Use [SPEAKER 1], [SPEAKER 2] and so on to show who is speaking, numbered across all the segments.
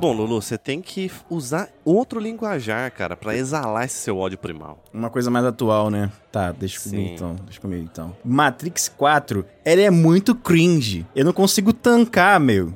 [SPEAKER 1] Bom, Lulu, você tem que usar outro linguajar, cara, pra exalar esse seu ódio primal.
[SPEAKER 2] Uma coisa mais atual, né? Tá, deixa comigo
[SPEAKER 1] Sim.
[SPEAKER 2] então. Deixa comigo então. Matrix 4, ela é muito cringe. Eu não consigo tancar, meu.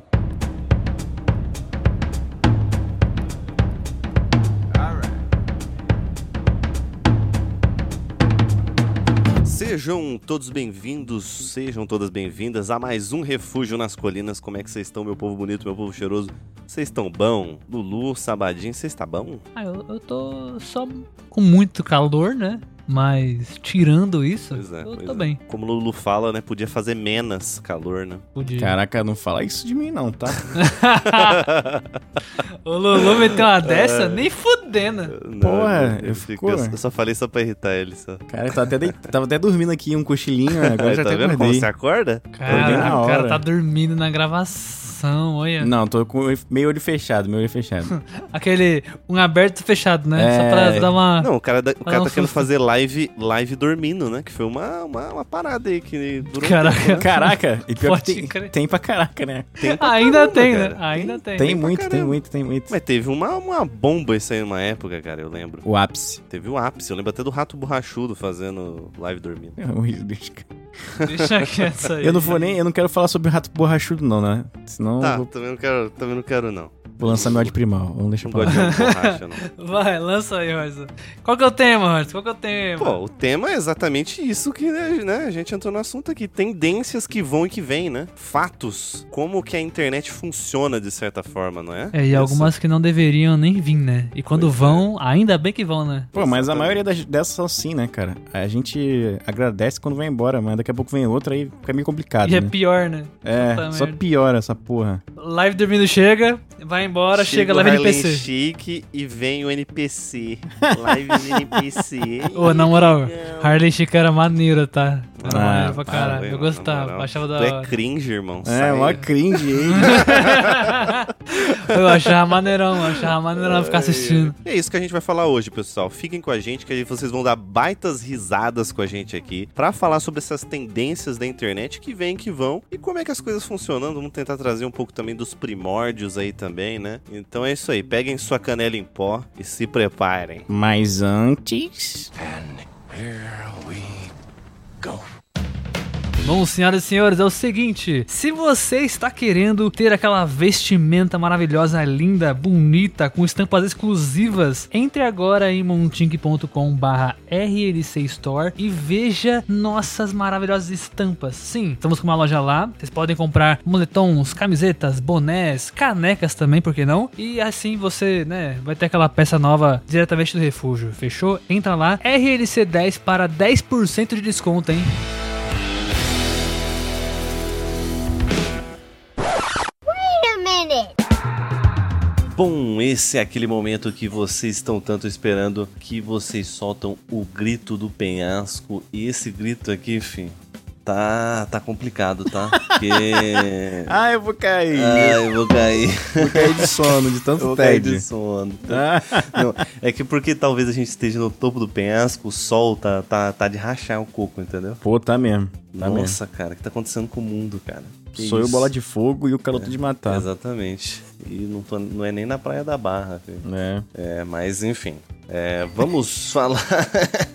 [SPEAKER 1] Sejam todos bem-vindos, sejam todas bem-vindas a mais um Refúgio nas Colinas. Como é que vocês estão, meu povo bonito, meu povo cheiroso? Vocês estão bom? Lulu, Sabadinho, vocês estão bom?
[SPEAKER 3] Ah, eu, eu tô só com muito calor, né? Mas tirando isso,
[SPEAKER 1] Pois é,
[SPEAKER 3] eu
[SPEAKER 1] pois
[SPEAKER 3] tô
[SPEAKER 1] é.
[SPEAKER 3] bem.
[SPEAKER 1] Como o Lulu fala, né? Podia fazer menos calor, né?
[SPEAKER 3] Pude...
[SPEAKER 2] Caraca, não fala isso de mim não, tá?
[SPEAKER 3] o Lulu meteu
[SPEAKER 1] É.
[SPEAKER 3] uma dessa, nem fudendo.
[SPEAKER 1] Não,
[SPEAKER 2] Porra,
[SPEAKER 1] não,
[SPEAKER 2] eu
[SPEAKER 1] fica-
[SPEAKER 2] ficou, né?
[SPEAKER 1] eu só falei só pra irritar ele, só.
[SPEAKER 2] Cara, eu tava até, deit- tava até dormindo aqui, um cochilinho, agora
[SPEAKER 1] Aí,
[SPEAKER 2] já
[SPEAKER 1] tá
[SPEAKER 2] até
[SPEAKER 1] vendo como
[SPEAKER 2] acordei.
[SPEAKER 1] você acorda?
[SPEAKER 2] bem
[SPEAKER 3] Cara,
[SPEAKER 2] na
[SPEAKER 3] o cara
[SPEAKER 2] hora.
[SPEAKER 3] tá dormindo na gravação, olha.
[SPEAKER 2] Não, tô com o olho- meio olho fechado, meio olho fechado.
[SPEAKER 3] Aquele um aberto e fechado, né? Só
[SPEAKER 2] É.
[SPEAKER 3] pra dar uma.
[SPEAKER 1] Não, o cara, da- o cara
[SPEAKER 3] não,
[SPEAKER 1] tá querendo
[SPEAKER 3] susto.
[SPEAKER 1] fazer live, live dormindo, né? Que foi uma, uma, uma parada aí que durou
[SPEAKER 3] Caraca.
[SPEAKER 1] um tempo, né?
[SPEAKER 2] Caraca, e pior
[SPEAKER 3] Pode
[SPEAKER 2] que tem,
[SPEAKER 3] crer.
[SPEAKER 2] tem pra caraca, né?
[SPEAKER 1] Tem pra
[SPEAKER 3] Ainda
[SPEAKER 1] caramba,
[SPEAKER 3] tem, né?
[SPEAKER 1] cara.
[SPEAKER 3] Ainda tem.
[SPEAKER 2] Tem
[SPEAKER 1] pra
[SPEAKER 2] muito, tem
[SPEAKER 1] caramba.
[SPEAKER 2] muito, tem muito.
[SPEAKER 1] Mas teve uma, uma bomba isso aí numa época, cara, eu lembro.
[SPEAKER 2] O ápice.
[SPEAKER 1] Teve o ápice, eu lembro até do Rato Borrachudo fazendo live dormindo.
[SPEAKER 2] É horrível, bicho, cara.
[SPEAKER 3] Deixa quieto isso aí.
[SPEAKER 2] Eu não vou nem, eu não quero falar sobre o rato borrachudo não, né? Senão
[SPEAKER 1] Tá,
[SPEAKER 2] eu vou,
[SPEAKER 1] também não quero, também não quero não.
[SPEAKER 2] vou lançar meu ódio primal, vamos deixar
[SPEAKER 1] Não
[SPEAKER 2] pra lá.
[SPEAKER 1] gosto de rato borracha, não.
[SPEAKER 3] Vai, lança aí, Rosa. Qual que é o tema, Rosa? Qual que é o tema?
[SPEAKER 1] Pô, o tema é exatamente isso que né, né, a gente entrou no assunto aqui. Tendências que vão e que vêm, né? Fatos. Como que a internet funciona de certa forma, não é?
[SPEAKER 3] É, e
[SPEAKER 1] Isso.
[SPEAKER 3] algumas que não deveriam nem vir, né? E quando
[SPEAKER 1] Pois é.
[SPEAKER 3] vão, ainda bem que vão, né?
[SPEAKER 2] Pô, mas a
[SPEAKER 1] Exatamente.
[SPEAKER 2] maioria das, dessas são assim, né, cara? A gente agradece quando vai embora, mas daqui a pouco vem outra aí fica meio complicado,
[SPEAKER 3] E é
[SPEAKER 2] né?
[SPEAKER 3] pior, né?
[SPEAKER 2] É,
[SPEAKER 3] puta
[SPEAKER 2] só
[SPEAKER 3] merda.
[SPEAKER 2] piora essa porra.
[SPEAKER 3] Live dormindo chega, vai embora, chega,
[SPEAKER 1] o
[SPEAKER 3] live
[SPEAKER 1] Harlem
[SPEAKER 3] NPC.
[SPEAKER 1] Chic e vem o NPC. Live NPC.
[SPEAKER 3] Ô, na moral,
[SPEAKER 1] Não.
[SPEAKER 3] Harley Chic era maneiro, tá?
[SPEAKER 2] Ah,
[SPEAKER 3] Era maneiro pra
[SPEAKER 2] para,
[SPEAKER 3] caralho.
[SPEAKER 1] Foi,
[SPEAKER 3] Eu
[SPEAKER 1] mano, na
[SPEAKER 3] gostava,
[SPEAKER 1] moral.
[SPEAKER 3] eu achava da
[SPEAKER 1] Tu é
[SPEAKER 3] hora.
[SPEAKER 1] cringe, irmão.
[SPEAKER 2] É,
[SPEAKER 1] sai.
[SPEAKER 2] mó cringe, hein?
[SPEAKER 3] eu achava maneirão, eu achava maneirão ficar assistindo.
[SPEAKER 1] É isso que a gente vai falar hoje, pessoal. Fiquem com a gente, que aí vocês vão dar baitas risadas com a gente aqui pra falar sobre essas tendências da internet que vêm, que vão e como é que as coisas funcionam. Vamos tentar trazer um pouco também dos primórdios aí também, né? Então é isso aí. Peguem sua canela em pó e se preparem.
[SPEAKER 2] Mas antes.
[SPEAKER 3] Bom, senhoras e senhores, é o seguinte: se você está querendo ter aquela vestimenta maravilhosa, linda, bonita, com estampas exclusivas, entre agora em montinque.com/rlc store e veja nossas maravilhosas estampas. Sim, estamos com uma loja lá. Vocês podem comprar moletons, camisetas, bonés, canecas também, por que não? E assim você, né, vai ter aquela peça nova diretamente do refúgio. Fechou? Entra lá, RLC10 para 10% de desconto, hein?
[SPEAKER 4] a minute.
[SPEAKER 1] Bom, esse é aquele momento que vocês estão tanto esperando, que vocês soltam o grito do penhasco. E esse grito aqui, enfim, tá, tá complicado, tá? Porque...
[SPEAKER 2] Ah, eu vou cair.
[SPEAKER 1] Ai, eu vou cair.
[SPEAKER 2] É, Vou cair de sono, de
[SPEAKER 1] Eu
[SPEAKER 2] tanto
[SPEAKER 1] vou cair de
[SPEAKER 2] tédio.
[SPEAKER 1] sono.
[SPEAKER 2] Ah,
[SPEAKER 1] Não, é que porque talvez a gente esteja no topo do penhasco, o sol tá, tá, tá de rachar o coco, entendeu?
[SPEAKER 2] Pô, tá mesmo. Tá mesmo.
[SPEAKER 1] Nossa, cara, o que tá acontecendo com o mundo, cara? Que
[SPEAKER 2] Sou eu
[SPEAKER 1] isso?
[SPEAKER 2] bola de tá. fogo e o caloto de matar.
[SPEAKER 1] Exatamente. E não, tô- não é nem na Praia da Barra. filho.
[SPEAKER 2] É.
[SPEAKER 1] É, mas enfim. É, vamos falar.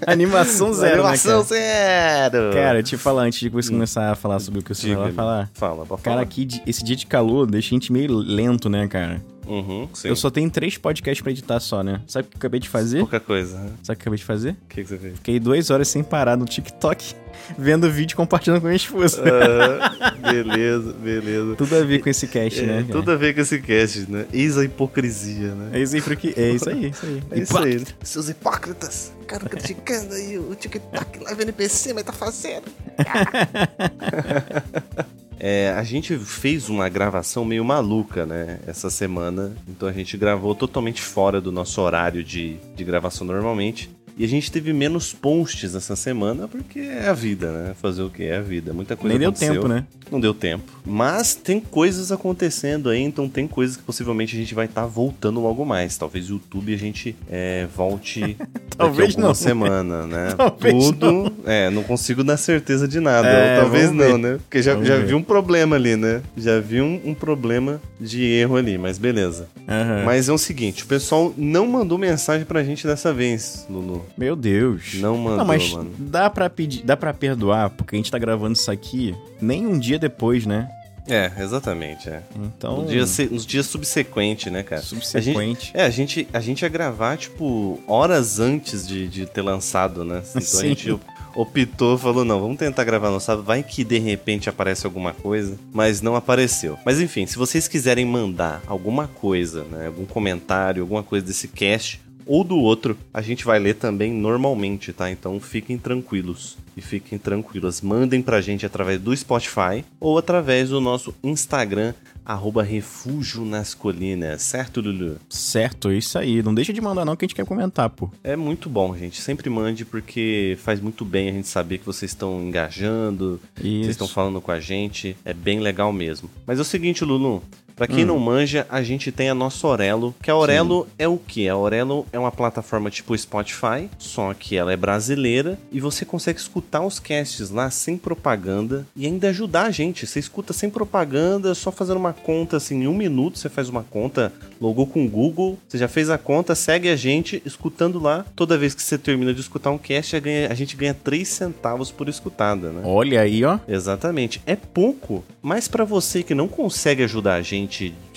[SPEAKER 2] Animação zero, Hum.
[SPEAKER 1] Animação
[SPEAKER 2] né,
[SPEAKER 1] zero!
[SPEAKER 2] cara? Cara, eu te falar antes de você começar a falar sobre o que você vai
[SPEAKER 1] Diga-me.
[SPEAKER 2] falar.
[SPEAKER 1] Fala, pra
[SPEAKER 2] Cara,
[SPEAKER 1] falar.
[SPEAKER 2] aqui, esse dia de calor deixa a gente meio lento, né, cara?
[SPEAKER 1] Uhum, sim.
[SPEAKER 2] Eu só tenho três podcasts pra editar só, né? Sabe o que eu acabei de fazer?
[SPEAKER 1] Pouca coisa. né?
[SPEAKER 2] Sabe o que eu acabei de fazer?
[SPEAKER 1] O que, que você fez?
[SPEAKER 2] Fiquei duas horas sem parar no TikTok, vendo o vídeo e compartilhando com minha esposa.
[SPEAKER 1] Ah, beleza, beleza.
[SPEAKER 2] Tudo a ver com esse cast,
[SPEAKER 1] É,
[SPEAKER 2] né? cara?
[SPEAKER 1] tudo a ver com esse cast, né? Eis a hipocrisia, né?
[SPEAKER 2] É isso aí, porque... é isso aí, isso aí.
[SPEAKER 1] É isso aí. né? Seus hipócritas ficaram criticando aí o TikTok Live NPC, mas tá fazendo. É, a gente fez uma gravação meio maluca, né? Essa semana. Então a gente gravou totalmente fora do nosso horário de, de gravação normalmente. E a gente teve menos posts essa semana, porque é a vida, né? Fazer o que é a vida. Muita coisa
[SPEAKER 2] Nem deu
[SPEAKER 1] aconteceu.
[SPEAKER 2] tempo, né?
[SPEAKER 1] Não deu tempo. Mas tem coisas acontecendo aí, então tem coisas que possivelmente a gente vai estar voltando logo mais. Talvez o YouTube a gente é, volte
[SPEAKER 2] Talvez
[SPEAKER 1] daqui a alguma
[SPEAKER 2] não.
[SPEAKER 1] semana, né?
[SPEAKER 2] Talvez
[SPEAKER 1] Tudo. É, não consigo dar certeza de nada.
[SPEAKER 2] É,
[SPEAKER 1] Ou talvez
[SPEAKER 2] vamos ver.
[SPEAKER 1] não, né? Porque já,
[SPEAKER 2] Vamos
[SPEAKER 1] já
[SPEAKER 2] ver.
[SPEAKER 1] vi um problema ali, né? Já vi um, um problema de erro ali, mas beleza.
[SPEAKER 2] Aham.
[SPEAKER 1] Mas é o seguinte, o pessoal não mandou mensagem pra gente dessa vez, Lulu.
[SPEAKER 2] Meu Deus.
[SPEAKER 1] Não mandou,
[SPEAKER 2] Ah, mas
[SPEAKER 1] mano.
[SPEAKER 2] dá pra pedir, dá pra perdoar, porque a gente tá gravando isso aqui nem um dia depois, né?
[SPEAKER 1] É, exatamente, é.
[SPEAKER 2] Então,
[SPEAKER 1] No dia se- nos dias subsequentes, né, cara? A gente,
[SPEAKER 2] subsequente.
[SPEAKER 1] é, a gente, a gente ia gravar, tipo, horas antes de, de ter lançado, né? Então a
[SPEAKER 2] Sim.
[SPEAKER 1] gente op- optou, falou, não, vamos tentar gravar no sábado, vai que de repente aparece alguma coisa, mas não apareceu. Mas enfim, se vocês quiserem mandar alguma coisa, né, algum comentário, alguma coisa desse cast ou do outro, a gente vai ler também normalmente, tá? Então fiquem tranquilos e fiquem tranquilas. Mandem pra gente através do Spotify ou através do nosso Instagram, arroba refúgio nas colinas, certo, Lulu?
[SPEAKER 2] Certo, é isso aí. Não deixa de mandar não que a gente quer comentar, pô.
[SPEAKER 1] É muito bom, gente. Sempre mande, porque faz muito bem a gente saber que vocês estão engajando, vocês
[SPEAKER 2] Isso.
[SPEAKER 1] estão falando com a gente. É bem legal mesmo. Mas é o seguinte, Lulu. Pra quem não manja, a gente tem a nossa Orelo. Que a Orelo é o quê? A Orelo é uma plataforma tipo Spotify, só que ela é brasileira e você consegue escutar os casts lá sem propaganda e ainda ajudar a gente. Você escuta sem propaganda, só fazendo uma conta assim, em um minuto você faz uma conta, logou com o Google, você já fez a conta, segue a gente escutando lá. Toda vez que você termina de escutar um cast, a ganha- a gente ganha 3 centavos por escutada, né?
[SPEAKER 2] Olha aí, ó.
[SPEAKER 1] Exatamente. É pouco, mas pra você que não consegue ajudar a gente,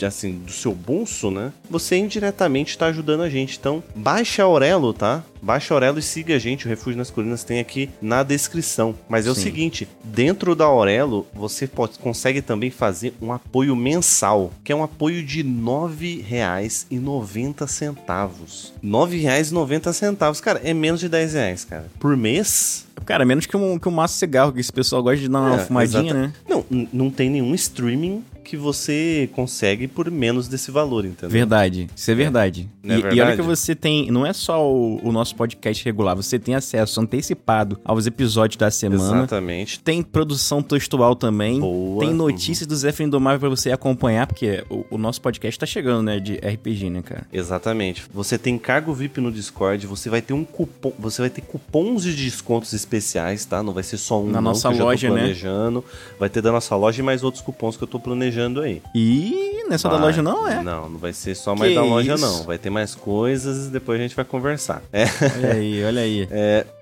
[SPEAKER 1] assim, do seu bolso, né? Você indiretamente tá ajudando a gente. Então, baixa a Aurelo, tá? Baixa a Aurelo e siga a gente. O Refúgio nas Colinas tem aqui na descrição. Mas é o
[SPEAKER 2] Sim.
[SPEAKER 1] seguinte, dentro da Aurelo, você pode, consegue também fazer um apoio mensal, que é um apoio de R$ 9,90. R$ 9,90. Cara, é menos de 10 reais, cara. Por mês...
[SPEAKER 2] Cara, menos que um, que um maço de cigarro, que esse pessoal gosta de dar uma
[SPEAKER 1] É,
[SPEAKER 2] fumadinha,
[SPEAKER 1] exata-
[SPEAKER 2] né?
[SPEAKER 1] Não, n- não tem nenhum streaming que você consegue por menos desse valor, entendeu?
[SPEAKER 2] Verdade, isso é verdade.
[SPEAKER 1] Não é
[SPEAKER 2] e, e olha
[SPEAKER 1] verdade?
[SPEAKER 2] que você tem, não é só o, o nosso podcast regular, você tem acesso antecipado aos episódios da semana.
[SPEAKER 1] Exatamente.
[SPEAKER 2] Tem produção textual também.
[SPEAKER 1] Boa.
[SPEAKER 2] Tem notícias do Zé Fim Indomável pra você acompanhar, porque o, o nosso podcast tá chegando, né? De RPG, né, cara?
[SPEAKER 1] Exatamente. Você tem cargo VIP no Discord, você vai ter um cupom, você vai ter cupons de descontos especiais, tá? Não vai ser só um
[SPEAKER 2] Na
[SPEAKER 1] não,
[SPEAKER 2] nossa
[SPEAKER 1] que eu
[SPEAKER 2] loja,
[SPEAKER 1] já tô
[SPEAKER 2] né?
[SPEAKER 1] planejando. Vai ter da nossa loja e mais outros cupons que eu tô planejando aí.
[SPEAKER 2] E não é só da
[SPEAKER 1] Vai.
[SPEAKER 2] loja, não, é?
[SPEAKER 1] Não, não vai ser só mais
[SPEAKER 2] Que
[SPEAKER 1] da loja,
[SPEAKER 2] isso?
[SPEAKER 1] não. Vai ter mais coisas e depois a gente vai conversar. É.
[SPEAKER 2] Olha aí, olha aí.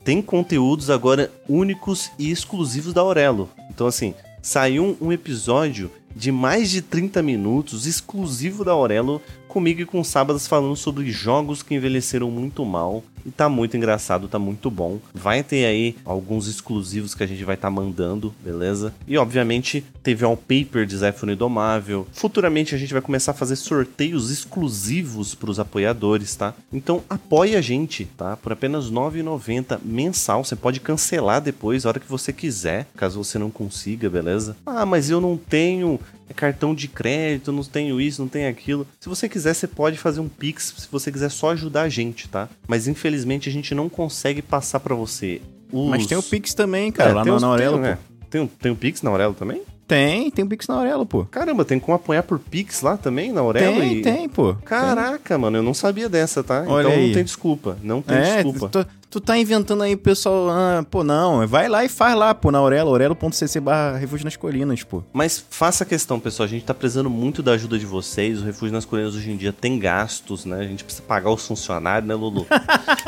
[SPEAKER 1] tem conteúdos agora únicos e exclusivos da Aurelo. Então, assim, saiu um episódio de mais de 30 minutos exclusivo da Aurelo comigo e com o Sábados falando sobre jogos que envelheceram muito mal. E tá muito engraçado, tá muito bom. Vai ter aí alguns exclusivos que a gente vai estar mandando, beleza? E obviamente teve um paper de Zéfone Domável. Futuramente a gente vai começar a fazer sorteios exclusivos para os apoiadores, tá? Então apoia a gente, tá? Por apenas R$ 9,90 mensal. Você pode cancelar depois, a hora que você quiser, caso você não consiga, beleza? Ah, mas eu não tenho é cartão de crédito, não tenho isso, não tenho aquilo. Se você quiser, você pode fazer um Pix, se você quiser só ajudar a gente, tá? Mas infelizmente a gente não consegue passar pra você os...
[SPEAKER 2] Mas tem o Pix também, cara,
[SPEAKER 1] É,
[SPEAKER 2] lá
[SPEAKER 1] tem
[SPEAKER 2] na
[SPEAKER 1] os-
[SPEAKER 2] na Aurelo.
[SPEAKER 1] Tem,
[SPEAKER 2] pô.
[SPEAKER 1] né? tem, o- tem o Pix na Aurelo também?
[SPEAKER 2] Tem, tem o Pix na Aurelo, pô.
[SPEAKER 1] Caramba, tem como apoiar por Pix lá também, na Aurelo?
[SPEAKER 2] Tem,
[SPEAKER 1] e...
[SPEAKER 2] tem, pô.
[SPEAKER 1] Caraca, mano, eu não sabia dessa, tá?
[SPEAKER 2] Olha
[SPEAKER 1] então
[SPEAKER 2] aí.
[SPEAKER 1] não tem desculpa, não tem
[SPEAKER 2] É,
[SPEAKER 1] Né? desculpa.
[SPEAKER 2] Tu, tu tá inventando aí, pessoal. Ah, pô, não. Vai lá e faz lá, pô, na Aurelo, aurelo.cc barra refúgio nas colinas, pô.
[SPEAKER 1] Mas faça a questão, pessoal. A gente tá precisando muito da ajuda de vocês. O Refúgio nas Colinas hoje em dia tem gastos, né? A gente precisa pagar os funcionários, né, Lulu?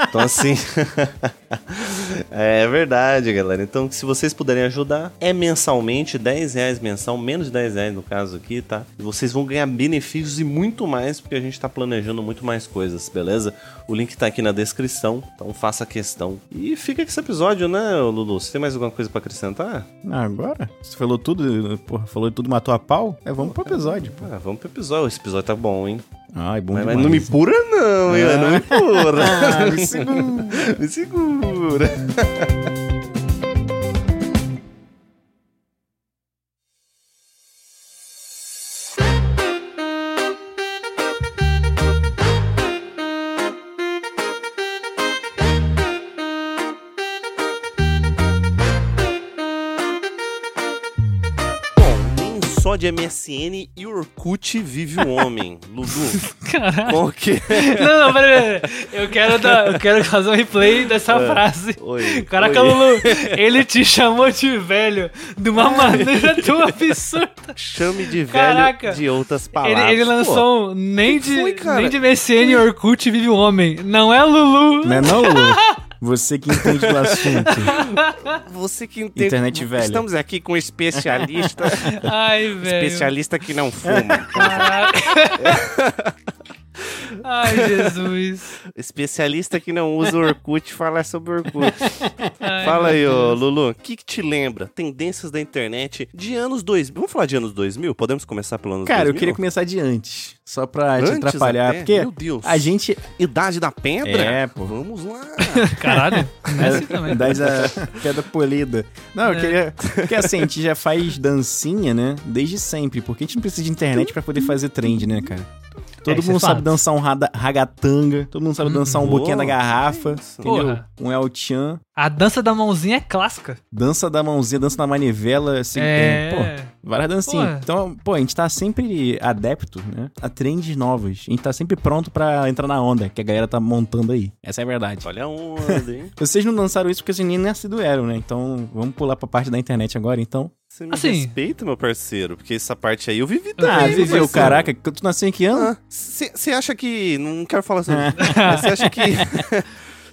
[SPEAKER 1] então, assim. é verdade, galera. Então, se vocês puderem ajudar, é mensalmente, 10 reais mensal, menos de 10 reais no caso aqui, tá? E vocês vão ganhar benefícios e muito mais, porque a gente tá planejando muito mais coisas, beleza? O link tá aqui na descrição, então faça a questão. E fica com esse episódio, né, Lulu? Você tem mais alguma coisa pra acrescentar?
[SPEAKER 2] Ah, agora? Você falou tudo, porra, falou tudo, matou a pau? É, vamos pro episódio, pô.
[SPEAKER 1] Ah, vamos pro episódio. Esse episódio tá bom, hein?
[SPEAKER 2] Ai, bom
[SPEAKER 1] Mas,
[SPEAKER 2] demais.
[SPEAKER 1] mas não me né? pura, não, hein? Não me
[SPEAKER 2] Ah,
[SPEAKER 1] pura.
[SPEAKER 2] me segura.
[SPEAKER 1] me segura. Bom, nem Só de MSN e Orkut vive o homem. Lulu,
[SPEAKER 3] Caralho.
[SPEAKER 1] qual que
[SPEAKER 3] Não, não, peraí. peraí. Eu quero, dar- eu quero fazer um replay dessa frase.
[SPEAKER 1] É. Oi.
[SPEAKER 3] Caraca,
[SPEAKER 1] Oi.
[SPEAKER 3] é Lulu, ele te chamou de velho de uma
[SPEAKER 1] É.
[SPEAKER 3] maneira tão absurda.
[SPEAKER 1] Chame de velho
[SPEAKER 3] Caraca.
[SPEAKER 1] de outras
[SPEAKER 3] Ele,
[SPEAKER 1] palavras.
[SPEAKER 3] ele
[SPEAKER 1] Ah Pô,
[SPEAKER 3] lançou um nem
[SPEAKER 1] que
[SPEAKER 3] de,
[SPEAKER 1] foi, cara?
[SPEAKER 3] nem de MSN e Orkut vive o homem. Não é Lulu.
[SPEAKER 1] Né?
[SPEAKER 2] Não é não, Lulu? Você que entende do assunto.
[SPEAKER 3] um-
[SPEAKER 1] você que entende.
[SPEAKER 2] Internet velha.
[SPEAKER 1] Estamos aqui com um especialista.
[SPEAKER 3] Ai, velho.
[SPEAKER 1] especialista que não fuma.
[SPEAKER 3] Caraca. Ai, Jesus.
[SPEAKER 1] especialista que não usa Orkut falar sobre Orkut.
[SPEAKER 3] Ai,
[SPEAKER 1] Fala
[SPEAKER 3] meu
[SPEAKER 1] aí,
[SPEAKER 3] Deus.
[SPEAKER 1] ô, Lulu, o que, que te lembra? Tendências da internet de anos 2000. Vamos falar de anos 2000? Podemos começar pelo ano 2000?
[SPEAKER 2] Cara, eu queria começar de antes. Só pra te
[SPEAKER 1] Antes
[SPEAKER 2] atrapalhar.
[SPEAKER 1] até?
[SPEAKER 2] Porque
[SPEAKER 1] Meu Deus.
[SPEAKER 2] a gente.
[SPEAKER 1] Idade da Pedra?
[SPEAKER 2] É, pô.
[SPEAKER 1] Vamos lá.
[SPEAKER 3] Caralho, não é assim também.
[SPEAKER 2] Das a queda polida. Não, eu
[SPEAKER 3] É.
[SPEAKER 2] queria. Porque assim, a gente já faz dancinha, né? Desde sempre. Porque a gente não precisa de internet pra poder fazer trend, né, cara? Todo
[SPEAKER 3] isso é
[SPEAKER 2] mundo sabe
[SPEAKER 3] fato.
[SPEAKER 2] dançar um rada- ragatanga. Todo mundo sabe
[SPEAKER 3] Hum.
[SPEAKER 2] dançar um boquinha na
[SPEAKER 1] Boa,
[SPEAKER 2] garrafa.
[SPEAKER 1] que isso.
[SPEAKER 2] Entendeu?
[SPEAKER 3] Porra.
[SPEAKER 2] Um El Chan.
[SPEAKER 3] A dança da mãozinha é clássica.
[SPEAKER 2] Dança da mãozinha, dança na manivela. Assim,
[SPEAKER 3] é.
[SPEAKER 2] Pô, Várias dancinhas.
[SPEAKER 3] Pô.
[SPEAKER 2] Então, pô, a gente tá sempre adepto, né? A trends novas. A gente tá sempre pronto pra entrar na onda que a galera tá montando aí. Essa é a verdade.
[SPEAKER 1] Olha a onda, hein?
[SPEAKER 2] Vocês não lançaram isso porque vocês nem nascido eram, né? Então, vamos pular pra parte da internet agora, então.
[SPEAKER 1] Você me
[SPEAKER 3] Assim.
[SPEAKER 1] respeita, meu parceiro, porque essa parte aí eu vivi
[SPEAKER 2] Ah,
[SPEAKER 1] também. meu
[SPEAKER 2] viveu,
[SPEAKER 1] parceiro.
[SPEAKER 2] caraca. Tu nasceu em que ano?
[SPEAKER 1] Ah, Você acha que. Não quero falar
[SPEAKER 2] É.
[SPEAKER 1] sobre. Você acha que.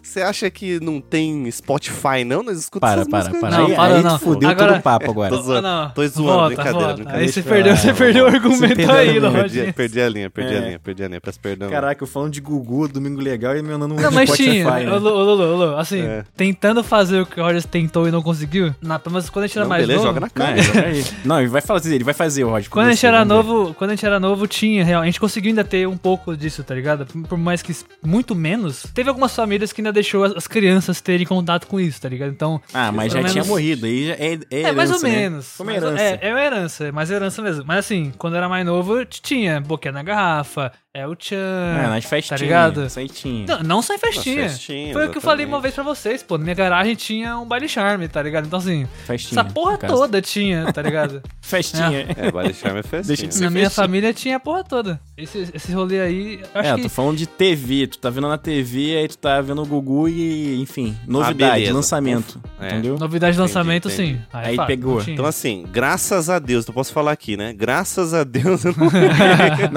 [SPEAKER 1] Você acha que não tem Spotify, não? Nós escutamos
[SPEAKER 2] Para,
[SPEAKER 1] essas
[SPEAKER 2] para,
[SPEAKER 1] músicas
[SPEAKER 2] para.
[SPEAKER 1] aí.
[SPEAKER 3] Não,
[SPEAKER 2] aí
[SPEAKER 3] para,
[SPEAKER 2] aí tu
[SPEAKER 3] não.
[SPEAKER 2] fudeu
[SPEAKER 3] Agora-
[SPEAKER 2] todo o papo agora.
[SPEAKER 1] Tô zoando,
[SPEAKER 3] Não,
[SPEAKER 1] tô zoando,
[SPEAKER 3] volta,
[SPEAKER 1] brincadeira,
[SPEAKER 3] volta.
[SPEAKER 1] brincadeira. Ah,
[SPEAKER 3] Aí você
[SPEAKER 2] Deixa
[SPEAKER 3] perdeu,
[SPEAKER 2] pra lá,
[SPEAKER 3] você perdeu o
[SPEAKER 2] volta. Você
[SPEAKER 3] argumento
[SPEAKER 2] perdeu
[SPEAKER 3] aí,
[SPEAKER 2] a linha,
[SPEAKER 1] Perdi,
[SPEAKER 3] Lorde.
[SPEAKER 1] perdi a linha, perdi a
[SPEAKER 2] É.
[SPEAKER 1] linha, perdi a linha. Peço perdão.
[SPEAKER 2] Caraca, eu falando de Gugu, Domingo Legal e meu nome
[SPEAKER 3] Não,
[SPEAKER 2] de
[SPEAKER 3] mas
[SPEAKER 2] Spotify,
[SPEAKER 3] tinha,
[SPEAKER 2] né?
[SPEAKER 3] ô, Lu- ô, Lulu, ô, Lulu, assim,
[SPEAKER 1] É.
[SPEAKER 3] tentando fazer o que o Rogers tentou e não conseguiu, na, pelo menos quando a gente era
[SPEAKER 1] Não,
[SPEAKER 3] mais
[SPEAKER 1] beleza,
[SPEAKER 3] novo...
[SPEAKER 1] joga na
[SPEAKER 2] Não,
[SPEAKER 1] cara.
[SPEAKER 2] é, peraí. Não, ele vai fazer, ele vai fazer, Roger. com
[SPEAKER 3] Quando a gente
[SPEAKER 2] você,
[SPEAKER 3] era
[SPEAKER 2] vamos ver.
[SPEAKER 3] novo, quando a gente era novo, tinha, real. A gente conseguiu ainda ter um pouco disso, tá ligado? Por mais que muito menos. Teve algumas famílias que ainda deixou as, as crianças terem contato com isso, tá ligado? Então.
[SPEAKER 2] Ah, mas já
[SPEAKER 3] pelo
[SPEAKER 2] tinha
[SPEAKER 3] menos-
[SPEAKER 2] morrido. Aí já, é, é,
[SPEAKER 3] é, mais ou
[SPEAKER 2] herança, né?
[SPEAKER 3] menos.
[SPEAKER 2] Como
[SPEAKER 3] Mas-
[SPEAKER 2] herança.
[SPEAKER 3] É, é uma herança, é mais herança mesmo. Mas assim, quando eu era mais novo, t- tinha boquinha na garrafa, é o tchan.
[SPEAKER 2] Ah, nas festinhas.
[SPEAKER 3] Tá ligado?
[SPEAKER 2] Isso aí tinha.
[SPEAKER 3] Não, não só em festinha.
[SPEAKER 1] Nas festinhas,
[SPEAKER 3] Foi o que eu falei
[SPEAKER 1] exatamente.
[SPEAKER 3] uma vez pra vocês, pô. Na minha garagem tinha um baile charme, tá ligado? Então assim,
[SPEAKER 2] Festinha,
[SPEAKER 3] essa porra
[SPEAKER 2] no caso.
[SPEAKER 3] toda tinha, tá ligado?
[SPEAKER 2] Festinha.
[SPEAKER 1] É, vale charme é festinha.
[SPEAKER 2] Deixa de ser-
[SPEAKER 3] Na minha
[SPEAKER 2] fez sim.
[SPEAKER 3] família tinha a porra toda. Esse, esse rolê aí, eu acho
[SPEAKER 2] É, eu
[SPEAKER 3] que
[SPEAKER 2] tô falando de TV. Tu tá vendo na TV, aí tu tá vendo o Gugu e, enfim,
[SPEAKER 1] Ah,
[SPEAKER 2] novidade,
[SPEAKER 1] beleza.
[SPEAKER 2] lançamento.
[SPEAKER 1] É.
[SPEAKER 2] Entendeu?
[SPEAKER 3] Novidade de
[SPEAKER 1] Entendi,
[SPEAKER 3] lançamento,
[SPEAKER 1] entendi.
[SPEAKER 3] sim.
[SPEAKER 2] Aí
[SPEAKER 3] fato,
[SPEAKER 2] pegou.
[SPEAKER 3] não tinha.
[SPEAKER 1] Então, assim, graças a Deus, não posso falar aqui, né? Graças a Deus, eu não...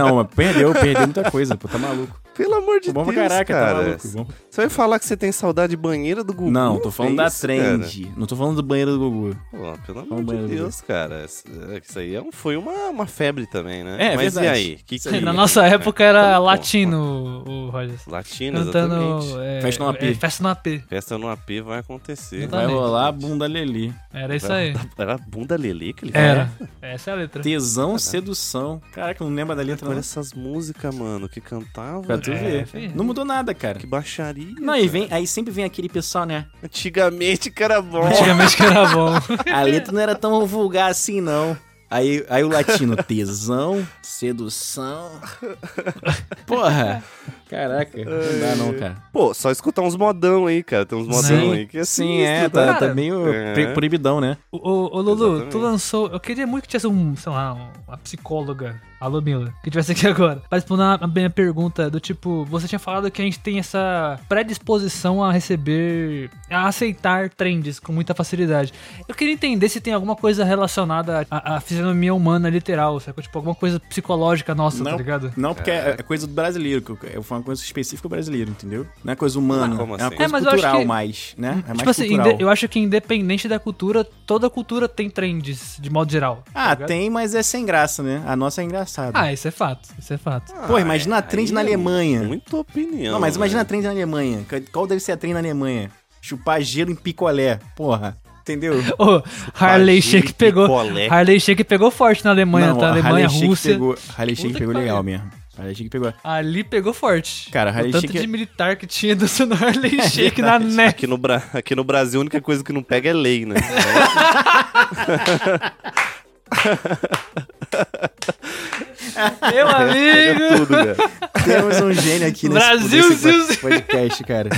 [SPEAKER 2] Não, mas perdeu, perdeu muita coisa, pô, tá maluco.
[SPEAKER 1] pelo amor de
[SPEAKER 2] Bom pra
[SPEAKER 1] Deus,
[SPEAKER 2] caraca, tá
[SPEAKER 1] cara.
[SPEAKER 2] maluco. Bom.
[SPEAKER 1] Você vai falar que você tem saudade de banheira do Gugu?
[SPEAKER 2] Não, tô falando
[SPEAKER 1] É
[SPEAKER 2] da
[SPEAKER 1] isso,
[SPEAKER 2] trend. Não tô falando do banheiro do Gugu.
[SPEAKER 1] cara? Pô, pelo
[SPEAKER 2] Fala
[SPEAKER 1] amor de
[SPEAKER 2] banheiro do
[SPEAKER 1] Deus, cara. Isso é- Isso aí é um- foi uma, uma febre também, né?
[SPEAKER 2] É,
[SPEAKER 1] Mas
[SPEAKER 2] verdade.
[SPEAKER 1] e aí? Que é?
[SPEAKER 2] Isso aí. É,
[SPEAKER 3] Na nossa época era
[SPEAKER 1] Então, pô,
[SPEAKER 3] latino o- o Rogers.
[SPEAKER 1] pô, Latino,
[SPEAKER 3] Cantando.
[SPEAKER 1] exatamente.
[SPEAKER 3] é,
[SPEAKER 2] Festa no AP.
[SPEAKER 3] é, festa no AP.
[SPEAKER 1] Festa no AP vai acontecer.
[SPEAKER 3] Exatamente.
[SPEAKER 2] Vai rolar a bunda lelê.
[SPEAKER 3] Era isso aí.
[SPEAKER 1] Era bunda lelê que ele
[SPEAKER 3] Era. Essa é a letra.
[SPEAKER 2] Tesão, sedução. Caraca, eu não lembro da letra,
[SPEAKER 1] Olha
[SPEAKER 2] não.
[SPEAKER 1] essas músicas, mano, que cantava.
[SPEAKER 2] Pra tu
[SPEAKER 1] cara.
[SPEAKER 2] ver.
[SPEAKER 3] filho.
[SPEAKER 2] Não mudou nada, cara.
[SPEAKER 1] é Que baixaria.
[SPEAKER 2] Não, e
[SPEAKER 1] cara.
[SPEAKER 2] vem, aí sempre vem aquele pessoal, né?
[SPEAKER 1] Antigamente que era bom.
[SPEAKER 3] Antigamente que era bom.
[SPEAKER 2] A letra não era tão vulgar assim, não. Aí, aí o latino, tesão, sedução. Porra! Caraca, não dá não, cara.
[SPEAKER 1] Pô, só escutar uns modão aí, cara. Tem uns modão aí que é
[SPEAKER 2] Sim, é,
[SPEAKER 1] sinistro, né?
[SPEAKER 2] tá,
[SPEAKER 3] cara.
[SPEAKER 2] tá meio
[SPEAKER 1] É.
[SPEAKER 2] pre- proibidão, né?
[SPEAKER 3] Ô, ô, ô, Lulu, tu
[SPEAKER 1] Exatamente.
[SPEAKER 3] lançou. Eu queria muito que tivesse um, sei lá, um- uma psicóloga. Alô, Mila, que tivesse aqui agora. Pra responder a minha pergunta do tipo, você tinha falado que a gente tem essa predisposição a receber. a aceitar trends com muita facilidade. Eu queria entender se tem alguma coisa relacionada à, à fisionomia humana literal, sacou? Tipo, alguma coisa psicológica nossa, tá ligado?
[SPEAKER 2] não, porque é, é coisa do brasileiro, que eu- foi uma coisa específica brasileira, entendeu? Não é coisa humana,
[SPEAKER 1] Mas como
[SPEAKER 2] é uma
[SPEAKER 1] assim?
[SPEAKER 2] coisa
[SPEAKER 3] É, mas eu acho
[SPEAKER 2] cultural
[SPEAKER 3] que-
[SPEAKER 2] mais, né? É mais
[SPEAKER 3] tipo assim,
[SPEAKER 2] cultural.
[SPEAKER 3] inde- eu acho que independente da cultura, toda cultura tem trends, de modo geral. tá
[SPEAKER 2] Ah,
[SPEAKER 3] ligado?
[SPEAKER 2] tem, mas é sem graça, né? A nossa é engraçada.
[SPEAKER 3] Ah, isso é fato, isso é fato.
[SPEAKER 2] Pô, imagina a
[SPEAKER 1] Aí
[SPEAKER 2] trend na
[SPEAKER 1] é
[SPEAKER 2] Alemanha.
[SPEAKER 1] Muita opinião.
[SPEAKER 2] Não, mas imagina a
[SPEAKER 1] né?
[SPEAKER 2] trend na Alemanha. Qual deve ser a trend na Alemanha? Chupar gelo em picolé. Porra. Entendeu?
[SPEAKER 3] Ô, Harley
[SPEAKER 1] Bagulho
[SPEAKER 3] Shake
[SPEAKER 1] de
[SPEAKER 3] pegou.
[SPEAKER 1] picolé.
[SPEAKER 3] Harley Shake pegou forte na Alemanha, tá?
[SPEAKER 2] a
[SPEAKER 3] Alemanha,
[SPEAKER 2] Shake
[SPEAKER 3] Rússia.
[SPEAKER 2] Pegou, Harley Shake
[SPEAKER 3] Puta que
[SPEAKER 2] pegou
[SPEAKER 3] pariu.
[SPEAKER 2] legal mesmo. Harley Shake pegou.
[SPEAKER 3] Ali pegou forte.
[SPEAKER 2] Cara, Harley
[SPEAKER 3] o tanto
[SPEAKER 1] é-
[SPEAKER 2] Shake-
[SPEAKER 3] de militar que tinha dançando Harley Shake na
[SPEAKER 2] Né?
[SPEAKER 3] net.
[SPEAKER 1] né? Aqui no, Bra... Aqui no Brasil, a única coisa que não pega é lei, né?
[SPEAKER 3] Meu amigo!
[SPEAKER 1] Tudo, cara.
[SPEAKER 2] Temos um gênio aqui nesse,
[SPEAKER 3] Brasil,
[SPEAKER 2] nesse
[SPEAKER 3] Zil, Zil.
[SPEAKER 2] podcast, cara.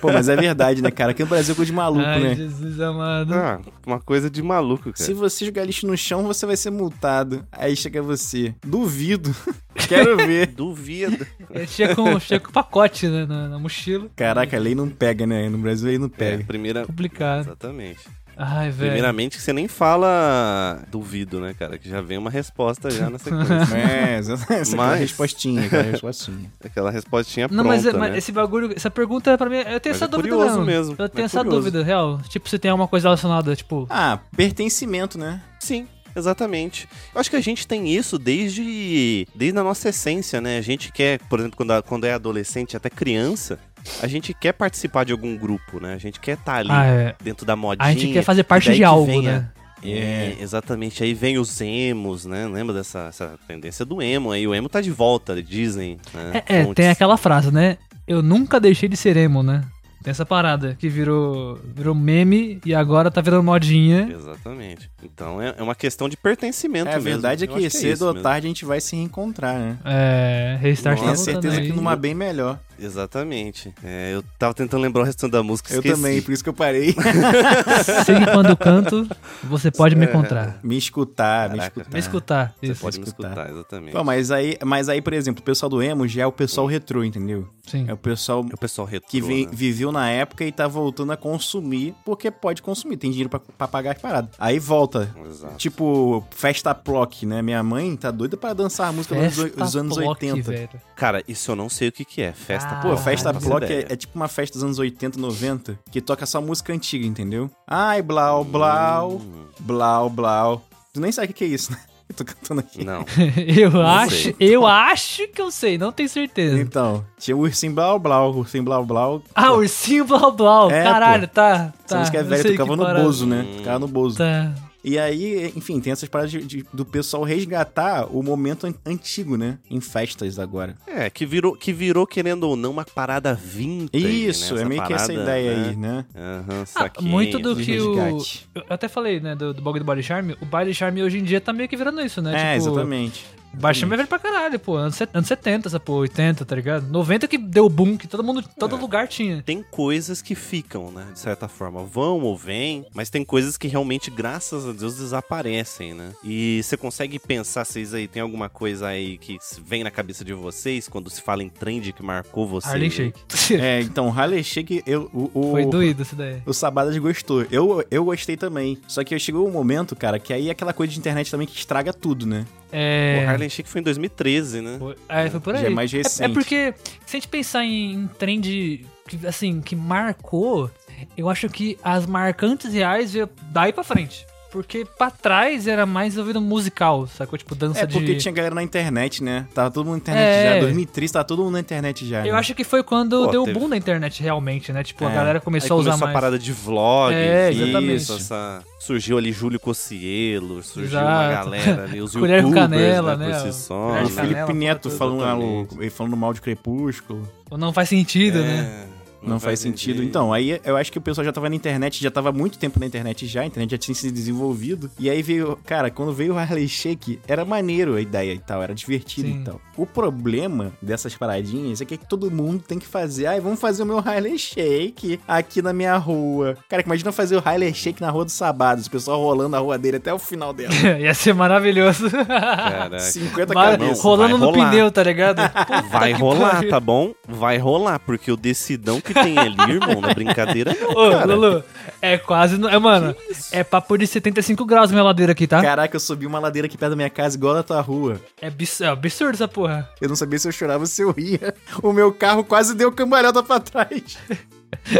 [SPEAKER 2] Pô, mas é verdade, né, cara? Aqui no Brasil é coisa de maluco,
[SPEAKER 3] Ai,
[SPEAKER 2] né?
[SPEAKER 3] Jesus amado.
[SPEAKER 1] Ah, uma coisa de maluco,
[SPEAKER 2] Se
[SPEAKER 1] cara.
[SPEAKER 2] você jogar lixo no chão, você vai ser multado. Aí chega você. Duvido. Quero ver.
[SPEAKER 1] Duvido.
[SPEAKER 3] Ele É, chega com, chega com pacote né, na, na mochila.
[SPEAKER 2] Caraca, a lei não pega, né? No Brasil a lei não
[SPEAKER 1] É,
[SPEAKER 2] pega.
[SPEAKER 1] primeira.
[SPEAKER 3] Complicado.
[SPEAKER 1] Exatamente.
[SPEAKER 3] Ai, velho.
[SPEAKER 1] Primeiramente que você nem fala duvido, né, cara? Que já vem uma resposta já na sequência.
[SPEAKER 2] É, essa, essa
[SPEAKER 1] Mas-
[SPEAKER 2] respostinha, cara, respostinha.
[SPEAKER 1] Aquela respostinha
[SPEAKER 3] Não,
[SPEAKER 1] pronta,
[SPEAKER 3] mas, é, mas
[SPEAKER 1] né?
[SPEAKER 3] esse bagulho, essa pergunta pra mim, eu tenho
[SPEAKER 1] Mas
[SPEAKER 3] essa
[SPEAKER 1] é
[SPEAKER 3] dúvida
[SPEAKER 1] curioso
[SPEAKER 3] mesmo.
[SPEAKER 1] mesmo,
[SPEAKER 3] Eu
[SPEAKER 1] mas é
[SPEAKER 3] tenho essa
[SPEAKER 1] curioso.
[SPEAKER 3] dúvida, real. Tipo, se tem alguma coisa relacionada, tipo,
[SPEAKER 2] Ah, pertencimento, né?
[SPEAKER 3] é-
[SPEAKER 1] Sim, exatamente. Eu acho que a gente tem isso desde, desde a nossa essência, né? A gente quer, por exemplo, quando, a- quando é adolescente, até criança, a gente quer participar de algum grupo, né? A gente quer estar ali
[SPEAKER 3] ah, é.
[SPEAKER 1] dentro da modinha.
[SPEAKER 3] a gente quer fazer
[SPEAKER 1] e
[SPEAKER 3] parte
[SPEAKER 1] daí
[SPEAKER 3] de
[SPEAKER 1] que
[SPEAKER 3] algo,
[SPEAKER 1] vem a-
[SPEAKER 3] né?
[SPEAKER 1] É, exatamente. Aí vem os emos, né? Lembra dessa essa tendência do emo? Aí o emo tá de volta, dizem. Né?
[SPEAKER 3] É, é,
[SPEAKER 1] Fontes.
[SPEAKER 3] tem aquela frase, né? Eu nunca deixei de ser emo, né? Tem essa parada que virou, virou meme e agora tá virando modinha.
[SPEAKER 1] Exatamente. Então é, é uma questão de pertencimento
[SPEAKER 2] É, a
[SPEAKER 1] mesmo.
[SPEAKER 2] verdade
[SPEAKER 1] Eu
[SPEAKER 2] é que
[SPEAKER 1] acho
[SPEAKER 2] cedo
[SPEAKER 1] isso
[SPEAKER 2] ou
[SPEAKER 1] mesmo.
[SPEAKER 2] tarde a gente vai se reencontrar, né?
[SPEAKER 3] É, Restart
[SPEAKER 1] Nossa,
[SPEAKER 2] Tenho
[SPEAKER 3] tá voltando
[SPEAKER 2] certeza
[SPEAKER 3] aí.
[SPEAKER 2] que numa bem melhor.
[SPEAKER 1] Exatamente. É, eu tava tentando lembrar o restante da música, esqueci.
[SPEAKER 2] Eu também, por isso que eu parei.
[SPEAKER 3] Siga quando canto, você pode
[SPEAKER 2] É.
[SPEAKER 3] me encontrar.
[SPEAKER 2] me escutar, me
[SPEAKER 1] Caraca. tá.
[SPEAKER 2] escutar.
[SPEAKER 3] Me escutar.
[SPEAKER 1] Você
[SPEAKER 3] Isso,
[SPEAKER 1] pode me
[SPEAKER 2] escutar.
[SPEAKER 1] escutar, exatamente.
[SPEAKER 2] Pô, mas aí, mas aí, por exemplo, o pessoal do emo já é o pessoal retrô, entendeu?
[SPEAKER 3] sim.
[SPEAKER 2] É o pessoal
[SPEAKER 1] É o pessoal retrô,
[SPEAKER 2] que vi-
[SPEAKER 1] né?
[SPEAKER 2] viveu na época e tá voltando a consumir, porque pode consumir, tem dinheiro pra, pra pagar as paradas. Aí volta.
[SPEAKER 1] Exato.
[SPEAKER 2] Tipo, festa proc, né? Minha mãe tá doida pra dançar a música dos anos-
[SPEAKER 3] Festa
[SPEAKER 2] dos anos
[SPEAKER 3] Block,
[SPEAKER 2] 80.
[SPEAKER 3] velho.
[SPEAKER 1] Cara, isso eu não sei o que que é. Festa
[SPEAKER 3] Ah,
[SPEAKER 2] Pô,
[SPEAKER 1] pô,
[SPEAKER 2] festa
[SPEAKER 3] não faço
[SPEAKER 2] block é, é tipo uma festa dos anos 80, 90, que toca só música antiga, entendeu? Ai, blau, blau,
[SPEAKER 3] Hum.
[SPEAKER 1] Hum,
[SPEAKER 2] blau, blau. Tu nem sabe o que que é isso, né? Eu tô cantando aqui.
[SPEAKER 1] Não.
[SPEAKER 3] Eu
[SPEAKER 1] Não
[SPEAKER 3] acho,
[SPEAKER 1] sei.
[SPEAKER 3] eu acho que eu sei, não tenho certeza.
[SPEAKER 2] Então, tinha o ursinho blau, blau, o ursinho blau, blau.
[SPEAKER 3] Hum. Ah, ursinho blau blau.
[SPEAKER 2] É,
[SPEAKER 3] Caralho, tá, tá.
[SPEAKER 2] Essa música é
[SPEAKER 3] eu
[SPEAKER 2] velha,
[SPEAKER 3] sei que
[SPEAKER 2] tocava no
[SPEAKER 3] parada.
[SPEAKER 2] Bozo, né?
[SPEAKER 1] Hum.
[SPEAKER 2] Tocava no Bozo.
[SPEAKER 3] Tá.
[SPEAKER 2] E aí, enfim, tem essas paradas de- de- do pessoal resgatar o momento an- antigo, né? Em festas agora.
[SPEAKER 1] É, que virou, que virou, querendo ou não, uma parada vintage,
[SPEAKER 2] Isso,
[SPEAKER 1] né?
[SPEAKER 2] é meio que essa
[SPEAKER 1] parada,
[SPEAKER 2] ideia
[SPEAKER 1] né?
[SPEAKER 2] aí, né?
[SPEAKER 1] Aham,
[SPEAKER 3] Ah,
[SPEAKER 1] saquei.
[SPEAKER 3] muito do
[SPEAKER 2] de
[SPEAKER 3] que o.
[SPEAKER 2] resgate.
[SPEAKER 3] Eu até falei, né, do, do bagulho do Body Charm. O Body Charm hoje em dia tá meio que virando isso, né?
[SPEAKER 2] É,
[SPEAKER 3] tipo,
[SPEAKER 2] exatamente.
[SPEAKER 3] O Body Charm é velho pra caralho, pô. Anos, set- anos 70, essa porra, 80, tá ligado? 90 que deu boom, que todo mundo,
[SPEAKER 2] É.
[SPEAKER 3] todo lugar tinha.
[SPEAKER 1] Tem coisas que ficam, né? De certa forma, vão ou vêm, mas tem coisas que realmente, graças a Deus, desaparecem, né? E você consegue pensar, vocês aí, tem alguma coisa aí que vem na cabeça de vocês quando se fala em trend que marcou vocês?
[SPEAKER 3] Harlem
[SPEAKER 1] né?
[SPEAKER 3] Shake.
[SPEAKER 2] É, então, Harley Shake, eu, o, o,
[SPEAKER 3] Foi doído isso daí.
[SPEAKER 2] o Sabadas gostou. Eu, eu gostei também. Só que chegou um momento, cara, que aí é aquela coisa de internet também que estraga tudo, né?
[SPEAKER 3] É.
[SPEAKER 1] O Harlem Shake foi em 2013, né?
[SPEAKER 3] Foi- É, foi por
[SPEAKER 2] Já
[SPEAKER 3] aí.
[SPEAKER 2] é mais
[SPEAKER 3] É,
[SPEAKER 2] recente.
[SPEAKER 3] porque, se a gente pensar em, em trend, que, assim, que marcou, eu acho que as marcantes reais veio daí pra frente. Porque pra trás era mais ouvido musical, sacou? Tipo, dança
[SPEAKER 2] É porque
[SPEAKER 3] de...
[SPEAKER 2] tinha galera na internet, né? Tava todo mundo na internet
[SPEAKER 3] É.
[SPEAKER 2] já. 2003 tava todo mundo na internet já.
[SPEAKER 3] Eu
[SPEAKER 2] né?
[SPEAKER 3] acho que foi quando
[SPEAKER 1] Pô,
[SPEAKER 3] deu o
[SPEAKER 1] teve-
[SPEAKER 3] boom na internet, realmente, né? Tipo, a
[SPEAKER 2] É.
[SPEAKER 3] galera
[SPEAKER 1] Aí
[SPEAKER 3] começou a
[SPEAKER 1] começou
[SPEAKER 3] usar
[SPEAKER 1] a
[SPEAKER 3] mais.
[SPEAKER 1] parada de vlog,
[SPEAKER 3] É,
[SPEAKER 1] exatamente.
[SPEAKER 3] exatamente.
[SPEAKER 1] essa... surgiu ali Júlio Cocielo, surgiu uma
[SPEAKER 3] Exato.
[SPEAKER 1] galera ali, os
[SPEAKER 3] Colher
[SPEAKER 1] youtubers,
[SPEAKER 3] com canela,
[SPEAKER 1] né,
[SPEAKER 3] né?
[SPEAKER 1] com esse som.
[SPEAKER 3] Colher
[SPEAKER 2] O
[SPEAKER 3] de
[SPEAKER 1] né?
[SPEAKER 2] Felipe
[SPEAKER 3] canela,
[SPEAKER 2] Neto
[SPEAKER 1] tudo,
[SPEAKER 2] falando,
[SPEAKER 1] exatamente.
[SPEAKER 2] ele falando mal de Crepúsculo.
[SPEAKER 3] Ou Não faz sentido, né?
[SPEAKER 1] É,
[SPEAKER 2] Não, faz sentido. Então, aí eu acho que o pessoal já tava na internet, já tava há muito tempo na internet já, então a internet já tinha se desenvolvido. E aí veio, cara, quando veio o Harley Shake, era maneiro a ideia e tal, era divertido
[SPEAKER 3] Sim.
[SPEAKER 2] e tal. O problema dessas paradinhas é que todo mundo tem que fazer, ai, vamos fazer o meu Harley Shake aqui na minha rua. Cara, imagina fazer o Harley Shake na Rua dos Sabados, o pessoal rolando a rua dele até o final dela.
[SPEAKER 3] Ia ser maravilhoso.
[SPEAKER 1] Caraca.
[SPEAKER 2] 50
[SPEAKER 3] É. Vai-
[SPEAKER 1] não,
[SPEAKER 2] cabeças.
[SPEAKER 3] rolando
[SPEAKER 1] É. vai
[SPEAKER 3] no
[SPEAKER 1] rolar.
[SPEAKER 3] pneu, tá ligado? Puta
[SPEAKER 1] Vai
[SPEAKER 3] que
[SPEAKER 1] rolar,
[SPEAKER 3] pariu.
[SPEAKER 1] tá bom? Vai rolar, porque o decidão que tem ali, irmão, na brincadeira não,
[SPEAKER 3] Ô,
[SPEAKER 1] cara.
[SPEAKER 3] Lulu, é quase. no- É, mano, é papo de 75 graus minha ladeira aqui, tá?
[SPEAKER 2] Caraca, eu subi uma ladeira aqui perto da minha casa, igual da tua rua.
[SPEAKER 3] É abs- é absurdo essa porra.
[SPEAKER 2] Eu não sabia se eu chorava ou se eu ria. O meu carro quase deu cambalhota pra trás.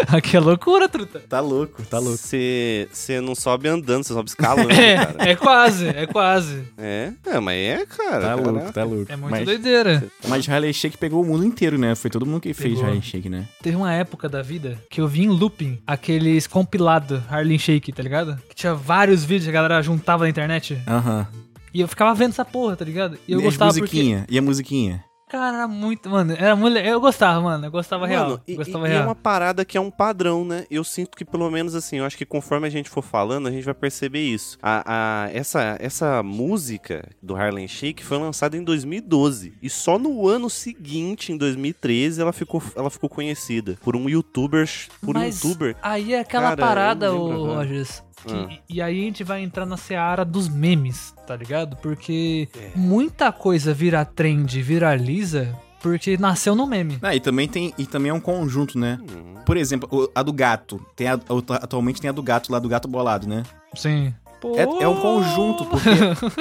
[SPEAKER 3] Aqui é loucura, truta.
[SPEAKER 2] Tá louco, tá louco.
[SPEAKER 1] Você você não sobe andando, você sobe escalando, cara.
[SPEAKER 3] É, é quase, é quase.
[SPEAKER 1] É, é, mas é, cara.
[SPEAKER 2] Tá
[SPEAKER 1] cara.
[SPEAKER 2] louco, tá louco.
[SPEAKER 3] É muito
[SPEAKER 2] mas,
[SPEAKER 3] doideira.
[SPEAKER 2] mas Harley Shake pegou o mundo inteiro, né? Foi todo mundo que fez
[SPEAKER 3] Pegou.
[SPEAKER 2] Harley Shake, né?
[SPEAKER 3] Teve uma época da vida que eu vi em looping aqueles compilado Harlem Shake, tá ligado? Que tinha vários vídeos que a galera juntava na internet.
[SPEAKER 2] Aham.
[SPEAKER 3] E eu ficava vendo essa porra, tá ligado? E eu
[SPEAKER 2] E as
[SPEAKER 3] gostava porque...
[SPEAKER 2] musiquinha? E a musiquinha?
[SPEAKER 3] Cara, era muito. Mano, era muito. Eu gostava, mano. Eu gostava real.
[SPEAKER 1] Mano, e,
[SPEAKER 3] gostava
[SPEAKER 1] e- e
[SPEAKER 3] real.
[SPEAKER 1] é uma parada que é um padrão, né? Eu sinto que, pelo menos assim, eu acho que conforme a gente for falando, a gente vai perceber isso. A, a- essa, essa música do Harlem Shake foi lançada em 2012. E só no ano seguinte, em 2013, ela ficou, ela ficou conhecida por um youtuber. Por um
[SPEAKER 3] Mas
[SPEAKER 1] youtuber.
[SPEAKER 3] Aí é aquela
[SPEAKER 1] Cara, eu
[SPEAKER 3] parada,
[SPEAKER 1] não lembro
[SPEAKER 3] ô
[SPEAKER 1] agora.
[SPEAKER 3] Rogers. que-
[SPEAKER 1] Ah.
[SPEAKER 3] E aí a gente vai entrar na seara dos memes, tá ligado? Porque
[SPEAKER 1] É.
[SPEAKER 3] muita coisa vira trend, viraliza, porque nasceu no meme.
[SPEAKER 2] Ah, e também tem. E também é um conjunto, né? Por exemplo, o- a do gato. Tem a- a- atualmente tem a do gato lá, do gato bolado, né?
[SPEAKER 3] Sim.
[SPEAKER 2] É, é um conjunto, porque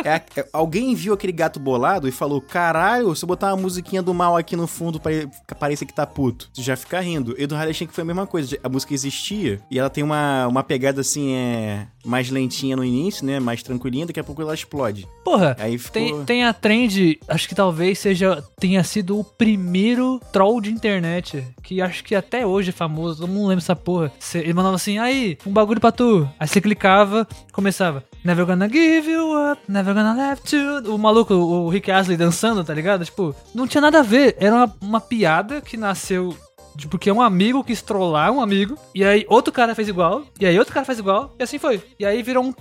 [SPEAKER 2] é a- é- alguém viu aquele gato bolado e falou: caralho, se eu botar uma musiquinha do mal aqui no fundo pra ele ficar- parecer que tá puto, tu já fica rindo. E do Harley Shake foi a mesma coisa. A música existia e ela tem uma, uma pegada assim, é. mais lentinha no início, né? Mais tranquilinha, daqui a pouco ela explode.
[SPEAKER 3] Porra,
[SPEAKER 2] Aí ficou.
[SPEAKER 3] tem, tá tem a trend, acho que talvez seja tenha sido o primeiro troll de internet, que acho que até hoje é famoso, todo mundo lembra essa porra. Cê- ele mandava assim, aí, um bagulho pra tu. Aí você clicava, começava, never gonna give you up, never gonna left you. O maluco, o Rick Astley dançando, tá ligado? Tipo, não tinha nada a ver, era uma, uma piada que nasceu... de- Porque um amigo quis trollar um amigo, e aí outro cara fez igual, e aí outro cara fez igual, e assim foi. E aí virou um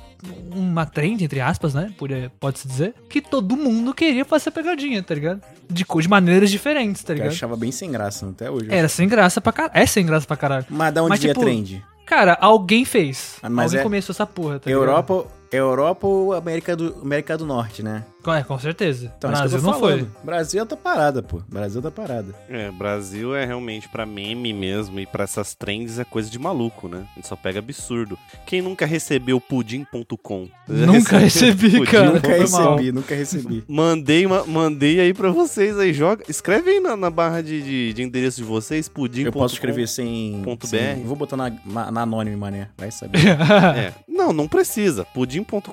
[SPEAKER 3] uma trend, entre aspas, né? Podia- Pode-se dizer, que todo mundo queria fazer pegadinha, tá ligado? De, co- de maneiras diferentes, tá
[SPEAKER 2] Eu
[SPEAKER 3] ligado?
[SPEAKER 2] achava bem sem graça até hoje.
[SPEAKER 3] Era sem graça pra caralho. É sem graça pra caralho.
[SPEAKER 2] Mas da onde
[SPEAKER 3] Mas,
[SPEAKER 2] via
[SPEAKER 3] tipo,
[SPEAKER 2] trend?
[SPEAKER 3] Cara, alguém fez.
[SPEAKER 2] Ah, mas
[SPEAKER 3] alguém
[SPEAKER 2] é-
[SPEAKER 3] começou essa porra, tá ligado?
[SPEAKER 2] Europa, Europa ou América do, América do Norte, né?
[SPEAKER 3] É, com certeza.
[SPEAKER 2] Então, é isso que
[SPEAKER 3] Brasil
[SPEAKER 2] eu tô
[SPEAKER 3] não foi.
[SPEAKER 2] falando. Brasil tá parada, pô. Brasil tá parada.
[SPEAKER 1] É, Brasil é realmente pra meme mesmo e pra essas trends é coisa de maluco, né? A gente só pega absurdo. Quem nunca recebeu pudim.com? Já
[SPEAKER 3] Nunca
[SPEAKER 1] recebeu
[SPEAKER 3] recebi,
[SPEAKER 1] é pudim?
[SPEAKER 3] cara.
[SPEAKER 2] nunca
[SPEAKER 3] foi mal.
[SPEAKER 2] recebi, nunca recebi.
[SPEAKER 1] Mandei, uma- mandei aí pra vocês aí, joga. Escreve aí na, na barra de, de, de endereço de vocês, pudim.
[SPEAKER 2] Eu posso escrever sem.
[SPEAKER 1] ponto
[SPEAKER 2] sem-
[SPEAKER 1] BR.
[SPEAKER 2] Vou botar na, ma- na anônimo, mané. Vai saber.
[SPEAKER 1] É. Não, não precisa. Pudim.com.br.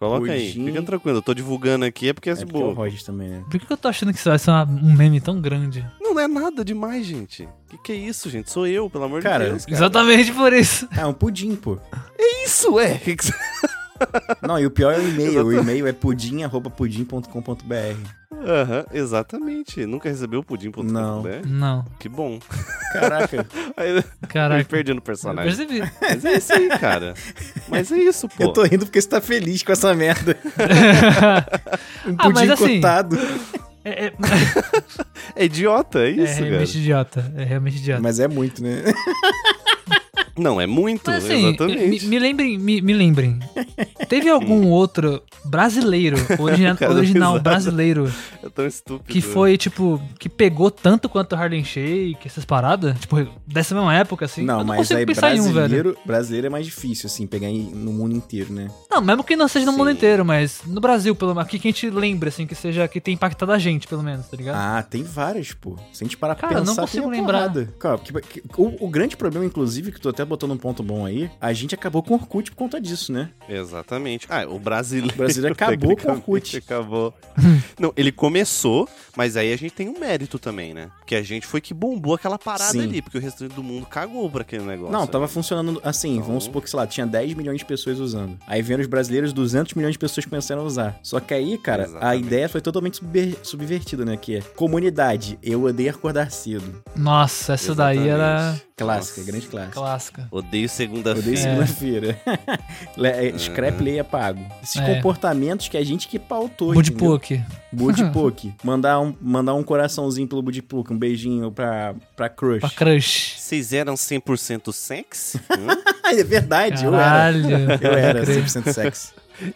[SPEAKER 1] Coloca aí.
[SPEAKER 2] Pudim.
[SPEAKER 1] Fica tranquilo. Eu tô divulgando aqui é porque é,
[SPEAKER 2] É porque é o
[SPEAKER 1] boa.
[SPEAKER 2] Rogers também, né?
[SPEAKER 3] Por que que eu tô achando que isso vai ser uma- um meme tão grande?
[SPEAKER 1] Não é nada demais, gente. Que que é isso, gente? Sou eu, pelo amor
[SPEAKER 2] Cara,
[SPEAKER 1] de Deus. Cara.
[SPEAKER 3] Exatamente por isso.
[SPEAKER 2] Ah, é um pudim, pô.
[SPEAKER 1] Isso é.
[SPEAKER 2] Não, e o pior é o e-mail. o e-mail é pudim, arroba pudim.com.br.
[SPEAKER 1] Aham, exatamente. Nunca recebeu pudim.com.br?
[SPEAKER 2] Não.
[SPEAKER 3] Não,
[SPEAKER 1] Que bom.
[SPEAKER 2] Caraca.
[SPEAKER 1] Aí, me
[SPEAKER 3] caraca.
[SPEAKER 1] perdi no
[SPEAKER 3] Eu
[SPEAKER 2] né?
[SPEAKER 1] personagem.
[SPEAKER 3] percebi.
[SPEAKER 1] Mas é isso aí, cara. Mas é isso, pô.
[SPEAKER 2] eu tô rindo porque você tá feliz com essa merda. Um
[SPEAKER 3] Ah, mas
[SPEAKER 2] pudim
[SPEAKER 3] assim,
[SPEAKER 2] cortado.
[SPEAKER 3] É, é-
[SPEAKER 1] É idiota, é
[SPEAKER 3] é
[SPEAKER 1] isso, cara.
[SPEAKER 3] realmente idiota. É realmente idiota.
[SPEAKER 2] Mas é muito, né?
[SPEAKER 1] Não, é muito,
[SPEAKER 3] Mas, assim,
[SPEAKER 1] exatamente.
[SPEAKER 3] Me, me lembrem, me, me lembrem. Teve algum outro brasileiro, origina-
[SPEAKER 1] Cara,
[SPEAKER 3] original
[SPEAKER 1] risada.
[SPEAKER 3] brasileiro,
[SPEAKER 1] É tão estúpido.
[SPEAKER 3] que foi, tipo, que pegou tanto quanto Harlem Shake, essas paradas? Tipo, dessa mesma época, assim?
[SPEAKER 2] não,
[SPEAKER 3] Eu
[SPEAKER 2] mas
[SPEAKER 3] consigo
[SPEAKER 2] aí
[SPEAKER 3] pensar em um, velho.
[SPEAKER 2] brasileiro, brasileiro é mais difícil, assim, pegar em- no mundo inteiro, né?
[SPEAKER 3] Não, mesmo que não seja no mundo
[SPEAKER 1] Sim.
[SPEAKER 3] inteiro, mas no Brasil, pelo menos. Aqui que a gente lembra, assim, que seja, que tem impactado a gente, pelo menos, tá ligado?
[SPEAKER 2] Ah, tem várias, pô. Se a gente parar pra
[SPEAKER 3] Cara, eu não
[SPEAKER 2] pensar, tem
[SPEAKER 3] consigo
[SPEAKER 2] uma
[SPEAKER 3] lembrar.
[SPEAKER 2] porrada. Cara, que- que- o, o grande problema, inclusive, que tu até botou num ponto bom aí, a gente acabou com o Orkut por conta disso, né?
[SPEAKER 1] Exatamente. Ah, o brasileiro.
[SPEAKER 2] O brasileiro acabou com o
[SPEAKER 1] tecnicamente,
[SPEAKER 2] Orkut.
[SPEAKER 1] Acabou. Não, ele começou, mas aí a gente tem um mérito também, né? Porque a gente foi que bombou aquela parada
[SPEAKER 2] Sim.
[SPEAKER 1] ali, porque o restante do mundo cagou pra aquele negócio.
[SPEAKER 2] Não, tava funcionando assim,
[SPEAKER 1] Então-
[SPEAKER 2] vamos supor que, sei lá, tinha 10 milhões de pessoas usando. Aí vendo os brasileiros, 200 milhões de pessoas começaram a usar. Só que aí, cara, a
[SPEAKER 1] Exatamente.
[SPEAKER 2] ideia foi totalmente subver- subvertida, né? Que é comunidade, eu odeio acordar cedo.
[SPEAKER 3] Nossa, essa daí era
[SPEAKER 1] Exatamente.
[SPEAKER 2] Clássica, grande
[SPEAKER 1] Nossa.
[SPEAKER 2] clássica.
[SPEAKER 3] clássica. É.
[SPEAKER 1] Odeio segunda-feira.
[SPEAKER 2] Odeio segunda-feira. Le- é, Scrap lei apago. Esses
[SPEAKER 3] É.
[SPEAKER 2] comportamentos que a gente que pautou. entendeu?
[SPEAKER 3] Budipuk.
[SPEAKER 2] Budipuk. mandar, um, mandar um coraçãozinho pelo Budipuk, um beijinho pra, pra Crush.
[SPEAKER 3] Pra crush.
[SPEAKER 1] Vocês eram 100% sexy? Hã?
[SPEAKER 2] Ah, é verdade,
[SPEAKER 3] Caralho.
[SPEAKER 2] eu era. Eu era
[SPEAKER 3] Crush.
[SPEAKER 2] 100% sexy.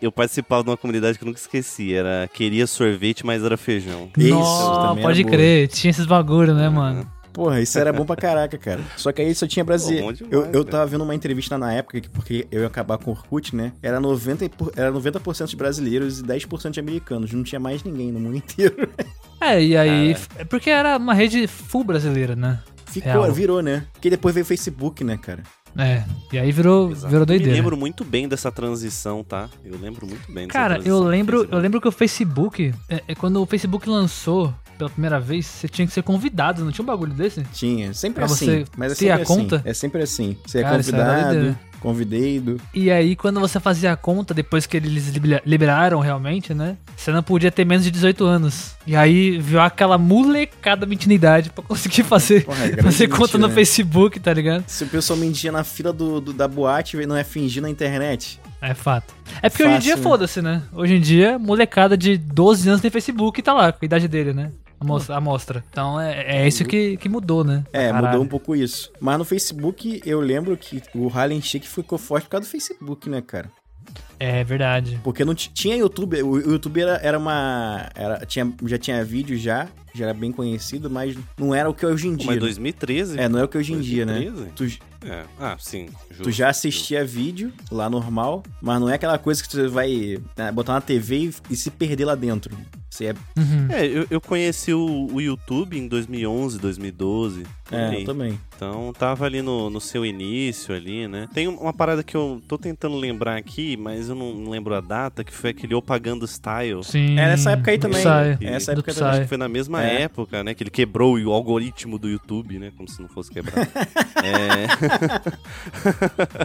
[SPEAKER 1] Eu participava de uma comunidade que eu nunca esqueci. Era queria sorvete, mas era feijão.
[SPEAKER 2] Isso,
[SPEAKER 3] Nossa,
[SPEAKER 2] também era
[SPEAKER 3] pode
[SPEAKER 2] boa. Uhum.
[SPEAKER 3] crer. Tinha esses bagulho, né, mano?
[SPEAKER 2] Porra, isso era bom pra caraca, cara. Só que aí só tinha brasileiro.
[SPEAKER 1] Pô, bom demais,
[SPEAKER 2] eu, eu
[SPEAKER 1] cara.
[SPEAKER 2] tava vendo uma entrevista na época, que- porque eu ia acabar com o Orkut, né? Era 90%, e por- era 90 de brasileiros e 10% de americanos. Não tinha mais ninguém no mundo inteiro.
[SPEAKER 3] É, e aí. É porque era uma rede full brasileira, né?
[SPEAKER 2] Ficou,
[SPEAKER 3] Real.
[SPEAKER 2] virou, né? Porque depois veio o Facebook, né, cara?
[SPEAKER 3] É. E aí virou,
[SPEAKER 1] Exato.
[SPEAKER 3] virou
[SPEAKER 1] Eu
[SPEAKER 3] doideira.
[SPEAKER 1] me lembro muito bem dessa transição, tá? Eu lembro muito bem dessa
[SPEAKER 3] Cara, eu
[SPEAKER 2] assim,
[SPEAKER 1] transição.
[SPEAKER 3] lembro,
[SPEAKER 2] né?
[SPEAKER 3] eu lembro que o Facebook. É, é quando o Facebook lançou pela primeira vez, você tinha que ser convidado, não tinha um bagulho desse?
[SPEAKER 2] Tinha. Sempre
[SPEAKER 3] Pra
[SPEAKER 2] assim.
[SPEAKER 3] você
[SPEAKER 2] mas é
[SPEAKER 3] ter
[SPEAKER 2] sempre
[SPEAKER 3] a
[SPEAKER 2] assim.
[SPEAKER 3] conta?
[SPEAKER 2] É sempre assim. Você é
[SPEAKER 3] Cara, isso era
[SPEAKER 2] convidado.
[SPEAKER 3] doideira. né?
[SPEAKER 2] convidei do.
[SPEAKER 3] E aí, quando você fazia a conta, depois que eles libera- liberaram realmente, né? Você não podia ter menos de 18 anos. E aí, viu aquela molecada mentindo idade pra conseguir fazer,
[SPEAKER 2] Porra, é grande
[SPEAKER 3] fazer conta
[SPEAKER 2] mentira,
[SPEAKER 3] no
[SPEAKER 2] né?
[SPEAKER 3] Facebook, tá ligado?
[SPEAKER 2] Se o pessoal mentia na fila do, do- da boate, velho, não é fingir na internet.
[SPEAKER 3] É fato. É porque hoje em
[SPEAKER 2] Fácil,
[SPEAKER 3] dia,
[SPEAKER 2] né?
[SPEAKER 3] foda-se, né? Hoje em dia, molecada de 12 anos tem Facebook e tá lá, com a idade dele, né? A mostra. A mostra. Então, é, é isso que, que mudou, né?
[SPEAKER 2] É,
[SPEAKER 3] Caralho.
[SPEAKER 2] mudou um pouco isso. Mas no Facebook, eu lembro que o Harlem Shake ficou forte por causa do Facebook, né, cara?
[SPEAKER 3] É verdade.
[SPEAKER 2] Porque não ti- tinha YouTube, o o YouTube era, era uma. Era, tinha, já tinha vídeo já, já era bem conhecido, mas não era o que é
[SPEAKER 3] um
[SPEAKER 2] hoje em
[SPEAKER 1] Pô,
[SPEAKER 2] dia.
[SPEAKER 1] Mas
[SPEAKER 2] né?
[SPEAKER 1] 2013?
[SPEAKER 2] É, não é o que é hoje em dia, né?
[SPEAKER 1] 2013?
[SPEAKER 2] Tu,
[SPEAKER 1] É. Ah, sim.
[SPEAKER 2] tu já assistia vídeo lá normal, mas não é aquela coisa que tu vai né, botar na TV e, e se perder lá dentro. Você é.
[SPEAKER 3] Uhum.
[SPEAKER 1] É, eu, eu conheci o, o YouTube em 2011, 2012. por
[SPEAKER 2] É,
[SPEAKER 1] aí.
[SPEAKER 2] eu também.
[SPEAKER 1] Então tava ali no, no seu início ali, né? Tem uma parada que eu tô tentando lembrar aqui, mas eu não lembro a data, que foi aquele Opagando Style.
[SPEAKER 3] Sim.
[SPEAKER 2] É nessa época aí também.
[SPEAKER 3] Psy.
[SPEAKER 2] É nessa
[SPEAKER 3] Do
[SPEAKER 2] época
[SPEAKER 3] Psy.
[SPEAKER 2] também.
[SPEAKER 1] Acho que foi na mesma
[SPEAKER 2] É.
[SPEAKER 1] época, né? Que ele quebrou o algoritmo do YouTube, né? Como se não fosse quebrar. é...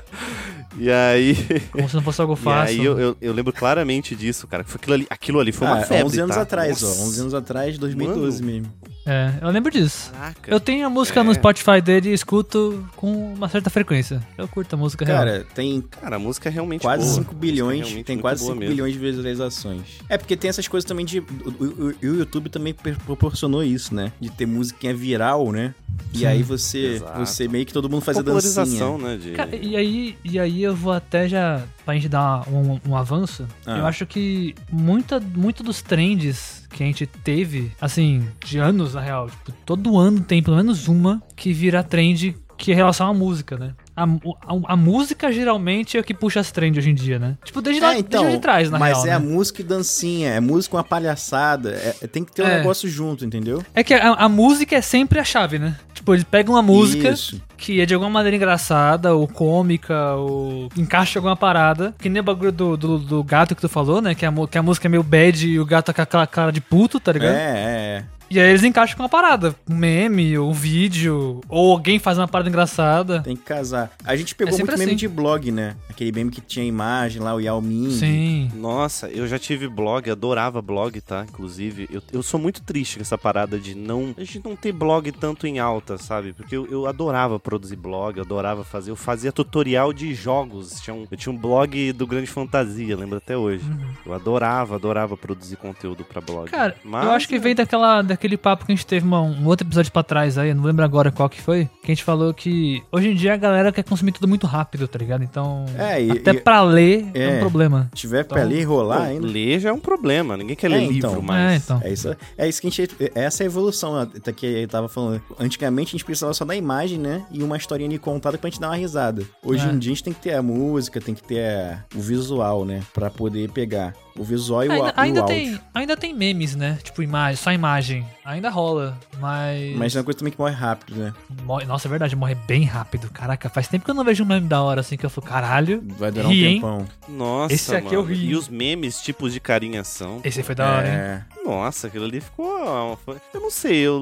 [SPEAKER 1] e aí.
[SPEAKER 3] Como se não fosse algo
[SPEAKER 1] E
[SPEAKER 3] fácil.
[SPEAKER 1] aí eu, eu, eu lembro claramente disso, cara. que foi Aquilo ali, aquilo ali foi uma
[SPEAKER 2] ah,
[SPEAKER 1] febre,
[SPEAKER 2] 11 anos
[SPEAKER 1] tá?
[SPEAKER 2] atrás,
[SPEAKER 1] Nossa,
[SPEAKER 2] ó. 11 anos atrás, 2012 mesmo.
[SPEAKER 3] É, eu lembro disso.
[SPEAKER 1] Caraca.
[SPEAKER 3] Eu tenho a música
[SPEAKER 1] É.
[SPEAKER 3] no Spotify dele e escuto com uma certa frequência. Eu curto a música real.
[SPEAKER 2] Cara, tem
[SPEAKER 1] Cara, a música é realmente
[SPEAKER 2] quase
[SPEAKER 1] boa. A
[SPEAKER 2] 5
[SPEAKER 1] música é
[SPEAKER 2] bilhões,
[SPEAKER 1] realmente
[SPEAKER 2] tem
[SPEAKER 1] muito
[SPEAKER 2] quase
[SPEAKER 1] boa
[SPEAKER 2] 5
[SPEAKER 1] mesmo.
[SPEAKER 2] bilhões de visualizações. É porque tem essas coisas também de o, o- o- o YouTube também per- proporcionou isso, né? De ter musiquinha viral, né? E
[SPEAKER 3] Sim.
[SPEAKER 2] aí você
[SPEAKER 1] Exato.
[SPEAKER 2] você meio que todo mundo fazia
[SPEAKER 1] Popularização,
[SPEAKER 2] dancinha.
[SPEAKER 1] né? De...
[SPEAKER 3] Cara, e aí, e aí eu vou até já pra gente dar um, um avanço.
[SPEAKER 2] Ah.
[SPEAKER 3] Eu acho que muita, muito dos trends que a gente teve, assim, de anos na real, tipo, todo ano tem pelo menos uma que vira trend que é relação à música, né? A, mu- a, a música geralmente é o que puxa as trends hoje em dia, né? Tipo, desde, lá,
[SPEAKER 2] É, então,
[SPEAKER 3] desde de trás, na
[SPEAKER 2] mas
[SPEAKER 3] real.
[SPEAKER 2] é
[SPEAKER 3] né?
[SPEAKER 2] a música e dancinha, é música com uma palhaçada, é- é- tem que ter um
[SPEAKER 3] É.
[SPEAKER 2] negócio junto, entendeu?
[SPEAKER 3] É que a, a música é sempre a chave, né? Tipo, eles pegam uma música
[SPEAKER 2] Isso.
[SPEAKER 3] que é de alguma maneira engraçada, ou cômica, ou encaixa alguma parada. Que nem o bagulho do, do, do gato que tu falou, né? Que a, mu- que a música é meio bad e o gato é com aquela cara de puto, tá
[SPEAKER 2] É, é,
[SPEAKER 3] ligado?
[SPEAKER 2] é.
[SPEAKER 3] E aí eles encaixam com uma parada. Um meme, ou um vídeo, ou alguém faz uma parada engraçada.
[SPEAKER 2] Tem que casar. A gente pegou
[SPEAKER 3] sempre
[SPEAKER 2] muito meme
[SPEAKER 3] assim.
[SPEAKER 2] de blog, né? Aquele meme que tinha imagem lá, o Yao Ming.
[SPEAKER 3] Sim.
[SPEAKER 1] Nossa, eu já tive blog, adorava blog, tá? Inclusive, eu, eu sou muito triste com essa parada de não. A gente não ter blog tanto em alta, sabe? Porque eu, eu adorava produzir blog, eu adorava fazer. Eu fazia tutorial de jogos. Tinha um- eu tinha um blog do Grande Fantasia, lembro até hoje. Eu adorava, adorava produzir conteúdo pra blog.
[SPEAKER 3] Uhum. Cara, eu acho que veio daquela, daquele papo que a gente teve uma- um outro episódio pra trás aí, eu não lembro agora qual que foi, que a gente falou que hoje em dia a galera quer consumir tudo muito rápido, tá ligado? Então,
[SPEAKER 2] É, e-
[SPEAKER 3] até
[SPEAKER 2] e-
[SPEAKER 3] pra ler é um
[SPEAKER 2] é.
[SPEAKER 3] problema.
[SPEAKER 2] Se tiver pra
[SPEAKER 3] Então,
[SPEAKER 2] ler e rolar
[SPEAKER 1] Lá,
[SPEAKER 2] ainda.
[SPEAKER 1] ler já é um problema, ninguém quer
[SPEAKER 2] É,
[SPEAKER 1] ler
[SPEAKER 2] então.
[SPEAKER 1] livro mais.
[SPEAKER 3] É, então.
[SPEAKER 2] É isso, é isso que a gente. Essa é a evolução até que eu tava falando. Antigamente a gente precisava só da imagem, né? E uma historinha ali contada pra gente dar uma risada. Hoje
[SPEAKER 3] É.
[SPEAKER 2] em dia a gente tem que ter a música, tem que ter a- o visual, né? Pra poder pegar. O visual e o,
[SPEAKER 3] Ainda,
[SPEAKER 2] au- e o
[SPEAKER 3] ainda
[SPEAKER 2] áudio.
[SPEAKER 3] tem, ainda tem memes, né? Tipo, imagem, só imagem. Ainda rola, mas.
[SPEAKER 2] Mas é uma coisa também que morre rápido, né?
[SPEAKER 3] Morre- nossa, é verdade, morre bem rápido. Caraca, faz tempo que eu não vejo um meme da hora assim que eu falo, caralho.
[SPEAKER 2] Vai durar
[SPEAKER 3] Ri,
[SPEAKER 2] um
[SPEAKER 3] hein?
[SPEAKER 2] tempão.
[SPEAKER 1] Nossa,
[SPEAKER 3] Esse aqui
[SPEAKER 1] mano.
[SPEAKER 3] é eu ri.
[SPEAKER 1] E os memes, tipos de carinhação.
[SPEAKER 3] Esse foi da hora, hein?
[SPEAKER 2] É.
[SPEAKER 1] Nossa, aquilo ali ficou. foi- Eu não sei, eu,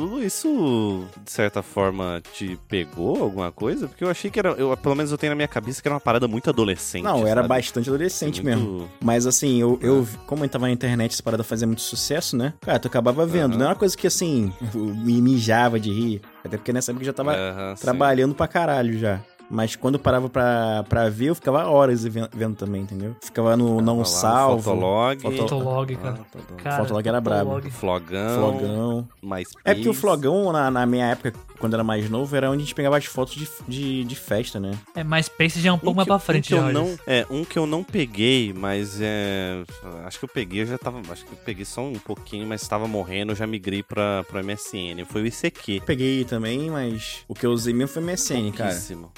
[SPEAKER 1] isso de certa forma te pegou alguma coisa? Porque eu achei que era. Eu, pelo menos eu tenho na minha cabeça que era uma parada muito adolescente.
[SPEAKER 2] Não, era
[SPEAKER 1] sabe?
[SPEAKER 2] bastante adolescente
[SPEAKER 1] Muito-
[SPEAKER 2] mesmo. Mas assim, eu, eu
[SPEAKER 3] É.
[SPEAKER 2] como eu tava na internet, essa parada fazia muito sucesso, né? Cara, tu acabava vendo.
[SPEAKER 1] Aham.
[SPEAKER 2] Não era uma coisa que assim, eu me mijava de rir. Até porque nessa época eu já tava
[SPEAKER 1] Aham, sim.
[SPEAKER 2] trabalhando pra caralho já. Mas quando eu parava pra, pra ver, eu ficava horas vendo, vendo também, entendeu? Ficava no
[SPEAKER 1] Tava
[SPEAKER 2] Não
[SPEAKER 1] lá,
[SPEAKER 2] Salvo,
[SPEAKER 1] Fotolog.
[SPEAKER 2] Foto-
[SPEAKER 3] Fotolog,
[SPEAKER 1] Ah,
[SPEAKER 3] cara.
[SPEAKER 1] Fotolog.
[SPEAKER 3] cara
[SPEAKER 2] Fotolog era brabo.
[SPEAKER 3] Fotolog.
[SPEAKER 1] Flogão.
[SPEAKER 2] Flogão.
[SPEAKER 1] Mais
[SPEAKER 2] É porque o Flogão, na, na minha época, quando era mais novo, era onde a gente pegava as fotos de, de, de festa, né?
[SPEAKER 3] É, mas Space já é um pouco mais
[SPEAKER 1] que-
[SPEAKER 3] pra frente,
[SPEAKER 1] que eu
[SPEAKER 3] já,
[SPEAKER 1] não,
[SPEAKER 3] Rogers.
[SPEAKER 1] É, um que eu não peguei, mas é. Acho que eu peguei, eu já tava. Acho que eu peguei só um pouquinho, mas tava morrendo, eu já migrei pra, pra MSN. Foi o ICQ.
[SPEAKER 2] Peguei também, mas o que eu usei mesmo foi MSN, cara.
[SPEAKER 1] Pouquíssimo.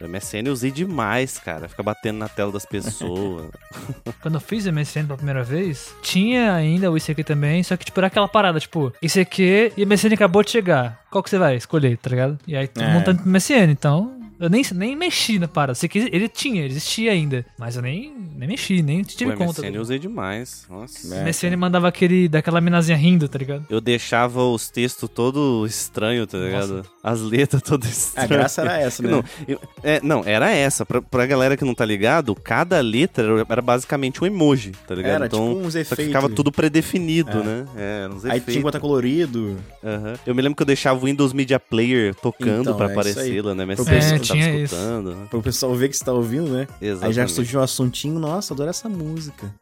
[SPEAKER 1] O MSN eu usei demais, cara. Fica batendo na tela das pessoas.
[SPEAKER 3] Quando eu fiz MSN pela primeira vez, tinha ainda o ICQ também, só que, tipo, era aquela parada, tipo, ICQ e MSN acabou de chegar. Qual que você vai escolher, tá ligado? E aí, todo
[SPEAKER 2] É.
[SPEAKER 3] mundo tá indo pro MSN, então. Eu nem, nem mexi na parada. Sei que ele tinha, ele existia ainda. Mas eu nem, nem nem mexi, nem tive
[SPEAKER 1] Pô,
[SPEAKER 3] conta.
[SPEAKER 1] MSN eu usei demais. Nossa.
[SPEAKER 2] É.
[SPEAKER 3] MSN mandava aquele, daquela minazinha rindo, tá ligado?
[SPEAKER 1] Eu deixava os textos todo estranho, tá ligado? As letras todas
[SPEAKER 2] A
[SPEAKER 1] estranhas.
[SPEAKER 2] É, graça era essa, né?
[SPEAKER 1] Não, eu- é, não, era essa. Pra, pra galera que não tá ligado, cada letra era- era basicamente um emoji, tá ligado?
[SPEAKER 2] Era
[SPEAKER 1] então,
[SPEAKER 2] tipo uns
[SPEAKER 1] só
[SPEAKER 2] efeitos.
[SPEAKER 1] que ficava tudo predefinido,
[SPEAKER 2] É.
[SPEAKER 1] né? É, eram uns
[SPEAKER 2] Aí tinha que
[SPEAKER 1] efeitos.
[SPEAKER 2] botar colorido.
[SPEAKER 1] Aham. Eu me lembro que eu deixava o Windows Media Player tocando
[SPEAKER 2] Então,
[SPEAKER 1] pra
[SPEAKER 2] é isso aí.
[SPEAKER 1] aparecer lá na MSN,
[SPEAKER 2] É,
[SPEAKER 1] que eu tava
[SPEAKER 3] tinha isso.
[SPEAKER 1] escutando. né?
[SPEAKER 2] Pro pessoal ver que você tá ouvindo, né? Aí
[SPEAKER 1] Exatamente.
[SPEAKER 2] já surgiu um assuntinho. Nossa, adoro essa música.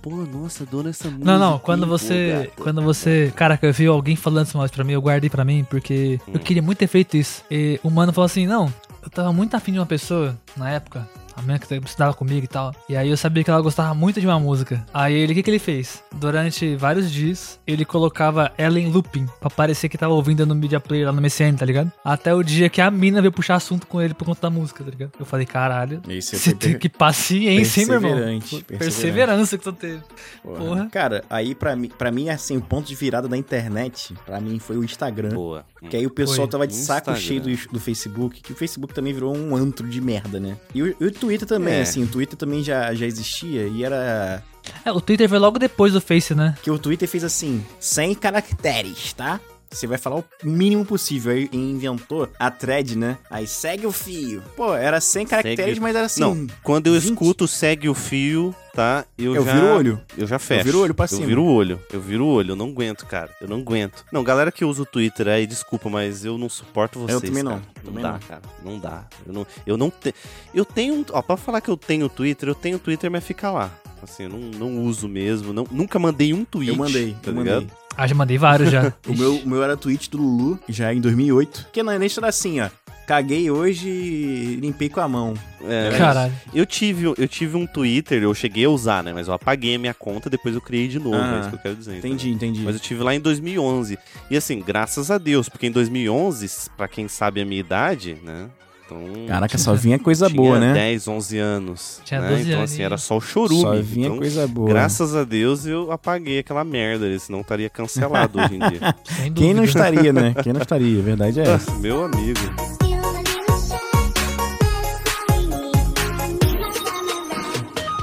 [SPEAKER 1] Pô, nossa, adoro essa música. é
[SPEAKER 3] Não, não, quando você. Quando você. Caraca, eu vi alguém falando isso mais pra mim, eu guardei pra mim, porque
[SPEAKER 2] Hum.
[SPEAKER 3] eu queria muito ter feito isso. E o mano falou assim: não, eu tava muito afim de uma pessoa na época. A menina que estudava comigo e tal. E aí eu sabia que ela gostava muito de uma música. Aí ele, o que, que ele fez? Durante vários dias, ele colocava ela em looping pra parecer que tava ouvindo no Media Player lá no MSN, tá ligado? Até o dia que a mina veio puxar assunto com ele por conta da música, tá ligado? Eu falei, caralho.
[SPEAKER 2] E aí você
[SPEAKER 3] Você
[SPEAKER 2] foi
[SPEAKER 3] tem
[SPEAKER 2] per-
[SPEAKER 3] que paciência, hein, meu irmão?
[SPEAKER 2] Perseverante,
[SPEAKER 3] Pô,
[SPEAKER 2] perseverante.
[SPEAKER 3] Perseverança que tu teve.
[SPEAKER 2] Porra.
[SPEAKER 3] Porra.
[SPEAKER 2] Cara, aí pra mim, pra mim, assim, o ponto de virada da internet, pra mim, foi o Instagram.
[SPEAKER 1] Boa.
[SPEAKER 2] Que aí o pessoal
[SPEAKER 3] Foi.
[SPEAKER 2] tava de saco
[SPEAKER 1] Instagram.
[SPEAKER 2] cheio do, do Facebook, que o Facebook também virou um antro de merda, né? E o, e o Twitter também,
[SPEAKER 1] É.
[SPEAKER 2] assim, o Twitter também já, já existia e era.
[SPEAKER 3] É, o Twitter veio logo depois do Face, né?
[SPEAKER 2] Que o Twitter fez assim, 100 caracteres, tá? Você vai falar o mínimo possível. Aí inventou a thread, né? Aí segue o fio. Pô, era 100 caracteres,
[SPEAKER 1] Segue-
[SPEAKER 2] mas era assim.
[SPEAKER 1] Não, quando eu
[SPEAKER 2] 20.
[SPEAKER 1] escuto segue o fio, tá? Eu,
[SPEAKER 2] Eu
[SPEAKER 1] já,
[SPEAKER 2] viro o olho.
[SPEAKER 1] Eu já fecho.
[SPEAKER 2] viro o olho pra cima.
[SPEAKER 1] Eu viro o olho. Eu viro o olho. Eu não aguento, cara. Eu não aguento. Não, galera que usa o Twitter aí, desculpa, mas eu não suporto vocês.
[SPEAKER 2] também não.
[SPEAKER 1] cara. Não
[SPEAKER 2] Também
[SPEAKER 1] dá,
[SPEAKER 2] não.
[SPEAKER 1] cara. Não dá. Eu não, eu não tenho. Eu tenho. um, Ó, pra falar que eu tenho Twitter, eu tenho Twitter, mas fica lá. Assim, eu não, não uso mesmo. Não, nunca mandei um tweet.
[SPEAKER 2] Eu mandei,
[SPEAKER 1] tá
[SPEAKER 2] eu
[SPEAKER 1] ligado?
[SPEAKER 2] mandei.
[SPEAKER 3] Ah, já mandei vários já.
[SPEAKER 2] O meu, o meu era tweet do Lulu, já em 2008. Que na Enes era assim, ó. Caguei hoje e limpei com a mão.
[SPEAKER 1] É, mas-
[SPEAKER 3] Caralho.
[SPEAKER 1] Eu tive, eu tive um Twitter, eu cheguei a usar, né? Mas eu apaguei a minha conta, depois eu criei de novo,
[SPEAKER 2] Ah,
[SPEAKER 1] é isso que eu quero dizer. entendeu?
[SPEAKER 2] Entendi, entendi.
[SPEAKER 1] Mas eu tive lá em 2011. E assim, graças a Deus, porque em 2011, pra quem sabe a minha idade, né? Então,
[SPEAKER 2] Caraca, só vinha coisa né?
[SPEAKER 1] tinha 10, 11 anos.
[SPEAKER 3] Tinha
[SPEAKER 1] né?
[SPEAKER 3] 12
[SPEAKER 1] Então
[SPEAKER 3] aninhos.
[SPEAKER 1] assim, era só o chorume.
[SPEAKER 2] um.
[SPEAKER 1] então,
[SPEAKER 2] coisa boa.
[SPEAKER 1] graças a Deus eu apaguei aquela merda, ali, senão estaria cancelado hoje em dia.
[SPEAKER 3] Sem
[SPEAKER 2] Quem não
[SPEAKER 3] dúvida.
[SPEAKER 2] estaria, né? Quem não estaria, a verdade é essa.
[SPEAKER 1] Meu amigo.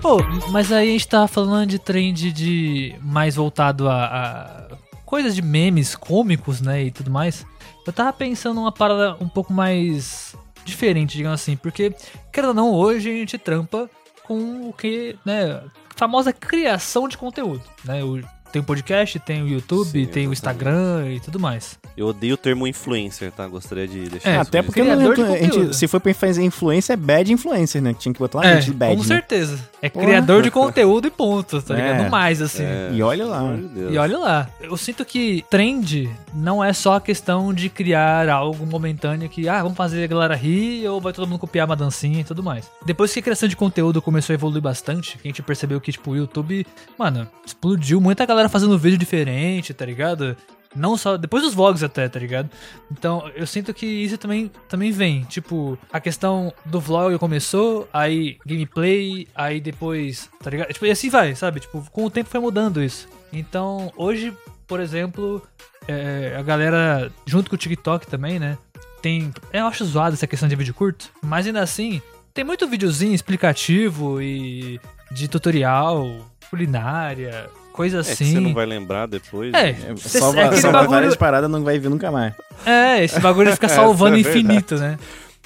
[SPEAKER 3] Pô, mas aí a gente tá falando de trend de mais voltado a, a coisas de memes cômicos, né, e tudo mais. Eu tava pensando uma parada um pouco mais diferente, digamos assim, porque querendo ou não, hoje a gente trampa com o que, né, famosa criação de conteúdo, né? O- tem o podcast, tem o YouTube,
[SPEAKER 1] Sim,
[SPEAKER 3] tem
[SPEAKER 1] exatamente.
[SPEAKER 3] o Instagram e tudo mais.
[SPEAKER 1] Eu odeio o termo influencer, tá? Gostaria de deixar isso
[SPEAKER 3] É,
[SPEAKER 2] Até
[SPEAKER 1] registrado.
[SPEAKER 2] porque não-
[SPEAKER 3] Criador de
[SPEAKER 2] a gente-
[SPEAKER 3] conteúdo.
[SPEAKER 2] se for pra fazer influência, é bad influencer, né? Que tinha que botar lá
[SPEAKER 3] É,
[SPEAKER 2] antes de bad.
[SPEAKER 3] com
[SPEAKER 2] né?
[SPEAKER 3] certeza. É
[SPEAKER 2] Porra.
[SPEAKER 3] criador de conteúdo e ponto,
[SPEAKER 2] É.
[SPEAKER 3] tá ligado? No mais, assim.
[SPEAKER 2] E olha lá.
[SPEAKER 1] Pelo amor de Deus.
[SPEAKER 3] E olha lá, eu sinto que trend não é só a questão de criar algo momentâneo que, ah, vamos fazer a galera rir ou vai todo mundo copiar uma dancinha e tudo mais. Depois que a criação de conteúdo começou a evoluir bastante, que a gente percebeu que, tipo, o YouTube, mano, explodiu muita galera fazendo vídeo diferente, tá ligado? Não só. Depois dos vlogs até, tá ligado? Então, eu sinto que isso também, também vem. Tipo, a questão do vlog começou, aí gameplay, aí depois. Tá ligado? Tipo, e assim vai, sabe? Tipo, com o tempo foi mudando isso. Então, hoje, por exemplo, é, a galera, junto com o TikTok também, né? Tem. Eu acho zoado essa questão de vídeo curto, mas ainda assim, tem muito videozinho explicativo e de tutorial, culinária, coisa
[SPEAKER 1] É que
[SPEAKER 3] assim.
[SPEAKER 1] você não vai lembrar depois.
[SPEAKER 3] É,
[SPEAKER 1] né?
[SPEAKER 2] É,
[SPEAKER 3] Cê-
[SPEAKER 2] salva
[SPEAKER 3] é aquele
[SPEAKER 2] salva
[SPEAKER 3] bagulho-
[SPEAKER 2] várias paradas, não vai vir nunca mais.
[SPEAKER 3] É, esse bagulho fica salvando
[SPEAKER 1] Essa é
[SPEAKER 3] infinito, né?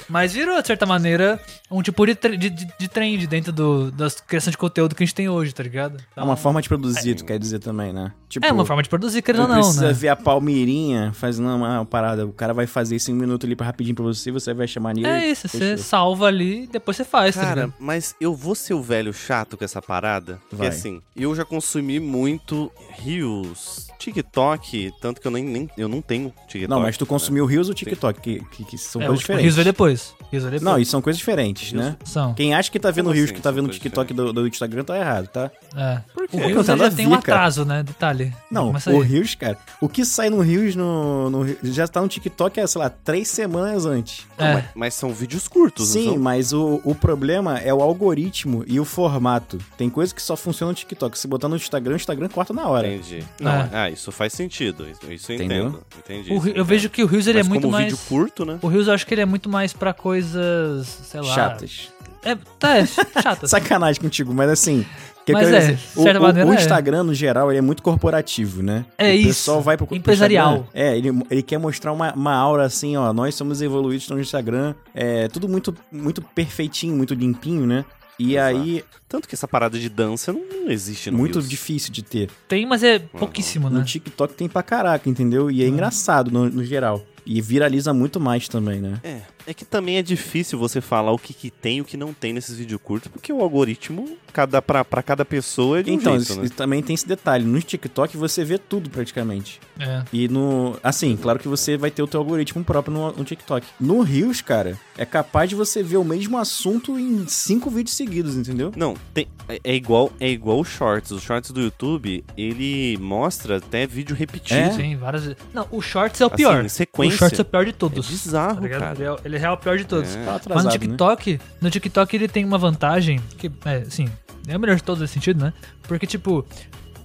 [SPEAKER 3] Mas virou, de certa maneira, um tipo de, tre- de, de, de trend dentro do, das criação de conteúdo que a gente tem hoje, tá ligado?
[SPEAKER 2] É
[SPEAKER 3] Então,
[SPEAKER 2] uma forma de produzir, tu quer dizer também, né? Tipo,
[SPEAKER 3] é uma forma de produzir,
[SPEAKER 2] Tu
[SPEAKER 3] querendo ou não,
[SPEAKER 2] precisa
[SPEAKER 3] né?
[SPEAKER 2] ver a Palmeirinha fazendo uma parada. O cara vai fazer isso em um minuto ali pra rapidinho pra você, você vai chamar nele.
[SPEAKER 3] É isso, você
[SPEAKER 2] fechou.
[SPEAKER 3] salva ali, depois você faz, tá
[SPEAKER 1] Cara,
[SPEAKER 3] ligado?
[SPEAKER 1] mas eu vou ser o velho chato com essa parada. Porque
[SPEAKER 2] Vai.
[SPEAKER 1] assim, eu já consumi muito Reels, TikTok, tanto que eu nem, nem- eu não tenho TikTok.
[SPEAKER 2] Não, mas tu
[SPEAKER 1] né?
[SPEAKER 2] consumiu o Reels ou o TikTok? Que, que, que são
[SPEAKER 3] É, o
[SPEAKER 2] coisas
[SPEAKER 3] tipo,
[SPEAKER 2] diferentes.
[SPEAKER 3] riso é depois. Riso é depois.
[SPEAKER 2] Não, e são coisas diferentes, né?
[SPEAKER 3] São.
[SPEAKER 2] Quem acha que tá vendo o
[SPEAKER 1] é Como
[SPEAKER 2] Reels,
[SPEAKER 1] assim,
[SPEAKER 2] que tá
[SPEAKER 1] são
[SPEAKER 2] vendo o
[SPEAKER 1] coisas
[SPEAKER 2] TikTok do, do Instagram, tá errado, tá?
[SPEAKER 3] É.
[SPEAKER 1] quê?
[SPEAKER 3] O
[SPEAKER 1] Não
[SPEAKER 3] Reels
[SPEAKER 2] tem nada
[SPEAKER 3] já
[SPEAKER 2] a
[SPEAKER 3] tem
[SPEAKER 2] ver,
[SPEAKER 3] um
[SPEAKER 2] cara.
[SPEAKER 3] atraso, né? Detalhe.
[SPEAKER 2] Não,
[SPEAKER 3] Começa
[SPEAKER 2] o
[SPEAKER 3] aí.
[SPEAKER 2] Reels, cara, o que sai no Reels no, no- já tá no TikTok é, sei lá, três semanas antes.
[SPEAKER 1] Não,
[SPEAKER 3] É.
[SPEAKER 1] mas, mas são vídeos curtos,
[SPEAKER 2] Sim,
[SPEAKER 1] não são?
[SPEAKER 2] mas o, o problema é o algoritmo e o formato. Tem coisa que só funciona no TikTok. Se botar no Instagram, o Instagram corta na hora.
[SPEAKER 1] Entendi. Não,
[SPEAKER 3] É.
[SPEAKER 1] ah, isso faz sentido. Isso, isso eu
[SPEAKER 2] Entendeu?
[SPEAKER 1] entendo. Entendi.
[SPEAKER 3] O
[SPEAKER 1] isso
[SPEAKER 3] Re-
[SPEAKER 1] eu
[SPEAKER 3] eu
[SPEAKER 1] entendo.
[SPEAKER 3] vejo que o Reels ele
[SPEAKER 1] mas
[SPEAKER 3] é muito
[SPEAKER 1] como
[SPEAKER 3] mais.
[SPEAKER 1] vídeo curto, né?
[SPEAKER 3] O Reels eu acho que ele é muito mais pra coisas, sei lá.
[SPEAKER 2] Chatas.
[SPEAKER 3] É, tá, é chato.
[SPEAKER 2] Sacanagem contigo, mas assim. o Que eu
[SPEAKER 3] Mas
[SPEAKER 2] quero
[SPEAKER 3] é,
[SPEAKER 2] dizer,
[SPEAKER 3] de
[SPEAKER 2] o,
[SPEAKER 3] certa
[SPEAKER 2] o-
[SPEAKER 3] maneira,
[SPEAKER 2] o
[SPEAKER 3] é.
[SPEAKER 2] Instagram, no geral, ele é muito corporativo, né?
[SPEAKER 3] É
[SPEAKER 2] o
[SPEAKER 3] isso.
[SPEAKER 2] pessoal vai pro pro
[SPEAKER 3] Empresarial.
[SPEAKER 2] Instagram. É, ele, ele quer mostrar uma, uma aura assim, ó. Nós somos evoluídos no Instagram. É tudo muito, muito perfeitinho, muito limpinho, né? E
[SPEAKER 1] Exato.
[SPEAKER 2] aí,
[SPEAKER 1] Tanto que essa parada de dança não, não existe no
[SPEAKER 2] muito
[SPEAKER 1] Reels.
[SPEAKER 2] difícil de ter.
[SPEAKER 3] Tem, mas é pouquíssimo,
[SPEAKER 2] No
[SPEAKER 3] né?
[SPEAKER 2] TikTok tem pra caraca, entendeu? E é engraçado no, no geral. E viraliza muito mais também, né?
[SPEAKER 1] É, é que também é difícil você falar o que, que tem e o que não tem nesses vídeos curtos, porque o algoritmo, cada, pra, pra cada pessoa, é de um
[SPEAKER 2] Então,
[SPEAKER 1] jeito,
[SPEAKER 2] isso-
[SPEAKER 1] né?
[SPEAKER 2] isso também tem esse detalhe. No TikTok você vê tudo praticamente.
[SPEAKER 3] É.
[SPEAKER 2] E no. Assim, claro que você vai ter o teu algoritmo próprio no, no TikTok. No Rios, cara, é capaz de você ver o mesmo assunto em cinco vídeos seguidos, entendeu?
[SPEAKER 3] Tá
[SPEAKER 1] Não, tem- é, é igual é igual os shorts. Os shorts do YouTube, ele mostra até vídeo repetido.
[SPEAKER 2] É?
[SPEAKER 3] Sim, várias vezes. Não, o Shorts é o
[SPEAKER 1] Assim,
[SPEAKER 3] pior.
[SPEAKER 1] em
[SPEAKER 3] o
[SPEAKER 1] sequência.
[SPEAKER 3] Shorts é o pior de
[SPEAKER 1] é
[SPEAKER 3] todos. tá
[SPEAKER 1] bizarro,
[SPEAKER 3] ligado?
[SPEAKER 1] cara.
[SPEAKER 3] Ele é- Ele é o pior de todos.
[SPEAKER 1] É.
[SPEAKER 2] Tá
[SPEAKER 3] Mas
[SPEAKER 2] atrasado,
[SPEAKER 3] no
[SPEAKER 2] né?
[SPEAKER 3] TikTok, no TikTok ele tem uma vantagem que, é, assim, é o melhor de todos nesse sentido, né? Porque, tipo,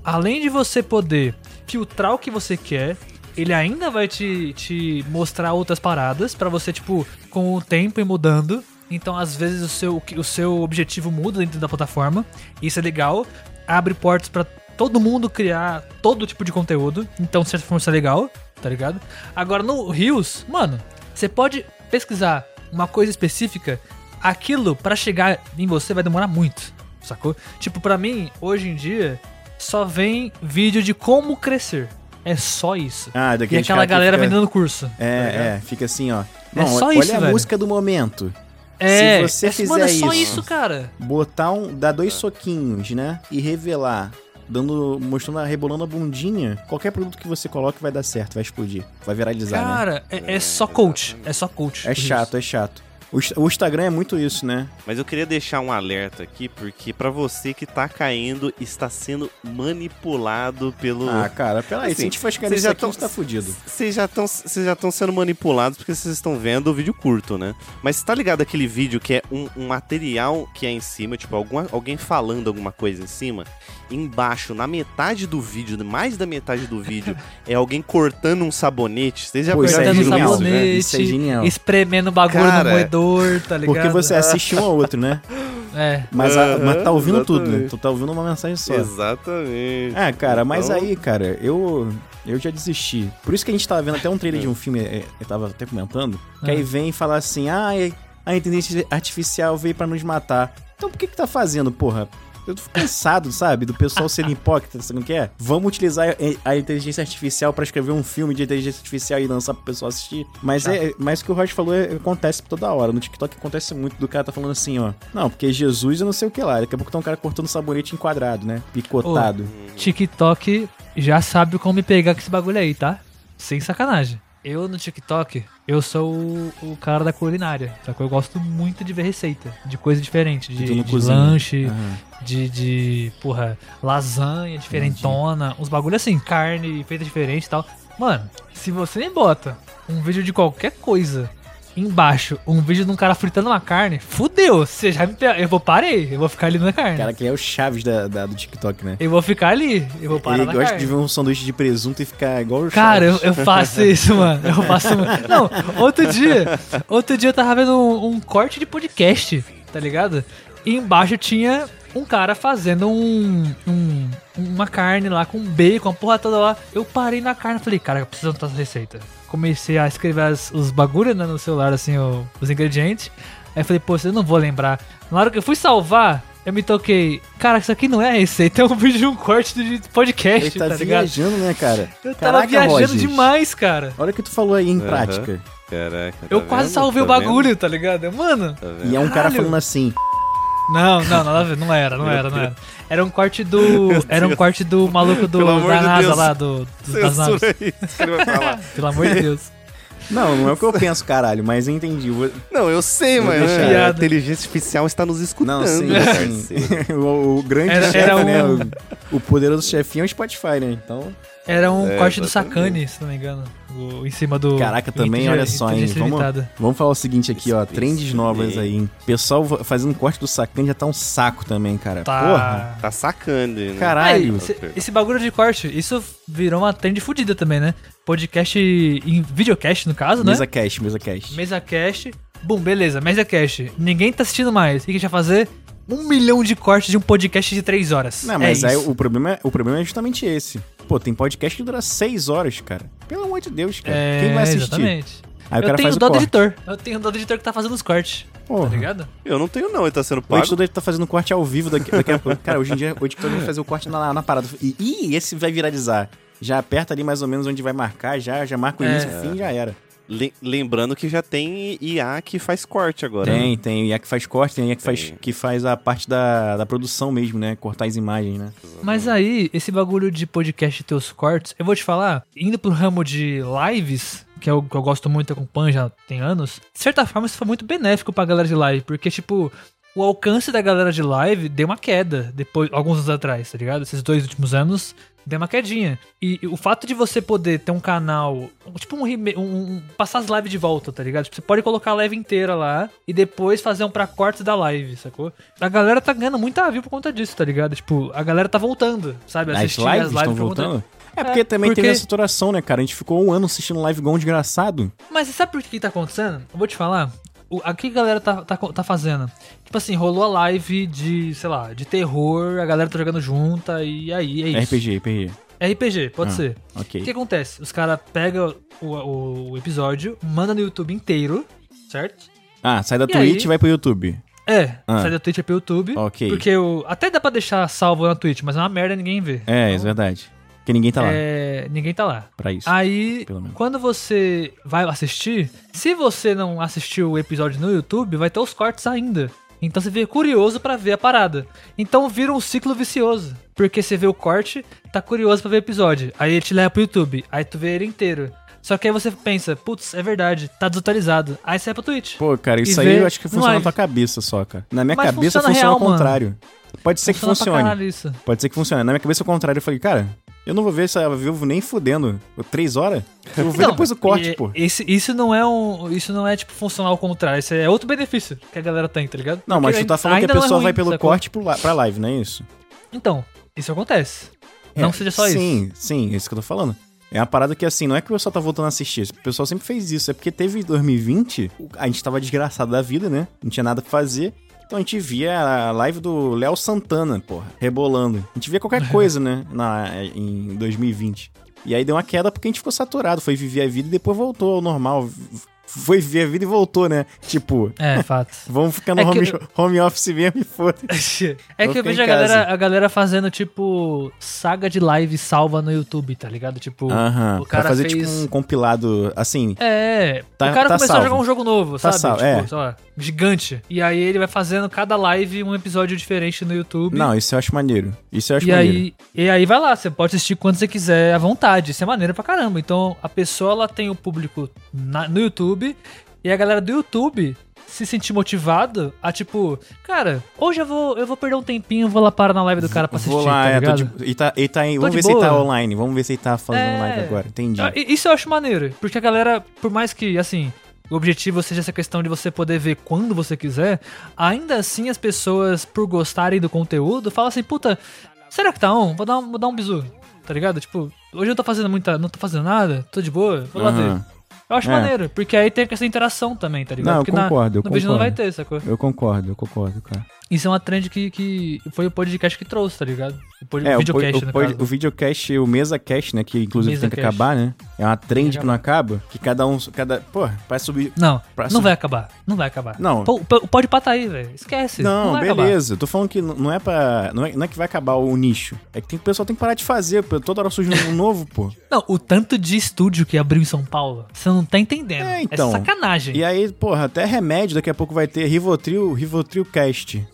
[SPEAKER 3] além de você poder filtrar o que você quer, ele ainda vai te, te mostrar outras paradas pra você, tipo, com o tempo ir mudando. Então, às vezes, o seu, o seu objetivo muda dentro da plataforma. Isso é legal. Abre portas pra todo mundo criar todo tipo de conteúdo. Então, de certa forma, isso é legal, tá ligado? Agora, no Rios, mano, você pode pesquisar uma coisa específica. Aquilo, pra chegar em você, vai demorar muito, sacou? Tipo, pra mim, hoje em dia, só vem vídeo de como crescer. É só isso.
[SPEAKER 2] Ah,
[SPEAKER 3] e
[SPEAKER 2] daqueles
[SPEAKER 3] aquela
[SPEAKER 2] cara que
[SPEAKER 3] galera
[SPEAKER 2] fica-
[SPEAKER 3] vendendo curso. tá ligado?
[SPEAKER 2] É, é, fica assim, ó.
[SPEAKER 3] É
[SPEAKER 2] Não,
[SPEAKER 3] só
[SPEAKER 2] olha
[SPEAKER 3] isso,
[SPEAKER 2] a
[SPEAKER 3] velho.
[SPEAKER 2] música do momento.
[SPEAKER 3] É,
[SPEAKER 2] Se você
[SPEAKER 3] é,
[SPEAKER 2] fizer
[SPEAKER 3] mano, é só
[SPEAKER 2] isso-
[SPEAKER 3] isso, cara.
[SPEAKER 2] Botar um. dar dois soquinhos, né? E revelar. Dando. mostrando, a- rebolando a bundinha. Qualquer produto que você coloque vai dar certo, vai explodir. Vai viralizar, né?
[SPEAKER 3] Cara, é, é só coach. É só coach.
[SPEAKER 2] É chato, é chato. O, Inst- o Instagram é muito isso, né?
[SPEAKER 1] Mas eu queria deixar um alerta aqui, porque pra você que tá caindo, está sendo manipulado pelo.
[SPEAKER 2] Ah, cara, peraí. se
[SPEAKER 1] Assim,
[SPEAKER 2] a gente for chegar
[SPEAKER 1] vocês
[SPEAKER 2] nisso
[SPEAKER 1] já
[SPEAKER 2] aqui, a
[SPEAKER 1] tão-
[SPEAKER 2] gente tá fudido.
[SPEAKER 1] Vocês já estão vocês já estão sendo manipulados porque vocês estão vendo o vídeo curto, né? Mas você tá ligado aquele vídeo que é um, um material que é em cima, tipo alguma, alguém falando alguma coisa em cima, embaixo na metade do vídeo, mais da metade do vídeo é alguém cortando um sabonete. Vocês já
[SPEAKER 2] Pô, isso é
[SPEAKER 3] Cortando
[SPEAKER 1] perceberam
[SPEAKER 2] genial,
[SPEAKER 1] isso,
[SPEAKER 2] né?
[SPEAKER 1] né?
[SPEAKER 3] sabonete,
[SPEAKER 2] Isso é genial.
[SPEAKER 3] espremendo bagulho
[SPEAKER 1] Cara,
[SPEAKER 3] no moedor, tá ligado?
[SPEAKER 2] Porque você assiste um ao outro, né?
[SPEAKER 3] É.
[SPEAKER 2] Mas, a- mas tá ouvindo
[SPEAKER 1] Aham,
[SPEAKER 2] tudo, né?
[SPEAKER 1] exatamente.
[SPEAKER 2] Tu tá ouvindo uma mensagem só.
[SPEAKER 1] Exatamente.
[SPEAKER 2] Ah, cara, mas
[SPEAKER 1] Então-
[SPEAKER 2] aí, cara, eu eu já desisti. Por isso que a gente tava vendo até um trailer de um filme, é, eu tava até comentando, que
[SPEAKER 3] Ah.
[SPEAKER 2] aí vem falar assim, ah, é- a inteligência artificial veio pra nos matar. Então por que que tá fazendo, porra? Eu tô cansado, sabe? Do pessoal ser hipócrita, sabe o que é? Vamos utilizar a- a inteligência artificial pra escrever um filme de inteligência artificial e lançar pro pessoal assistir. Mas é, mas o que o Roger falou é- acontece toda hora. No TikTok acontece muito do cara tá falando assim, ó. Não, porque Jesus eu não sei o que lá. Daqui a pouco tá um cara cortando sabonete em quadrado, né? Picotado.
[SPEAKER 3] TikTok já sabe como me pegar com esse bagulho aí, tá? Sem sacanagem. Eu no TikTok, eu sou o, o cara da culinária. Só que eu gosto muito de ver receita, de coisa diferente,
[SPEAKER 2] tu
[SPEAKER 3] de,
[SPEAKER 2] não
[SPEAKER 3] de
[SPEAKER 2] Então, cozinha.
[SPEAKER 3] lanche,
[SPEAKER 2] Ah.
[SPEAKER 3] de, de, porra, lasanha diferentona, uns bagulho assim, carne feita diferente e tal. Mano, se você me bota um vídeo de qualquer coisa embaixo, um vídeo de um cara fritando uma carne, fudeu, você já me pega. Eu vou parei, eu vou ficar ali na carne.
[SPEAKER 2] Cara, que é o Chaves da, da- do TikTok, né?
[SPEAKER 3] Eu vou ficar ali, eu vou parar
[SPEAKER 2] Ele
[SPEAKER 3] na
[SPEAKER 2] gosta
[SPEAKER 3] carne.
[SPEAKER 2] de ver um sanduíche de presunto e ficar igual o
[SPEAKER 3] Cara, eu,
[SPEAKER 2] Chaves.
[SPEAKER 3] eu faço isso, mano. Eu faço. Não, outro dia. Outro dia eu tava vendo um, um corte de podcast, tá ligado? E embaixo tinha um cara fazendo um, um- Uma carne lá com bacon, a porra toda lá. Eu parei na carne e falei, cara, eu preciso anotar essa receita. Comecei a escrever as- os bagulhos né, no celular, assim, o- os ingredientes. Aí eu falei, pô, eu não vou lembrar. Na hora que eu fui salvar, eu me toquei. Cara, isso aqui não é a receita, é um vídeo de um corte de podcast,
[SPEAKER 2] Ele tá,
[SPEAKER 3] tá ligado?
[SPEAKER 2] viajando, né, cara?
[SPEAKER 3] Eu tava
[SPEAKER 2] Caraca,
[SPEAKER 3] viajando
[SPEAKER 2] Rogers.
[SPEAKER 3] demais, cara.
[SPEAKER 2] Olha o que tu falou aí em
[SPEAKER 1] Aham.
[SPEAKER 2] prática.
[SPEAKER 1] Caraca.
[SPEAKER 3] Eu
[SPEAKER 1] tá
[SPEAKER 3] quase
[SPEAKER 1] vendo?
[SPEAKER 3] salvei o
[SPEAKER 1] Tá vendo?
[SPEAKER 3] bagulho, tá ligado? Mano.
[SPEAKER 1] Tá vendo?
[SPEAKER 2] E é um cara
[SPEAKER 3] Caralho.
[SPEAKER 2] falando assim.
[SPEAKER 3] Não, não, nada a ver. Não era, não era, não era. Era um corte do. Era um corte do maluco do,
[SPEAKER 1] Pelo amor
[SPEAKER 3] da
[SPEAKER 1] de
[SPEAKER 3] NASA
[SPEAKER 1] Deus.
[SPEAKER 3] lá, do, dos, das naves.
[SPEAKER 1] Censura isso que ele vai falar.
[SPEAKER 3] Pelo amor de Deus.
[SPEAKER 2] Não, não é o que eu penso, caralho, mas eu entendi. Vou-
[SPEAKER 1] Não, eu sei, mas
[SPEAKER 2] deixa
[SPEAKER 1] né, a
[SPEAKER 3] piada.
[SPEAKER 1] inteligência artificial está nos escutando.
[SPEAKER 2] Não, sim,
[SPEAKER 1] meu parceiro.
[SPEAKER 2] sim. o, o grande
[SPEAKER 3] Era-
[SPEAKER 2] chefe,
[SPEAKER 3] era
[SPEAKER 2] né?
[SPEAKER 3] um-
[SPEAKER 2] O, o poderoso chefinho é o Spotify, né? Então.
[SPEAKER 3] Era um
[SPEAKER 1] É,
[SPEAKER 3] corte do
[SPEAKER 1] exatamente.
[SPEAKER 3] Sakane, se não me engano. O- em cima do.
[SPEAKER 2] Caraca, também,
[SPEAKER 3] Inteligência-
[SPEAKER 2] olha só, hein?
[SPEAKER 3] Inteligência
[SPEAKER 2] Vamos,
[SPEAKER 3] Limitada.
[SPEAKER 2] vamos falar o seguinte aqui, ó.
[SPEAKER 1] Esse
[SPEAKER 2] Trends
[SPEAKER 1] príncipe.
[SPEAKER 2] novas aí. hein? Pessoal va- fazendo corte do sacan já tá um saco também, cara. Porra.
[SPEAKER 3] Tá.
[SPEAKER 1] Tá sacando, né?
[SPEAKER 2] Caralho.
[SPEAKER 3] Aí, cê- esse bagulho de corte, isso virou uma trend fodida também, né? Podcast em videocast, no caso, né?
[SPEAKER 2] Mesa cash, mesa cash.
[SPEAKER 3] mesa cast Bom, beleza, Mediacast. Ninguém tá assistindo mais. O que a gente vai fazer? Um milhão de cortes de um podcast de três horas.
[SPEAKER 2] Não, mas
[SPEAKER 3] é
[SPEAKER 2] aí
[SPEAKER 3] isso.
[SPEAKER 2] o problema, é- o problema é justamente esse. Pô, tem podcast que dura seis horas, cara. Pelo amor de Deus, cara.
[SPEAKER 3] É,
[SPEAKER 2] Quem vai assistir?
[SPEAKER 3] Exatamente.
[SPEAKER 2] Aí o
[SPEAKER 3] eu
[SPEAKER 2] cara
[SPEAKER 3] tenho
[SPEAKER 2] faz o
[SPEAKER 3] dó do
[SPEAKER 2] corte.
[SPEAKER 3] editor. Eu tenho dó do editor que tá fazendo os cortes. Tá
[SPEAKER 2] Porra.
[SPEAKER 3] ligado?
[SPEAKER 1] Eu não tenho, não, ele tá sendo
[SPEAKER 2] O
[SPEAKER 1] pago.
[SPEAKER 2] editor dele tá fazendo corte ao vivo daqui, daqui a pouco. Cara, hoje em dia o editor vai fazer o corte na, na parada. E, ih, esse vai viralizar. Já aperta ali mais ou menos onde vai marcar, já, já marca o
[SPEAKER 3] É.
[SPEAKER 2] início, o fim, já era.
[SPEAKER 1] Lem- Lembrando que já tem IA que faz corte agora. né?
[SPEAKER 2] Tem, tem. O Iac faz corte, tem o Iac faz,
[SPEAKER 1] Tem.
[SPEAKER 2] que faz a parte da, da produção mesmo, né? Cortar as imagens, né?
[SPEAKER 3] Mas aí, esse bagulho de podcast e teus cortes, eu vou te falar, indo pro ramo de lives, que é o que eu gosto muito, acompanho já tem anos, de certa forma isso foi muito benéfico pra galera de live, porque, tipo, o alcance da galera de live deu uma queda depois, alguns anos atrás, tá ligado? Esses dois últimos anos deu uma quedinha. E o fato de você poder ter um canal, tipo um, reme- um- um- passar as lives de volta, tá ligado? Tipo, você pode colocar a live inteira lá e depois fazer um pra cortes da live, sacou? A galera tá ganhando muita view por conta disso, tá ligado? Tipo, a galera tá voltando, sabe?
[SPEAKER 2] As
[SPEAKER 3] Assistir
[SPEAKER 2] lives estão
[SPEAKER 3] por conta-
[SPEAKER 2] voltando? É porque também
[SPEAKER 3] porque-
[SPEAKER 2] teve essa saturação, né, cara? A gente ficou um ano assistindo live igual um desgraçado.
[SPEAKER 3] Mas sabe por que, que tá acontecendo? Eu vou te falar. O, a que a galera tá, tá, co- tá fazendo? Tipo assim, rolou a live de, sei lá, de terror, a galera tá jogando junta e aí é isso.
[SPEAKER 2] RPG,
[SPEAKER 3] Tipo,
[SPEAKER 2] RPG.
[SPEAKER 3] RPG, pode
[SPEAKER 2] Ah,
[SPEAKER 3] ser. O
[SPEAKER 2] Ok.
[SPEAKER 3] que acontece? Os caras pegam o, o, o episódio, manda no YouTube inteiro, certo?
[SPEAKER 2] Ah, sai da
[SPEAKER 3] E
[SPEAKER 2] Twitch
[SPEAKER 3] aí?
[SPEAKER 2] e vai pro YouTube.
[SPEAKER 3] É,
[SPEAKER 2] Ah.
[SPEAKER 3] sai da Twitch pro YouTube.
[SPEAKER 2] Ok.
[SPEAKER 3] Porque o, até dá pra deixar salvo na Twitch, mas é uma merda ninguém vê.
[SPEAKER 2] É, é verdade. Porque ninguém tá lá
[SPEAKER 3] Então. É, ninguém tá lá.
[SPEAKER 2] pra isso.
[SPEAKER 3] Aí,
[SPEAKER 2] pelo menos.
[SPEAKER 3] quando você vai assistir, se você não assistiu o episódio no YouTube, vai ter os cortes ainda. Então você fica curioso pra ver a parada. Então vira um ciclo vicioso. Porque você vê o corte, tá curioso pra ver o episódio. Aí ele te leva pro YouTube. Aí tu vê ele inteiro. Só que aí você pensa, putz, é verdade, tá desatualizado. Aí você vai pro Twitch.
[SPEAKER 2] Pô, cara, isso
[SPEAKER 3] e
[SPEAKER 2] aí
[SPEAKER 3] vê
[SPEAKER 2] eu acho que
[SPEAKER 3] no
[SPEAKER 2] funciona na
[SPEAKER 3] live.
[SPEAKER 2] tua cabeça só, cara. Na minha
[SPEAKER 3] Mas
[SPEAKER 2] cabeça
[SPEAKER 3] funciona
[SPEAKER 2] funciona,
[SPEAKER 3] real,
[SPEAKER 2] ao contrário. Pode ser que
[SPEAKER 3] Funciona pra
[SPEAKER 2] funcione.
[SPEAKER 3] caralho isso.
[SPEAKER 2] Pode ser que funcione. Na minha cabeça ao contrário. Eu falei, cara, eu não vou ver essa vivo nem fudendo. Três horas? Eu vou ver
[SPEAKER 3] Então,
[SPEAKER 2] depois o corte,
[SPEAKER 3] e-
[SPEAKER 2] pô.
[SPEAKER 3] esse- isso não é um. Isso não é, tipo, funcional ao contrário. Isso é outro benefício que a galera tem, tá ligado?
[SPEAKER 2] Não, mas
[SPEAKER 3] Porque
[SPEAKER 2] tu tá falando que a
[SPEAKER 3] ainda não é
[SPEAKER 2] pessoa
[SPEAKER 3] ruim,
[SPEAKER 2] vai pelo
[SPEAKER 3] sacou?
[SPEAKER 2] corte pro la- pra live, não é isso?
[SPEAKER 3] Então, isso acontece. Não
[SPEAKER 2] É,
[SPEAKER 3] que seja só isso.
[SPEAKER 2] Sim, sim, é isso que eu tô falando. É uma parada que assim, não é que o pessoal tá voltando a assistir, o pessoal sempre fez isso. É porque teve 2020, o- a gente tava desgraçado da vida, né? Não tinha nada pra fazer. Então a gente via a live do Léo Santana, porra, rebolando. A gente via qualquer coisa, né? Na, em 2020. E aí deu uma queda porque a gente ficou saturado. Foi viver a vida e depois voltou ao normal. Foi viver a vida e voltou, né? Tipo,
[SPEAKER 3] É, fato.
[SPEAKER 2] vamos ficar no
[SPEAKER 3] É que-
[SPEAKER 2] home, home office mesmo e foda. Vou
[SPEAKER 3] é que eu
[SPEAKER 2] ficar
[SPEAKER 3] vejo
[SPEAKER 2] em casa.
[SPEAKER 3] a galera, a galera fazendo, tipo, saga de live salva no YouTube, tá ligado? Tipo,
[SPEAKER 2] Aham.
[SPEAKER 3] o
[SPEAKER 2] Pra
[SPEAKER 3] cara
[SPEAKER 2] fazer
[SPEAKER 3] fez...
[SPEAKER 2] tipo um compilado assim.
[SPEAKER 3] É,
[SPEAKER 2] Tá-
[SPEAKER 3] o cara
[SPEAKER 2] tá
[SPEAKER 3] começou
[SPEAKER 2] salvo.
[SPEAKER 3] a jogar um jogo novo,
[SPEAKER 2] Tá
[SPEAKER 3] sabe?
[SPEAKER 2] salvo,
[SPEAKER 3] tipo,
[SPEAKER 2] é.
[SPEAKER 3] sei lá, gigante. E aí ele vai fazendo cada live um episódio diferente no YouTube.
[SPEAKER 2] Não, isso eu acho maneiro. Isso eu acho
[SPEAKER 3] E
[SPEAKER 2] maneiro.
[SPEAKER 3] aí, e aí vai lá, você pode assistir quando você quiser à vontade. Isso é maneiro pra caramba. Então a pessoa ela tem o público na- no YouTube e a galera do YouTube se sentir motivado a tipo, cara, hoje eu vou, eu vou perder um tempinho, vou lá parar na live do cara pra assistir,
[SPEAKER 2] Vou lá,
[SPEAKER 3] tá
[SPEAKER 2] é, tô
[SPEAKER 3] ligado?
[SPEAKER 2] de- e tá, e tá em-
[SPEAKER 3] Tô
[SPEAKER 2] vamos
[SPEAKER 3] de
[SPEAKER 2] ver se ele tá
[SPEAKER 3] boa.
[SPEAKER 2] online. Vamos ver se ele tá fazendo
[SPEAKER 3] É.
[SPEAKER 2] live agora. Entendi.
[SPEAKER 3] Ah, e- Isso eu acho maneiro, porque a galera, por mais que, assim, o objetivo seja essa questão de você poder ver quando você quiser, ainda assim as pessoas, por gostarem do conteúdo, falam assim, puta, será que tá on? Vou dar um, vou dar um bizu, tá ligado? Tipo, hoje eu tô fazendo muita, não tô fazendo nada, tô de boa, vou lá
[SPEAKER 2] Aham.
[SPEAKER 3] ver. Eu acho
[SPEAKER 2] É.
[SPEAKER 3] maneiro, porque aí tem essa interação também, tá ligado?
[SPEAKER 2] Não, eu
[SPEAKER 3] porque na-
[SPEAKER 2] concordo, eu
[SPEAKER 3] no vídeo não vai
[SPEAKER 2] concordo.
[SPEAKER 3] ter, sacou?
[SPEAKER 2] Eu concordo, eu concordo, cara.
[SPEAKER 3] Isso é uma trend que, que foi o podcast que trouxe, tá ligado? O pod,
[SPEAKER 2] É, o, po-
[SPEAKER 3] videocast,
[SPEAKER 2] o,
[SPEAKER 3] no
[SPEAKER 2] pod-
[SPEAKER 3] caso.
[SPEAKER 2] o videocast, o mesa cast, né? Que inclusive tem que
[SPEAKER 3] Mesa cast.
[SPEAKER 2] acabar, né? É uma trend
[SPEAKER 3] Tem que
[SPEAKER 2] que não acaba. Que cada um. Cada, pô, vai subir.
[SPEAKER 3] Não,
[SPEAKER 2] Pra
[SPEAKER 3] não
[SPEAKER 2] sub-
[SPEAKER 3] vai acabar. Não vai acabar.
[SPEAKER 2] Não.
[SPEAKER 3] Pô, pô, pode patar aí, velho. Esquece.
[SPEAKER 2] Não,
[SPEAKER 3] vai acabar.
[SPEAKER 2] beleza. Tô falando que n- não é pra. Não é, não é que vai acabar o nicho. É que tem, o pessoal tem que parar de fazer. pô. Toda hora surge um novo, pô.
[SPEAKER 3] Não, o tanto de estúdio que abriu em São Paulo, você não tá entendendo.
[SPEAKER 2] É, então.
[SPEAKER 3] sacanagem.
[SPEAKER 2] E aí, porra, até remédio daqui a pouco vai ter Rivotril, Rivotril Cast.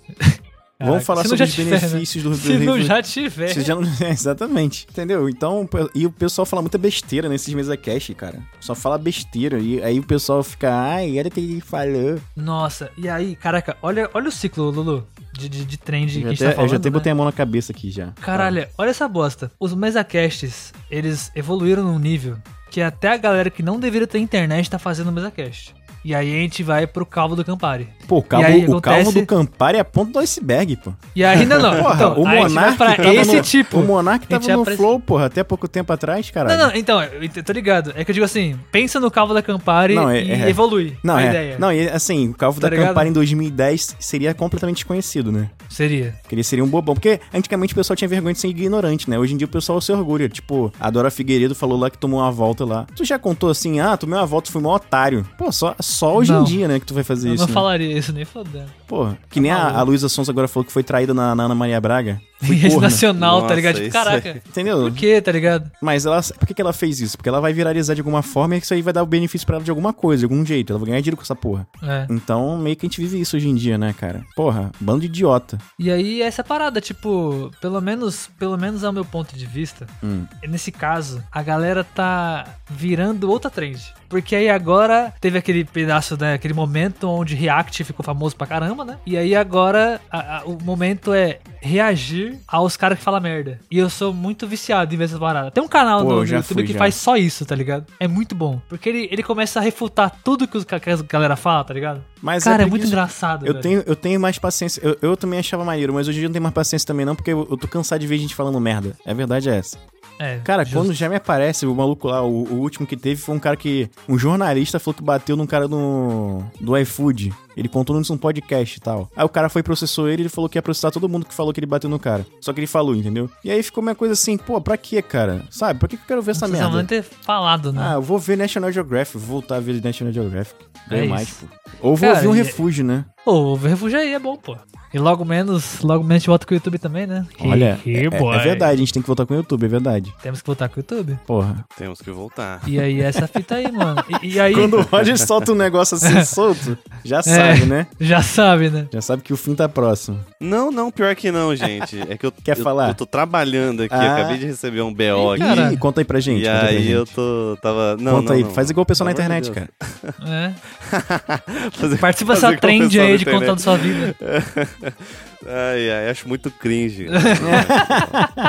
[SPEAKER 2] Vamos falar
[SPEAKER 3] se não
[SPEAKER 2] sobre
[SPEAKER 3] já
[SPEAKER 2] os
[SPEAKER 3] tiver,
[SPEAKER 2] benefícios do, do
[SPEAKER 3] Se não
[SPEAKER 2] Rivotril.
[SPEAKER 3] já tiver.
[SPEAKER 2] Você já não- é, Exatamente. Entendeu? Então, p- e o pessoal fala muita besteira nesses mesa cash, cara. Só fala besteira. E aí o pessoal fica, ai, olha o que ele falou.
[SPEAKER 3] Nossa, e aí, caraca, olha, olha o ciclo, Lulu, de, de, de trend que
[SPEAKER 2] Eu
[SPEAKER 3] a gente
[SPEAKER 2] até-
[SPEAKER 3] tá falando.
[SPEAKER 2] eu já até
[SPEAKER 3] né?
[SPEAKER 2] botei a mão na cabeça aqui já.
[SPEAKER 3] Caralho, olha essa bosta. Os mesacasts, eles evoluíram num nível que até a galera que não deveria ter internet tá fazendo mesacast. E aí a gente vai pro calvo do Campari.
[SPEAKER 2] Pô, o calvo,
[SPEAKER 3] E aí
[SPEAKER 2] o calvo
[SPEAKER 3] acontece-
[SPEAKER 2] do Campari é a ponta do iceberg, pô.
[SPEAKER 3] E aí, não, não.
[SPEAKER 2] Porra,
[SPEAKER 3] então,
[SPEAKER 2] o
[SPEAKER 3] aí a gente vai
[SPEAKER 2] Monark
[SPEAKER 3] pra
[SPEAKER 2] tava
[SPEAKER 3] esse
[SPEAKER 2] no-
[SPEAKER 3] tipo.
[SPEAKER 2] O Monark
[SPEAKER 3] A gente
[SPEAKER 2] tava
[SPEAKER 3] já
[SPEAKER 2] no
[SPEAKER 3] aparece-
[SPEAKER 2] Flow, porra, até pouco tempo atrás,
[SPEAKER 3] Não,
[SPEAKER 2] caralho.
[SPEAKER 3] não, então, eu ent- tô ligado. É que eu digo assim, pensa no calvo da Campari
[SPEAKER 2] Não, é-
[SPEAKER 3] e
[SPEAKER 2] é.
[SPEAKER 3] evolui
[SPEAKER 2] Não,
[SPEAKER 3] a
[SPEAKER 2] é.
[SPEAKER 3] ideia.
[SPEAKER 2] Não, e assim, o Calvo
[SPEAKER 3] Tá
[SPEAKER 2] da
[SPEAKER 3] ligado?
[SPEAKER 2] Campari em 2010 seria completamente desconhecido, né?
[SPEAKER 3] Seria.
[SPEAKER 2] Porque ele seria um bobão. Porque antigamente o pessoal tinha vergonha de ser ignorante, né? Hoje em dia o pessoal se orgulha. Tipo, a Dora Figueiredo falou lá que tomou uma volta lá. Tu já contou assim, ah, tomei uma volta e fui mó otário. Pô, só, só hoje
[SPEAKER 3] Não.
[SPEAKER 2] em dia, né, que tu vai fazer
[SPEAKER 3] eu
[SPEAKER 2] isso.
[SPEAKER 3] não
[SPEAKER 2] né?
[SPEAKER 3] falaria isso nem fodendo.
[SPEAKER 2] Porra, que nem a, a Luísa Sons agora falou que foi traída na, na Ana Maria Braga. Foi
[SPEAKER 3] Rede
[SPEAKER 2] corna.
[SPEAKER 3] nacional, tá
[SPEAKER 1] Nossa,
[SPEAKER 3] ligado? Tipo,
[SPEAKER 1] isso é
[SPEAKER 3] caraca.
[SPEAKER 1] aí.
[SPEAKER 2] Entendeu?
[SPEAKER 3] Por quê, tá ligado?
[SPEAKER 2] Mas ela, por que, que ela fez isso? Porque ela vai viralizar de alguma forma e isso aí vai dar o benefício pra ela de alguma coisa, de algum jeito. Ela vai ganhar dinheiro com essa porra.
[SPEAKER 3] É.
[SPEAKER 2] Então, meio que a gente vive isso hoje em dia, né, cara? Porra, bando de idiota.
[SPEAKER 3] E aí essa é parada, tipo, pelo menos, pelo menos ao meu ponto de vista,
[SPEAKER 2] Hum.
[SPEAKER 3] nesse caso, a galera tá virando outra trend. Porque aí agora teve aquele pedaço, né, aquele momento onde React ficou famoso pra caramba, né? E aí agora a- a- o momento é reagir aos caras que falam merda. E eu sou muito viciado em ver essa parada. Tem um canal
[SPEAKER 2] Pô,
[SPEAKER 3] no,
[SPEAKER 2] eu
[SPEAKER 3] no
[SPEAKER 2] já
[SPEAKER 3] YouTube
[SPEAKER 2] fui,
[SPEAKER 3] que
[SPEAKER 2] já.
[SPEAKER 3] faz só isso, tá ligado? É muito bom. Porque ele, ele começa a refutar tudo que, os, ca- que a galera fala, tá ligado?
[SPEAKER 2] Mas
[SPEAKER 3] Cara, é,
[SPEAKER 2] por
[SPEAKER 3] muito
[SPEAKER 2] isso-
[SPEAKER 3] engraçado,
[SPEAKER 2] Eu
[SPEAKER 3] velho.
[SPEAKER 2] tenho, eu tenho mais paciência. Eu, eu também achava maneiro, mas hoje em dia eu não tenho mais paciência também, não, porque eu, eu tô cansado de ver gente falando merda. A verdade é essa.
[SPEAKER 3] É,
[SPEAKER 2] Cara,
[SPEAKER 3] justo.
[SPEAKER 2] quando já me aparece o maluco lá, o, o último que teve foi um cara que. Um jornalista falou que bateu num cara do. do iFood. Ele contou nisso num podcast e tal. Aí o cara foi e processou ele ele falou que ia processar todo mundo que falou que ele bateu no cara. Só que ele falou, entendeu? E aí ficou uma coisa assim, pô, pra quê, cara? Sabe? Pra que que eu quero ver essa
[SPEAKER 3] Precisava
[SPEAKER 2] merda?
[SPEAKER 3] nem ter falado, né?
[SPEAKER 2] Ah, eu vou ver National Geographic, vou voltar a ver National Geographic. Ganho
[SPEAKER 3] É
[SPEAKER 2] mais,
[SPEAKER 3] isso.
[SPEAKER 2] pô. Ou vou
[SPEAKER 3] Cara,
[SPEAKER 2] ouvir um
[SPEAKER 3] e- é-
[SPEAKER 2] refúgio, né?
[SPEAKER 3] Pô, o refúgio aí é bom, pô. E logo menos, logo menos a gente volta com o YouTube também, né?
[SPEAKER 2] Olha,
[SPEAKER 3] Que-
[SPEAKER 2] é, é-
[SPEAKER 3] boy.
[SPEAKER 2] é verdade, a gente tem que voltar com o YouTube, é verdade.
[SPEAKER 3] Temos que voltar com o YouTube.
[SPEAKER 2] Porra.
[SPEAKER 1] Temos que voltar.
[SPEAKER 3] E aí, essa fita aí, mano. E, e É. aí,
[SPEAKER 2] Quando o Roger solta um negócio assim solto, já sabe, né?
[SPEAKER 3] já sabe, né?
[SPEAKER 2] Já sabe que o fim tá próximo.
[SPEAKER 1] Não, não, pior que não, gente. É que eu,
[SPEAKER 2] Quer
[SPEAKER 1] eu-
[SPEAKER 2] falar?
[SPEAKER 1] eu tô trabalhando aqui,
[SPEAKER 2] Ah.
[SPEAKER 1] acabei de receber um BO
[SPEAKER 3] Ih,
[SPEAKER 1] aqui.
[SPEAKER 3] Cara.
[SPEAKER 2] Ih, conta aí pra gente.
[SPEAKER 1] e
[SPEAKER 2] conta pra
[SPEAKER 1] aí
[SPEAKER 2] gente.
[SPEAKER 1] eu tô. Tava. Não,
[SPEAKER 2] conta
[SPEAKER 1] não,
[SPEAKER 2] aí,
[SPEAKER 1] não.
[SPEAKER 2] faz igual o pessoal na
[SPEAKER 1] Pelo amor
[SPEAKER 2] internet,
[SPEAKER 1] de
[SPEAKER 2] cara.
[SPEAKER 3] É.
[SPEAKER 1] Deus. Fazer-
[SPEAKER 3] Participa
[SPEAKER 1] fazer
[SPEAKER 3] dessa
[SPEAKER 1] igual o
[SPEAKER 3] trend
[SPEAKER 1] pessoal
[SPEAKER 3] aí
[SPEAKER 1] da
[SPEAKER 3] de
[SPEAKER 1] internet.
[SPEAKER 3] contando sua vida.
[SPEAKER 1] Ai, ai, acho muito cringe. É,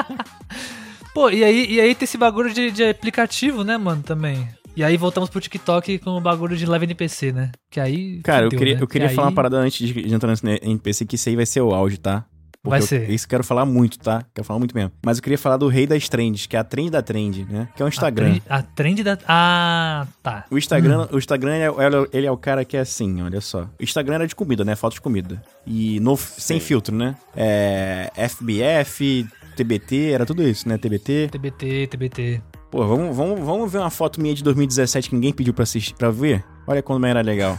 [SPEAKER 3] Pô, e aí, e aí tem esse bagulho de, de aplicativo, né, mano, também. E aí voltamos pro TikTok com o bagulho de live NPC, né? Que aí.
[SPEAKER 2] Cara, eu
[SPEAKER 3] fudeu,
[SPEAKER 2] queria,
[SPEAKER 3] né?
[SPEAKER 2] eu queria
[SPEAKER 3] Que
[SPEAKER 2] falar
[SPEAKER 3] aí-
[SPEAKER 2] uma parada antes de, de entrar nesse NPC, que isso aí vai ser o auge, tá? Porque
[SPEAKER 3] Vai
[SPEAKER 2] eu-
[SPEAKER 3] ser.
[SPEAKER 2] isso eu quero falar muito, tá? Quero falar muito mesmo. Mas eu queria falar do rei das trends, que é a trend da trend, né? Que é o Instagram.
[SPEAKER 3] A trend, a trend da. Ah, tá.
[SPEAKER 2] O Instagram, o Instagram ele, é, ele é o cara que é assim, olha só. O Instagram era de comida, né? Foto de comida. E no, sem filtro, né? É, FBF, TBT, era tudo isso, né? TBT.
[SPEAKER 3] TBT, TBT.
[SPEAKER 2] Pô, vamos, vamos, vamos ver uma foto minha de 2017 que ninguém pediu pra, assistir, pra ver? Olha como era legal.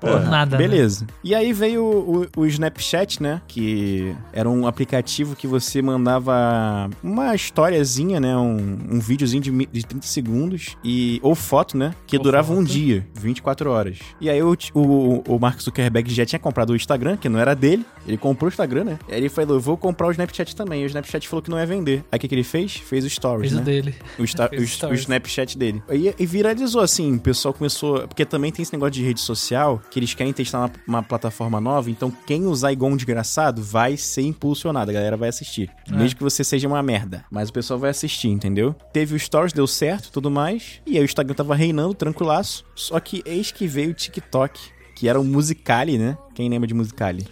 [SPEAKER 2] Pô,
[SPEAKER 3] Nada, né?
[SPEAKER 2] É. Beleza. E aí veio o, o- o Snapchat, né? Que era um aplicativo que você mandava uma historiazinha, né? Um, um videozinho de, mi- de 30 segundos e ou foto, né? Que
[SPEAKER 3] Ou
[SPEAKER 2] durava um
[SPEAKER 3] foto.
[SPEAKER 2] dia, 24 horas. E aí o, t- o, o Mark Zuckerberg já tinha comprado o Instagram, que não era dele. Ele comprou o Instagram, né? Aí ele falou, eu vou comprar o Snapchat também. E o Snapchat falou que não ia vender. Aí o que, que ele fez? Fez o Stories,
[SPEAKER 3] Fez
[SPEAKER 2] né?
[SPEAKER 3] o dele.
[SPEAKER 2] O, sta-
[SPEAKER 3] Fez
[SPEAKER 2] o-
[SPEAKER 3] stories.
[SPEAKER 2] o Snapchat dele. E, e viralizou, assim, o pessoal começou. Porque também tem esse negócio de rede social que eles querem testar uma, uma plataforma nova, então quem usar igual um desgraçado vai ser impulsionado, a galera vai assistir.
[SPEAKER 3] É.
[SPEAKER 2] Mesmo que você seja uma merda. Mas o pessoal vai assistir, entendeu? Teve o Stories, deu certo tudo mais. E aí o Instagram tava reinando, tranquilaço. Só que eis que veio o TikTok, que era o Musicali, né? Quem lembra de Musicali?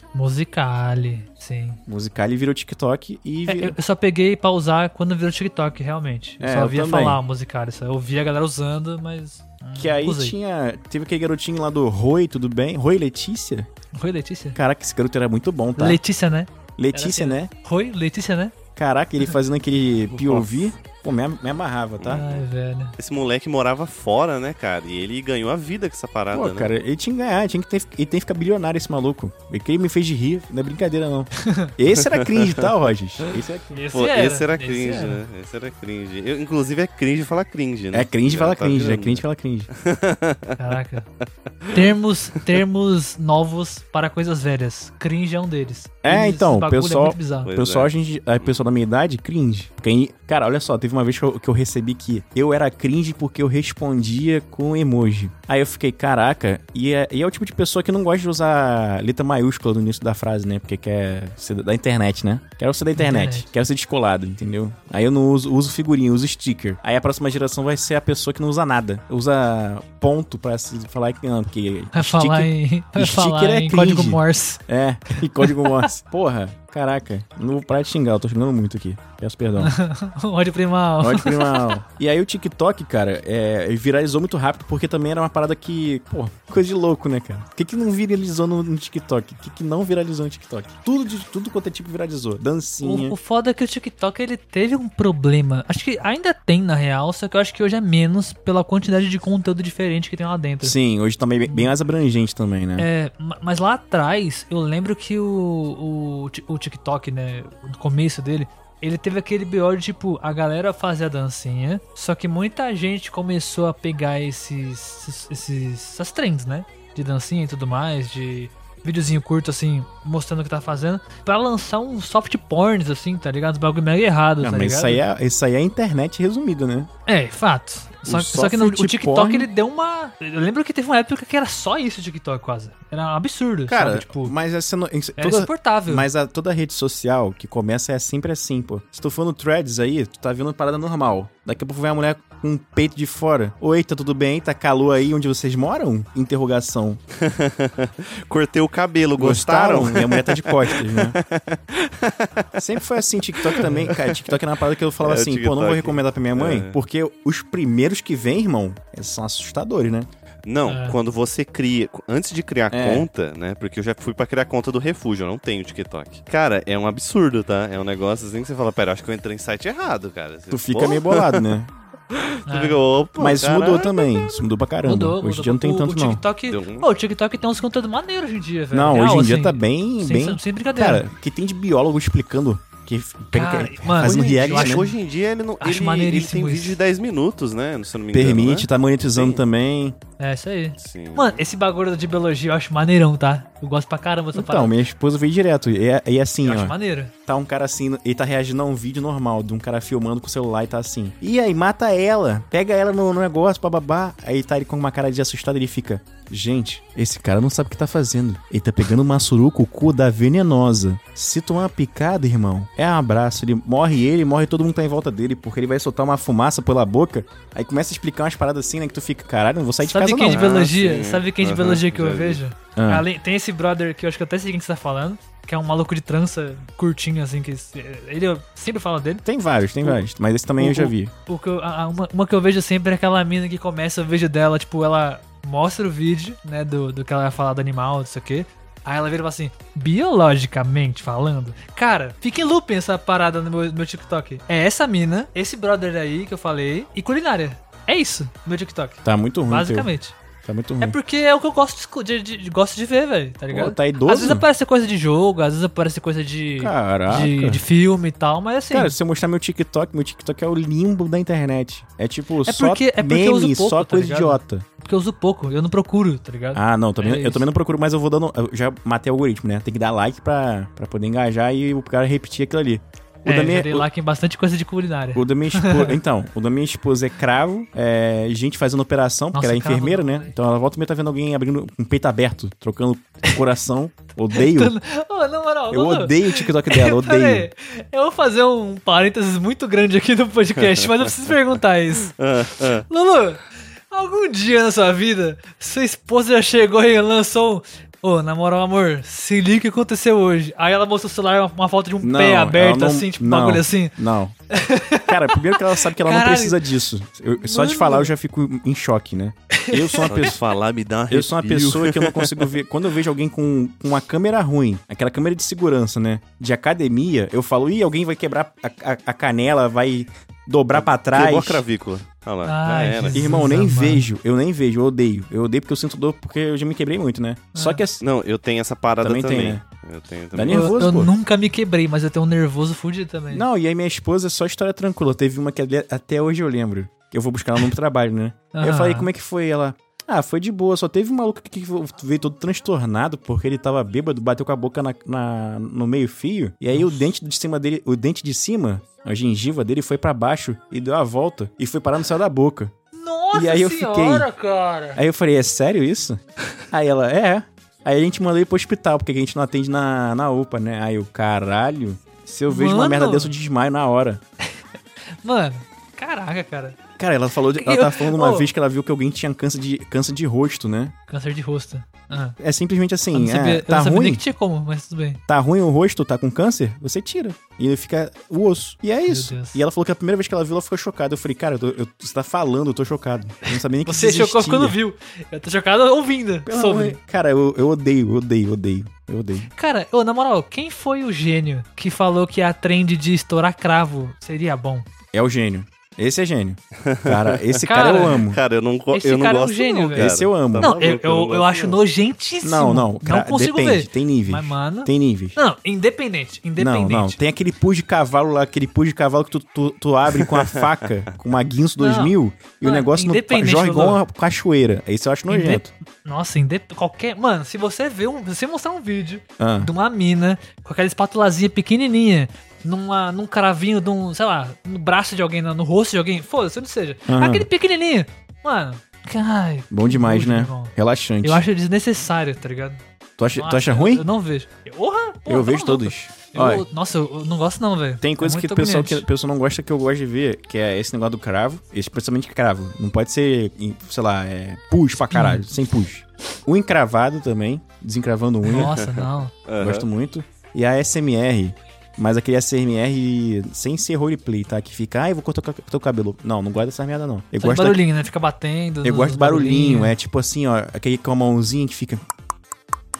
[SPEAKER 3] Musicali, sim.
[SPEAKER 2] Musicali virou TikTok e.
[SPEAKER 3] É,
[SPEAKER 2] virou-
[SPEAKER 3] eu- eu só peguei pra usar quando virou TikTok, realmente. Eu
[SPEAKER 2] É,
[SPEAKER 3] só
[SPEAKER 2] eu
[SPEAKER 3] via
[SPEAKER 2] também.
[SPEAKER 3] falar musicário, só. Eu via a galera usando, mas. hum,
[SPEAKER 2] Que aí
[SPEAKER 3] usei.
[SPEAKER 2] tinha. Teve aquele garotinho lá do Roi, tudo bem? Roi Letícia?
[SPEAKER 3] Oi, Letícia?
[SPEAKER 2] Caraca, esse garoto era muito bom, tá?
[SPEAKER 3] Letícia, né?
[SPEAKER 2] Letícia,
[SPEAKER 3] era
[SPEAKER 2] né?
[SPEAKER 3] Oi, Letícia, né?
[SPEAKER 2] Caraca, ele fazendo aquele POV. Pô, me, me amarrava,
[SPEAKER 1] É.
[SPEAKER 2] tá?
[SPEAKER 3] Ai, velho.
[SPEAKER 1] Esse moleque morava fora, né, cara? E ele ganhou a vida com essa parada,
[SPEAKER 2] Pô,
[SPEAKER 1] né?
[SPEAKER 2] cara, ele tinha que ganhar, tinha que ter, ele tem que ficar bilionário esse maluco. E que ele me fez de rir, não é brincadeira não. Esse era cringe, tá, Rogers? Esse era cringe.
[SPEAKER 3] Esse,
[SPEAKER 1] Pô,
[SPEAKER 3] era,
[SPEAKER 1] esse era cringe, né? Esse era cringe. Eu, inclusive, é cringe falar cringe, né?
[SPEAKER 2] É cringe
[SPEAKER 1] Já
[SPEAKER 2] fala
[SPEAKER 1] tá
[SPEAKER 2] cringe, é
[SPEAKER 1] virando.
[SPEAKER 2] cringe fala cringe.
[SPEAKER 3] Caraca. termos, termos novos para coisas velhas. Cringe é um deles.
[SPEAKER 2] É,
[SPEAKER 3] Cringe,
[SPEAKER 2] então,
[SPEAKER 3] esse bagulho
[SPEAKER 2] pessoal-
[SPEAKER 3] É muito bizarro.
[SPEAKER 1] Pois
[SPEAKER 2] pessoal,
[SPEAKER 1] é.
[SPEAKER 2] a gente, a pessoa da minha idade, cringe. Porque, aí- cara, olha só, teve Teve uma vez que eu, que eu recebi que eu era cringe porque eu respondia com emoji. Aí eu fiquei, caraca, e é, e é o tipo de pessoa que não gosta de usar letra maiúscula no início da frase, né? Porque quer ser da internet, né? Quero ser da internet,
[SPEAKER 3] Internet.
[SPEAKER 2] quero ser descolado, entendeu? Aí eu não uso, uso figurinha, uso sticker. Aí a próxima geração vai ser a pessoa que não usa nada. Usa ponto pra se falar que não, porque
[SPEAKER 3] Vai falar em, vai
[SPEAKER 2] sticker
[SPEAKER 3] falar
[SPEAKER 2] é
[SPEAKER 3] em código
[SPEAKER 2] cringe.
[SPEAKER 3] Morse.
[SPEAKER 2] É, e código Morse. Porra, caraca. Não vou parar de xingar, eu tô xingando muito aqui. Peço perdão.
[SPEAKER 3] Ódio primal.
[SPEAKER 2] Ódio primal. E aí o TikTok, cara, é, ele viralizou muito rápido porque também era uma parada que, pô, coisa de louco, né, cara? O que que não viralizou no, no TikTok? O que que não viralizou no TikTok? Tudo de tudo quanto é tipo viralizou. Dancinha.
[SPEAKER 3] O, o foda é que o TikTok ele teve um problema. Acho que ainda tem na real, só que eu acho que hoje é menos pela quantidade de conteúdo diferente que tem lá dentro.
[SPEAKER 2] Sim, hoje também bem, bem mais abrangente também, né?
[SPEAKER 3] É, ma- mas lá atrás, eu lembro que o, o, Ti- o TikTok, né, no começo dele, ele teve aquele BO de tipo, a galera fazia a dancinha, só que muita gente começou a pegar esses, esses, esses- essas trends, né? De dancinha e tudo mais, de videozinho curto, assim, mostrando o que tá fazendo, pra lançar uns soft porns, assim, tá ligado? Os bagulho mega errado,
[SPEAKER 2] Ah,
[SPEAKER 3] tá
[SPEAKER 2] mas
[SPEAKER 3] ligado?
[SPEAKER 2] isso aí, é, isso aí é a internet resumida, né?
[SPEAKER 3] É, fato. Só,
[SPEAKER 2] O
[SPEAKER 3] só que no, o
[SPEAKER 2] soft
[SPEAKER 3] TikTok
[SPEAKER 2] porn-
[SPEAKER 3] ele deu uma. Eu lembro que teve uma época que era só isso o TikTok, quase. Era um absurdo.
[SPEAKER 2] Cara,
[SPEAKER 3] sabe? tipo.
[SPEAKER 2] mas essa não, isso-
[SPEAKER 3] Era
[SPEAKER 2] toda,
[SPEAKER 3] insuportável.
[SPEAKER 2] Mas a, toda rede social que começa é sempre assim, pô. Se tu for no threads aí, tu tá vendo parada normal. Daqui a pouco vem a mulher com um peito de fora. Oi, tá tudo bem? Tá calor aí onde vocês moram? Interrogação.
[SPEAKER 1] Cortei o cabelo, gostaram?
[SPEAKER 2] E a mulher tá de costas, né? sempre foi assim, TikTok também. Cara, TikTok era uma parada que eu falava
[SPEAKER 1] É, o
[SPEAKER 2] assim, pô, não vou
[SPEAKER 1] TikTok.
[SPEAKER 2] recomendar pra minha mãe,
[SPEAKER 1] É.
[SPEAKER 2] porque os primeiros que vêm, irmão, eles são assustadores, né?
[SPEAKER 1] Não,
[SPEAKER 3] É.
[SPEAKER 1] quando você cria. Antes de criar
[SPEAKER 2] É.
[SPEAKER 1] conta, né? Porque eu já fui pra criar conta do refúgio, eu não tenho TikTok. Cara, é um absurdo, tá? É um negócio assim que você fala, pera, acho que eu entrei em site errado, cara. Você,
[SPEAKER 2] Tu fica
[SPEAKER 1] pô,
[SPEAKER 2] meio bolado, né?
[SPEAKER 1] Tu
[SPEAKER 3] É.
[SPEAKER 1] fica, opa,
[SPEAKER 2] Mas isso mudou
[SPEAKER 1] caralho.
[SPEAKER 2] também. Isso mudou pra caramba.
[SPEAKER 3] Mudou,
[SPEAKER 2] hoje
[SPEAKER 3] mudou.
[SPEAKER 2] em dia não tem
[SPEAKER 3] o,
[SPEAKER 2] tanto,
[SPEAKER 3] o
[SPEAKER 2] não.
[SPEAKER 3] TikTok,
[SPEAKER 1] Deu um-
[SPEAKER 3] Pô, o TikTok tem uns conteúdos maneiros hoje em dia, velho.
[SPEAKER 2] Não,
[SPEAKER 3] Real,
[SPEAKER 2] hoje em dia
[SPEAKER 3] assim.
[SPEAKER 2] tá bem,
[SPEAKER 3] Sem,
[SPEAKER 2] bem,
[SPEAKER 3] sem- sem brincadeira.
[SPEAKER 2] Cara, que tem de biólogo explicando que pega,
[SPEAKER 3] Cara,
[SPEAKER 2] que-
[SPEAKER 3] mano,
[SPEAKER 2] fazendo
[SPEAKER 3] hoje em
[SPEAKER 2] react,
[SPEAKER 1] Eu acho
[SPEAKER 2] né?
[SPEAKER 1] que hoje em dia ele não.
[SPEAKER 3] Acho
[SPEAKER 1] ele- ele, tem um
[SPEAKER 3] maneiríssimo
[SPEAKER 1] vídeo
[SPEAKER 3] isso.
[SPEAKER 1] de 10 minutos, né? Se eu não me engano.
[SPEAKER 2] permite,
[SPEAKER 1] né?
[SPEAKER 2] tá monetizando
[SPEAKER 1] Sim.
[SPEAKER 2] também.
[SPEAKER 3] É isso aí.
[SPEAKER 1] Sim.
[SPEAKER 3] Mano, esse bagulho de biologia eu acho maneirão, tá? Eu gosto pra caramba dessa
[SPEAKER 2] Então,
[SPEAKER 3] parada.
[SPEAKER 2] minha esposa veio direto. E, é- e assim,
[SPEAKER 3] Eu acho
[SPEAKER 2] ó,
[SPEAKER 3] maneiro.
[SPEAKER 2] tá um cara assim, ele tá reagindo a um vídeo normal, de um cara filmando com o celular e tá assim. E aí, mata ela, pega ela no, no negócio, bababá. Aí tá ele com uma cara de assustado, ele fica. Gente, esse cara não sabe o que tá fazendo. Ele tá pegando uma surucucu da venenosa. Se tomar uma picada, irmão, é um abraço. Ele morre ele, morre todo mundo que tá em volta dele, porque ele vai soltar uma fumaça pela boca. Aí começa a explicar umas paradas assim, né? Que tu fica, caralho, não vou sair de
[SPEAKER 3] Sabe
[SPEAKER 2] casa
[SPEAKER 3] quem
[SPEAKER 2] não.
[SPEAKER 3] é de
[SPEAKER 1] Ah,
[SPEAKER 3] biologia?
[SPEAKER 1] sim.
[SPEAKER 3] Sabe quem é de
[SPEAKER 1] Aham,
[SPEAKER 3] biologia que eu
[SPEAKER 1] já vi.
[SPEAKER 3] vejo?
[SPEAKER 2] Ah.
[SPEAKER 3] Além- tem esse brother que eu acho que eu até sei quem que você tá falando, que é um maluco de trança curtinho, assim, que esse- ele eu sempre falo dele.
[SPEAKER 2] Tem vários, tem vários. Mas esse também eu já vi.
[SPEAKER 3] O que eu- a- a- uma, uma que eu vejo sempre é aquela mina que começa o vídeo dela, tipo, ela mostra o vídeo, né, do, do que ela vai falar do animal, não sei o quê. Aí ela vira e fala assim, biologicamente falando, cara, fica em looping essa parada no meu, meu TikTok. É essa mina, esse brother aí que eu falei, e culinária. É isso, meu TikTok.
[SPEAKER 2] Tá muito ruim. teu.
[SPEAKER 3] Basicamente.
[SPEAKER 2] Tá muito ruim.
[SPEAKER 3] É porque é o que eu gosto de, escu- de- de- gosto de ver, velho, tá ligado?
[SPEAKER 2] Pô, tá idoso?
[SPEAKER 3] Às vezes aparece coisa de jogo, às vezes aparece coisa de,
[SPEAKER 2] Caraca.
[SPEAKER 3] de, de filme e tal, mas assim.
[SPEAKER 2] Cara, se eu mostrar meu TikTok, meu TikTok é o limbo da internet. É tipo,
[SPEAKER 3] É
[SPEAKER 2] só
[SPEAKER 3] porque- é porque eu uso
[SPEAKER 2] meme,
[SPEAKER 3] pouco,
[SPEAKER 2] só
[SPEAKER 3] tá
[SPEAKER 2] coisa
[SPEAKER 3] ligado?
[SPEAKER 2] idiota.
[SPEAKER 3] Porque eu uso pouco, eu não procuro, tá ligado?
[SPEAKER 2] Ah, não, também,
[SPEAKER 3] É
[SPEAKER 2] eu
[SPEAKER 3] isso.
[SPEAKER 2] também não procuro, mas eu vou dando. Eu já matei o algoritmo, né? Tem que dar like pra, pra poder engajar e o cara repetir aquilo ali. O
[SPEAKER 3] é,
[SPEAKER 2] da
[SPEAKER 3] eu
[SPEAKER 2] minha-
[SPEAKER 3] já dei like em bastante coisa de culinária.
[SPEAKER 2] O da minha esposa. Então, o da minha esposa é cravo, é gente fazendo operação, porque
[SPEAKER 3] Nossa,
[SPEAKER 2] ela é
[SPEAKER 3] cravo
[SPEAKER 2] enfermeira,
[SPEAKER 3] não,
[SPEAKER 2] né?
[SPEAKER 3] velho.
[SPEAKER 2] Então ela volta e meia tá vendo alguém abrindo com o peito aberto, trocando coração. Odeio.
[SPEAKER 3] Ô, na moral,
[SPEAKER 2] Eu
[SPEAKER 3] Dudu,
[SPEAKER 2] odeio o TikTok dela, odeio.
[SPEAKER 3] peraí, eu vou fazer um parênteses muito grande aqui no podcast, mas eu preciso perguntar isso.
[SPEAKER 1] Ah, ah.
[SPEAKER 3] Lulu, algum dia na sua vida, sua esposa já chegou e lançou um. Ô, na moral, amor, se liga o que aconteceu hoje. Aí ela mostrou o celular, uma, uma foto de um pé
[SPEAKER 2] ela
[SPEAKER 3] aberto,
[SPEAKER 2] não-
[SPEAKER 3] assim, tipo, um
[SPEAKER 2] não,
[SPEAKER 3] bagulho assim.
[SPEAKER 2] Não. Cara, primeiro que ela sabe que ela não
[SPEAKER 3] Caralho.
[SPEAKER 2] precisa disso. Eu- só de
[SPEAKER 3] Mano.
[SPEAKER 2] falar eu já fico em choque, né? Eu sou uma
[SPEAKER 1] Só de
[SPEAKER 2] pessoa.
[SPEAKER 1] falar me dá uma
[SPEAKER 2] Eu sou uma pessoa que eu não consigo ver. Quando eu vejo alguém com, com uma câmera ruim, aquela câmera de segurança, né? De academia, eu falo, ih, alguém vai quebrar a, a- a canela, vai dobrar pra trás.
[SPEAKER 1] Quebrou a cravícula. Olha lá,
[SPEAKER 3] Ai,
[SPEAKER 1] já era.
[SPEAKER 3] Jesus.
[SPEAKER 2] Irmão, eu nem
[SPEAKER 3] amado.
[SPEAKER 2] vejo, eu nem vejo, eu odeio. Eu odeio porque eu sinto dor, porque eu já me quebrei muito, né?
[SPEAKER 3] É.
[SPEAKER 2] Só que assim.
[SPEAKER 1] Não, eu tenho essa parada
[SPEAKER 2] Também
[SPEAKER 1] também.
[SPEAKER 2] tem, né?
[SPEAKER 1] Eu tenho
[SPEAKER 2] Dá
[SPEAKER 1] também.
[SPEAKER 2] nervoso,
[SPEAKER 3] eu eu
[SPEAKER 2] pô.
[SPEAKER 3] nunca me quebrei, mas eu tenho um nervoso fudido também.
[SPEAKER 2] Não, e aí minha esposa, só história tranquila. Teve uma que até hoje eu lembro. Eu vou buscar ela no trabalho, né? Aí eu
[SPEAKER 3] Aham.
[SPEAKER 2] falei, como é que foi? Ela, Ah, foi de boa. Só teve um maluco que veio todo transtornado porque ele tava bêbado, bateu com a boca na, na- no meio-fio. E aí o dente de cima dele, o dente de cima, a gengiva dele foi pra baixo e deu a volta e foi parar no céu da boca.
[SPEAKER 3] Nossa
[SPEAKER 2] E aí eu
[SPEAKER 3] senhora, cara.
[SPEAKER 2] Aí eu falei, é sério isso? Aí ela, é. Aí a gente mandou ele pro hospital, porque a gente não atende na, na UPA, né? Aí eu, caralho, se eu vejo uma
[SPEAKER 3] Mano.
[SPEAKER 2] merda dessa, eu desmaio na hora.
[SPEAKER 3] Mano, caraca, cara.
[SPEAKER 2] Cara, ela falou, de- ela
[SPEAKER 3] Eu-
[SPEAKER 2] tava falando uma
[SPEAKER 3] Ô.
[SPEAKER 2] vez que ela viu que alguém tinha câncer de, câncer de rosto, né?
[SPEAKER 3] Câncer de rosto. Ah.
[SPEAKER 2] É simplesmente
[SPEAKER 3] eu
[SPEAKER 2] assim,
[SPEAKER 3] não sabia,
[SPEAKER 2] é,
[SPEAKER 3] eu
[SPEAKER 2] tá
[SPEAKER 3] não sabia nem
[SPEAKER 2] ruim?
[SPEAKER 3] que tinha como, mas tudo bem.
[SPEAKER 2] Tá ruim o rosto, tá com câncer? Você tira. E fica o osso. E é isso.
[SPEAKER 3] Deus.
[SPEAKER 2] E ela falou que a primeira vez que ela viu, ela ficou chocada. Eu falei, cara, eu tô- eu- você tá falando, eu tô chocado. Eu não sabia nem que
[SPEAKER 3] Você
[SPEAKER 2] isso
[SPEAKER 3] chocou
[SPEAKER 2] existia.
[SPEAKER 3] quando viu. Eu tô chocado ouvindo
[SPEAKER 2] Pelo amor
[SPEAKER 3] sobre.
[SPEAKER 2] de- Cara, eu, eu odeio, eu odeio, eu odeio, eu odeio.
[SPEAKER 3] Cara, ô, na moral, quem foi o gênio que falou que a trend de estourar cravo seria bom?
[SPEAKER 2] É o gênio. Esse é gênio. Cara, esse cara,
[SPEAKER 3] Cara,
[SPEAKER 2] eu amo.
[SPEAKER 1] Cara, eu não, go-
[SPEAKER 3] Esse
[SPEAKER 1] eu não
[SPEAKER 3] cara é um
[SPEAKER 1] gosto
[SPEAKER 3] gênio,
[SPEAKER 1] não,
[SPEAKER 3] velho.
[SPEAKER 1] cara.
[SPEAKER 2] Esse eu amo.
[SPEAKER 1] Tá
[SPEAKER 3] não,
[SPEAKER 1] maluco,
[SPEAKER 3] eu, eu,
[SPEAKER 1] não
[SPEAKER 3] eu
[SPEAKER 1] gosto
[SPEAKER 3] acho
[SPEAKER 1] não.
[SPEAKER 3] nojentíssimo.
[SPEAKER 2] Não, não, cara,
[SPEAKER 3] não consigo
[SPEAKER 2] depende,
[SPEAKER 3] ver.
[SPEAKER 2] tem níveis.
[SPEAKER 3] Mas, mano.
[SPEAKER 2] Tem níveis.
[SPEAKER 3] Não, independente. Independente.
[SPEAKER 2] Não, não. Tem aquele pus de cavalo lá, aquele pus de cavalo que tu, tu, tu abre com a faca, com uma Guinso
[SPEAKER 3] Não.
[SPEAKER 2] 2000, e o
[SPEAKER 3] Mano,
[SPEAKER 2] negócio não
[SPEAKER 3] independente
[SPEAKER 2] jorra
[SPEAKER 3] do
[SPEAKER 2] igual
[SPEAKER 3] lugar.
[SPEAKER 2] uma cachoeira. Esse eu acho
[SPEAKER 3] Inde-
[SPEAKER 2] nojento.
[SPEAKER 3] Nossa, inde... qualquer. Mano, se você ver um. Se você mostrar um vídeo
[SPEAKER 2] Ah.
[SPEAKER 3] de uma mina com aquela espátulazinha pequenininha, numa, num cravinho de um, sei lá, no braço de alguém, no, no rosto de alguém, foda-se, onde seja.
[SPEAKER 2] Aham.
[SPEAKER 3] Aquele pequenininho. Mano, ai.
[SPEAKER 2] Ah. Bom
[SPEAKER 3] que
[SPEAKER 2] demais,
[SPEAKER 3] nojo,
[SPEAKER 2] né?
[SPEAKER 3] irmão.
[SPEAKER 2] Relaxante.
[SPEAKER 3] Eu acho desnecessário, tá ligado?
[SPEAKER 2] Tu acha, tu
[SPEAKER 3] Nossa,
[SPEAKER 2] acha
[SPEAKER 3] eu-
[SPEAKER 2] ruim?
[SPEAKER 3] Eu não vejo. Porra, porra,
[SPEAKER 2] Eu
[SPEAKER 3] tá
[SPEAKER 2] vejo
[SPEAKER 3] maluco.
[SPEAKER 2] todos.
[SPEAKER 3] Eu-
[SPEAKER 2] Olha,
[SPEAKER 3] nossa, eu, eu não gosto não, velho.
[SPEAKER 2] tem
[SPEAKER 3] É
[SPEAKER 2] coisa que
[SPEAKER 3] muito
[SPEAKER 2] o pessoal, que
[SPEAKER 3] agoniante.
[SPEAKER 2] o pessoal não gosta que eu gosto de ver, que é esse negócio do cravo, especialmente cravo. Não pode ser, em- sei lá, é, pus pra
[SPEAKER 3] Hum.
[SPEAKER 2] caralho, sem pus. O encravado também, desencravando unha,
[SPEAKER 3] Nossa, não.
[SPEAKER 1] Aham.
[SPEAKER 2] gosto muito. E a SMR, mas aquele SMR sem ser roleplay, tá? Que fica, ai, eu vou cortar o ca- teu cabelo. Não, não gosto dessa merda não. Eu
[SPEAKER 3] Só de
[SPEAKER 2] gosto da-
[SPEAKER 3] barulhinho, né? Fica batendo.
[SPEAKER 2] Eu
[SPEAKER 3] no-
[SPEAKER 2] gosto
[SPEAKER 3] no
[SPEAKER 2] do barulhinho, é tipo assim, ó, aquele com a mãozinha que fica.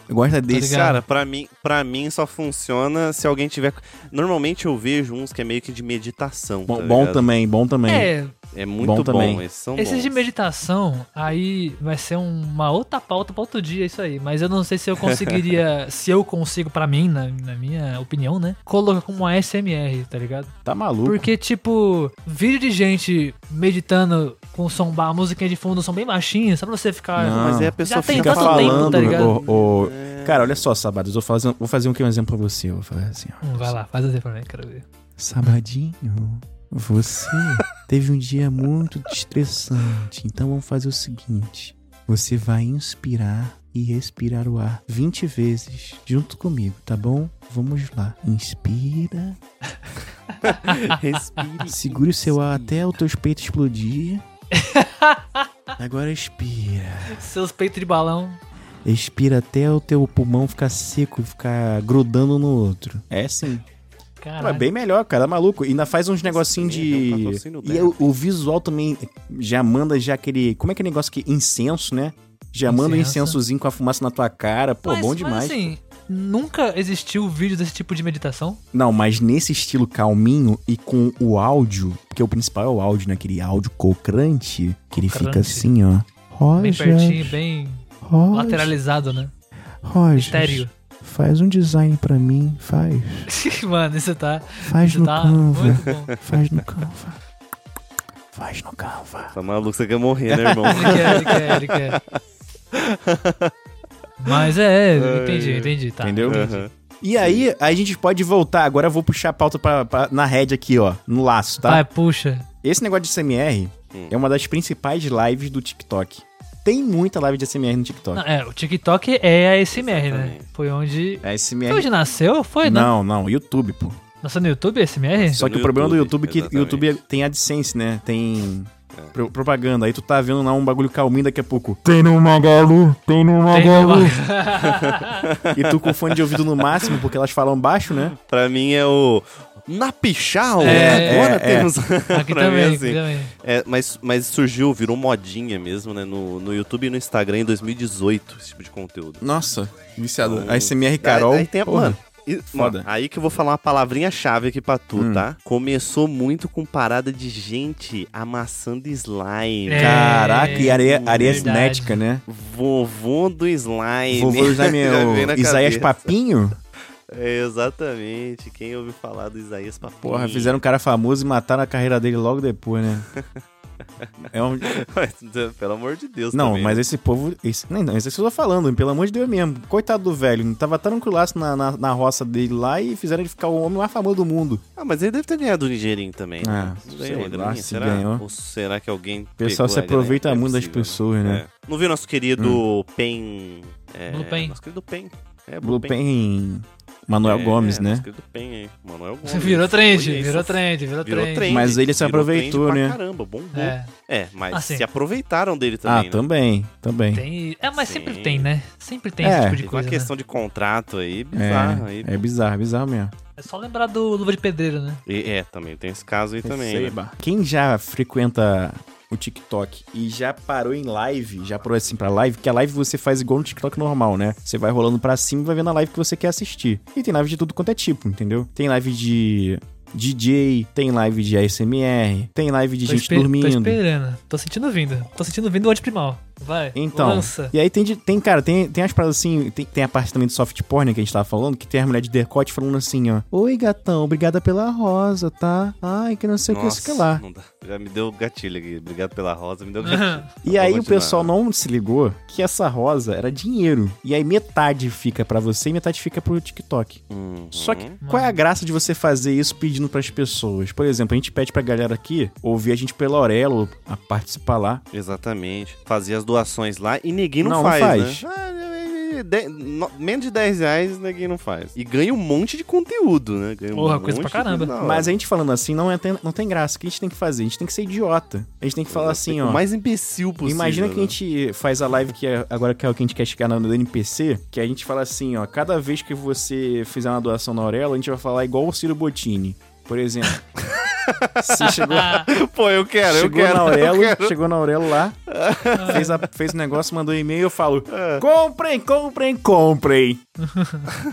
[SPEAKER 2] Eu gosto é desse.
[SPEAKER 3] Tá ligado?
[SPEAKER 1] Cara, pra mim, pra mim só funciona se alguém tiver. Normalmente eu vejo uns que é meio que de meditação.
[SPEAKER 2] Bom,
[SPEAKER 1] tá
[SPEAKER 2] bom
[SPEAKER 1] ligado?
[SPEAKER 2] também, bom também.
[SPEAKER 3] É,
[SPEAKER 1] É muito
[SPEAKER 2] Bom
[SPEAKER 1] bom.
[SPEAKER 2] também.
[SPEAKER 1] Esses são
[SPEAKER 3] Esses
[SPEAKER 1] bons.
[SPEAKER 3] de meditação, aí vai ser um, uma outra pauta pra outro dia, isso aí. Mas eu não sei se eu conseguiria, se eu consigo, pra mim, na, na minha opinião, né? Colocar como uma SMR, tá ligado?
[SPEAKER 2] Tá maluco.
[SPEAKER 3] Porque, tipo, vídeo de gente meditando com som, ba- a musiquinha de fundo, um som bem baixinho, só pra você ficar.
[SPEAKER 2] Não,
[SPEAKER 1] Mas aí a
[SPEAKER 2] Já
[SPEAKER 1] pessoa
[SPEAKER 3] tem
[SPEAKER 1] fica
[SPEAKER 3] tanto tempo,
[SPEAKER 1] falando. É,
[SPEAKER 3] tá ligado?
[SPEAKER 2] Ah, ô, ô, Cara, olha só, Sabados, vou fazer, vou fazer um que é um exemplo pra você. eu Vou fazer assim, ó.
[SPEAKER 3] Hum, Vai lá, faz você pra mim, quero ver.
[SPEAKER 2] Sabadinho, você teve um dia muito estressante. Então vamos fazer o seguinte: você vai inspirar e expirar o ar 20 vezes junto comigo, tá bom? Vamos lá. Inspira,
[SPEAKER 1] Respire.
[SPEAKER 2] segure o seu ar até o teu peito explodir. Agora expira.
[SPEAKER 3] Seus peitos de balão.
[SPEAKER 2] Expira até o teu pulmão ficar seco, ficar grudando no outro. É sim.
[SPEAKER 3] Caralho.
[SPEAKER 2] É bem melhor, cara, maluco. E ainda faz uns negocinhos
[SPEAKER 1] também é um
[SPEAKER 2] de.
[SPEAKER 1] patrocínio
[SPEAKER 3] né?
[SPEAKER 2] e
[SPEAKER 1] dela.
[SPEAKER 2] o, o visual também já manda já aquele. Como é que é negócio que. Incenso, né? Já manda um
[SPEAKER 3] Incenso.
[SPEAKER 2] incensozinho com a fumaça na tua cara. Pô,
[SPEAKER 3] Mas-
[SPEAKER 2] bom
[SPEAKER 3] mas
[SPEAKER 2] demais.
[SPEAKER 3] assim, nunca existiu vídeo desse tipo de meditação?
[SPEAKER 2] Não, mas nesse estilo calminho e com o áudio, porque o principal é o áudio, né? Aquele áudio cocrante, que ele fica
[SPEAKER 3] Cocrante.
[SPEAKER 2] assim, ó.
[SPEAKER 3] Bem
[SPEAKER 2] Roger,
[SPEAKER 3] pertinho, bem
[SPEAKER 2] Roger,
[SPEAKER 3] lateralizado, né?
[SPEAKER 2] Roger,
[SPEAKER 3] Estéreo.
[SPEAKER 2] faz um design pra mim, faz.
[SPEAKER 3] Mano, isso tá.
[SPEAKER 2] Faz
[SPEAKER 3] Isso tá muito bom.
[SPEAKER 2] Faz no Canva. Faz no Canva.
[SPEAKER 1] Tá maluco, você quer morrer, né,
[SPEAKER 2] É
[SPEAKER 1] irmão?
[SPEAKER 3] Ele quer, ele quer, ele quer. Mas é, é, entendi, entendi, tá.
[SPEAKER 2] Entendeu?
[SPEAKER 1] Aham.
[SPEAKER 2] E aí, a gente pode voltar. Agora eu vou puxar a pauta pra, pra- na rede aqui, ó. No laço, tá?
[SPEAKER 3] Vai, puxa.
[SPEAKER 2] Esse negócio de CMR
[SPEAKER 1] Hum.
[SPEAKER 2] é uma das principais lives do TikTok. Tem muita live de CMR no TikTok.
[SPEAKER 3] Não, é, o TikTok é a SMR, né?
[SPEAKER 1] Exatamente.
[SPEAKER 3] Foi onde.
[SPEAKER 2] É SMR.
[SPEAKER 3] Foi onde nasceu? Foi, né?
[SPEAKER 2] não, não, YouTube, pô.
[SPEAKER 3] Nasceu no YouTube, SMR?
[SPEAKER 2] Só que
[SPEAKER 1] no
[SPEAKER 2] o problema do
[SPEAKER 1] YouTube,
[SPEAKER 2] YouTube é que o
[SPEAKER 1] exatamente. É.
[SPEAKER 2] YouTube tem AdSense, né? Tem pro- propaganda. Aí tu tá vendo lá um bagulho calminho daqui a pouco. Tem no Magalu, tem no
[SPEAKER 3] Tem
[SPEAKER 2] Magalu.
[SPEAKER 3] uma-
[SPEAKER 2] E tu com fone de ouvido no máximo, porque elas falam baixo, né?
[SPEAKER 1] Pra mim é o. Na Pichau!
[SPEAKER 3] É,
[SPEAKER 1] agora
[SPEAKER 2] é, é.
[SPEAKER 1] temos.
[SPEAKER 3] Aqui
[SPEAKER 1] pra
[SPEAKER 3] também,
[SPEAKER 1] mim,
[SPEAKER 3] aqui
[SPEAKER 1] assim.
[SPEAKER 3] também.
[SPEAKER 1] É, mas, mas surgiu, virou modinha mesmo, né? No, no YouTube e no Instagram em 2018, esse tipo de conteúdo.
[SPEAKER 2] Nossa, viciado.
[SPEAKER 1] Então,
[SPEAKER 2] A SMR Carol.
[SPEAKER 1] Aí, aí tem a,
[SPEAKER 2] porra.
[SPEAKER 1] mano, e-
[SPEAKER 2] foda. Hum.
[SPEAKER 1] mano, aí que eu vou falar uma palavrinha-chave aqui pra tu, tá? Começou muito com parada de gente amassando slime.
[SPEAKER 3] É.
[SPEAKER 2] Caraca, e areia, areia
[SPEAKER 3] verdade.
[SPEAKER 2] cinética, né?
[SPEAKER 1] Vovô do slime.
[SPEAKER 2] Vovô usar
[SPEAKER 1] Já vem na
[SPEAKER 2] meu Isaías
[SPEAKER 1] cabeça.
[SPEAKER 2] Papinho.
[SPEAKER 1] É, exatamente. Quem ouviu falar do Isaías Papinho?
[SPEAKER 2] Porra, fizeram um cara famoso e mataram a carreira dele logo depois, né? É um...
[SPEAKER 1] Mas, Pelo amor de Deus,
[SPEAKER 2] Não,
[SPEAKER 1] também,
[SPEAKER 2] mas
[SPEAKER 1] né?
[SPEAKER 2] esse povo. Esse, não, não, isso eu tô falando, pelo amor de Deus mesmo. Coitado do velho, tava tranquilaço na, na, na roça dele lá e fizeram ele ficar o homem mais famoso do mundo.
[SPEAKER 1] Ah, mas ele deve ter ganhado o Nigeirinho também. né?
[SPEAKER 2] Ah,
[SPEAKER 1] Não
[SPEAKER 2] sei
[SPEAKER 1] ganhou,
[SPEAKER 2] lá
[SPEAKER 1] Nigeirinho,
[SPEAKER 2] se
[SPEAKER 1] será?
[SPEAKER 2] ganhou.
[SPEAKER 1] Ou será que alguém. né? O
[SPEAKER 2] pessoal se aproveita muito das pessoas, né?
[SPEAKER 1] É
[SPEAKER 2] Hum.
[SPEAKER 1] Não viu nosso querido Pen. É,
[SPEAKER 3] Blue Pen.
[SPEAKER 1] Nosso querido Pen. É,
[SPEAKER 2] Blue Pen. Manuel
[SPEAKER 1] É,
[SPEAKER 2] Gomes, né?
[SPEAKER 1] Nosso querido Pen aí. Manuel Gomes.
[SPEAKER 3] Virou trend,
[SPEAKER 1] Olha isso,
[SPEAKER 3] virou trend, virou
[SPEAKER 1] Virou
[SPEAKER 3] trend.
[SPEAKER 1] trend.
[SPEAKER 2] Mas ele se
[SPEAKER 1] Virou
[SPEAKER 2] aproveitou,
[SPEAKER 1] trend pra
[SPEAKER 2] né?
[SPEAKER 1] Caramba, bombou. É,
[SPEAKER 3] É,
[SPEAKER 1] mas
[SPEAKER 3] Assim.
[SPEAKER 1] se aproveitaram dele
[SPEAKER 2] ah,
[SPEAKER 1] também. né?
[SPEAKER 2] também, também.
[SPEAKER 3] tem. É, mas sempre
[SPEAKER 1] Sim.
[SPEAKER 3] tem, né? Sempre tem
[SPEAKER 2] É.
[SPEAKER 3] esse tipo de
[SPEAKER 1] Teve uma
[SPEAKER 3] coisa.
[SPEAKER 1] questão de contrato aí bizarro. aí.
[SPEAKER 2] É, é bizarro, bizarro mesmo.
[SPEAKER 3] né? É só lembrar do Luva de Pedreiro, né?
[SPEAKER 1] E- é, também tem esse caso aí também. né?
[SPEAKER 2] Receba. Quem já frequenta o TikTok e já parou em live, já parou assim pra live, que a live você faz igual no TikTok normal, né? Você vai rolando pra cima e vai vendo a live que você quer assistir. E tem live de tudo quanto é tipo, entendeu? Tem live de DJ, tem live de ASMR, tem live de
[SPEAKER 3] Tô
[SPEAKER 2] gente
[SPEAKER 3] espe- Tô
[SPEAKER 2] dormindo.
[SPEAKER 3] esperando. Tô sentindo vindo. Tô sentindo vindo o antiprimal. Vai.
[SPEAKER 2] Então,
[SPEAKER 3] Lança.
[SPEAKER 2] e aí tem, de- tem cara, tem, tem as paradas assim, tem, tem a parte também de soft porn que a gente tava falando, que tem a mulher de decote falando assim, ó, Oi, gatão, obrigada pela rosa, tá? Ai, que não sei o que, sei o que é lá.
[SPEAKER 1] não dá. Já me deu gatilho aqui. Obrigado pela rosa, me deu gatilho.
[SPEAKER 2] E
[SPEAKER 1] Vou
[SPEAKER 2] aí o
[SPEAKER 1] continuar.
[SPEAKER 2] pessoal não se ligou que essa rosa era dinheiro. E aí metade fica pra você e metade fica pro TikTok.
[SPEAKER 1] Uhum.
[SPEAKER 2] Só que qual é a graça de você fazer isso pedindo pras pessoas? Por exemplo, a gente pede pra galera aqui ouvir a gente pela Aurelo, a participar lá.
[SPEAKER 1] Exatamente. Fazia as doações lá e ninguém não,
[SPEAKER 2] Não, não
[SPEAKER 1] faz,
[SPEAKER 2] faz.
[SPEAKER 1] né? Ah, de- de- no- menos de 10 reais ninguém não faz. E ganha um monte de conteúdo, né? Ganha um
[SPEAKER 3] Porra,
[SPEAKER 1] monte
[SPEAKER 3] coisa pra
[SPEAKER 1] de coisa
[SPEAKER 3] caramba.
[SPEAKER 1] da hora.
[SPEAKER 2] Mas a gente falando assim não, é, não tem graça. O que a gente tem que fazer? A gente tem que ser idiota. A gente tem que falar assim, ó.
[SPEAKER 1] é O mais imbecil possível.
[SPEAKER 2] Imagina que
[SPEAKER 1] né?
[SPEAKER 2] a gente faz a live que é- agora que é o que a gente quer chegar na- no NPC, que a gente fala assim, ó, cada vez que você fizer uma doação na Aurela, a gente vai falar igual o Ciro Bottini, por exemplo. Se chegou,
[SPEAKER 3] Ah,
[SPEAKER 1] Pô, eu quero,
[SPEAKER 2] chegou
[SPEAKER 1] eu quero.
[SPEAKER 2] na
[SPEAKER 1] eu
[SPEAKER 2] Aurelo,
[SPEAKER 1] quero.
[SPEAKER 2] chegou na Aurelo lá, fez, a- fez o negócio, mandou um e-mail, eu falo, comprem, comprem, comprem.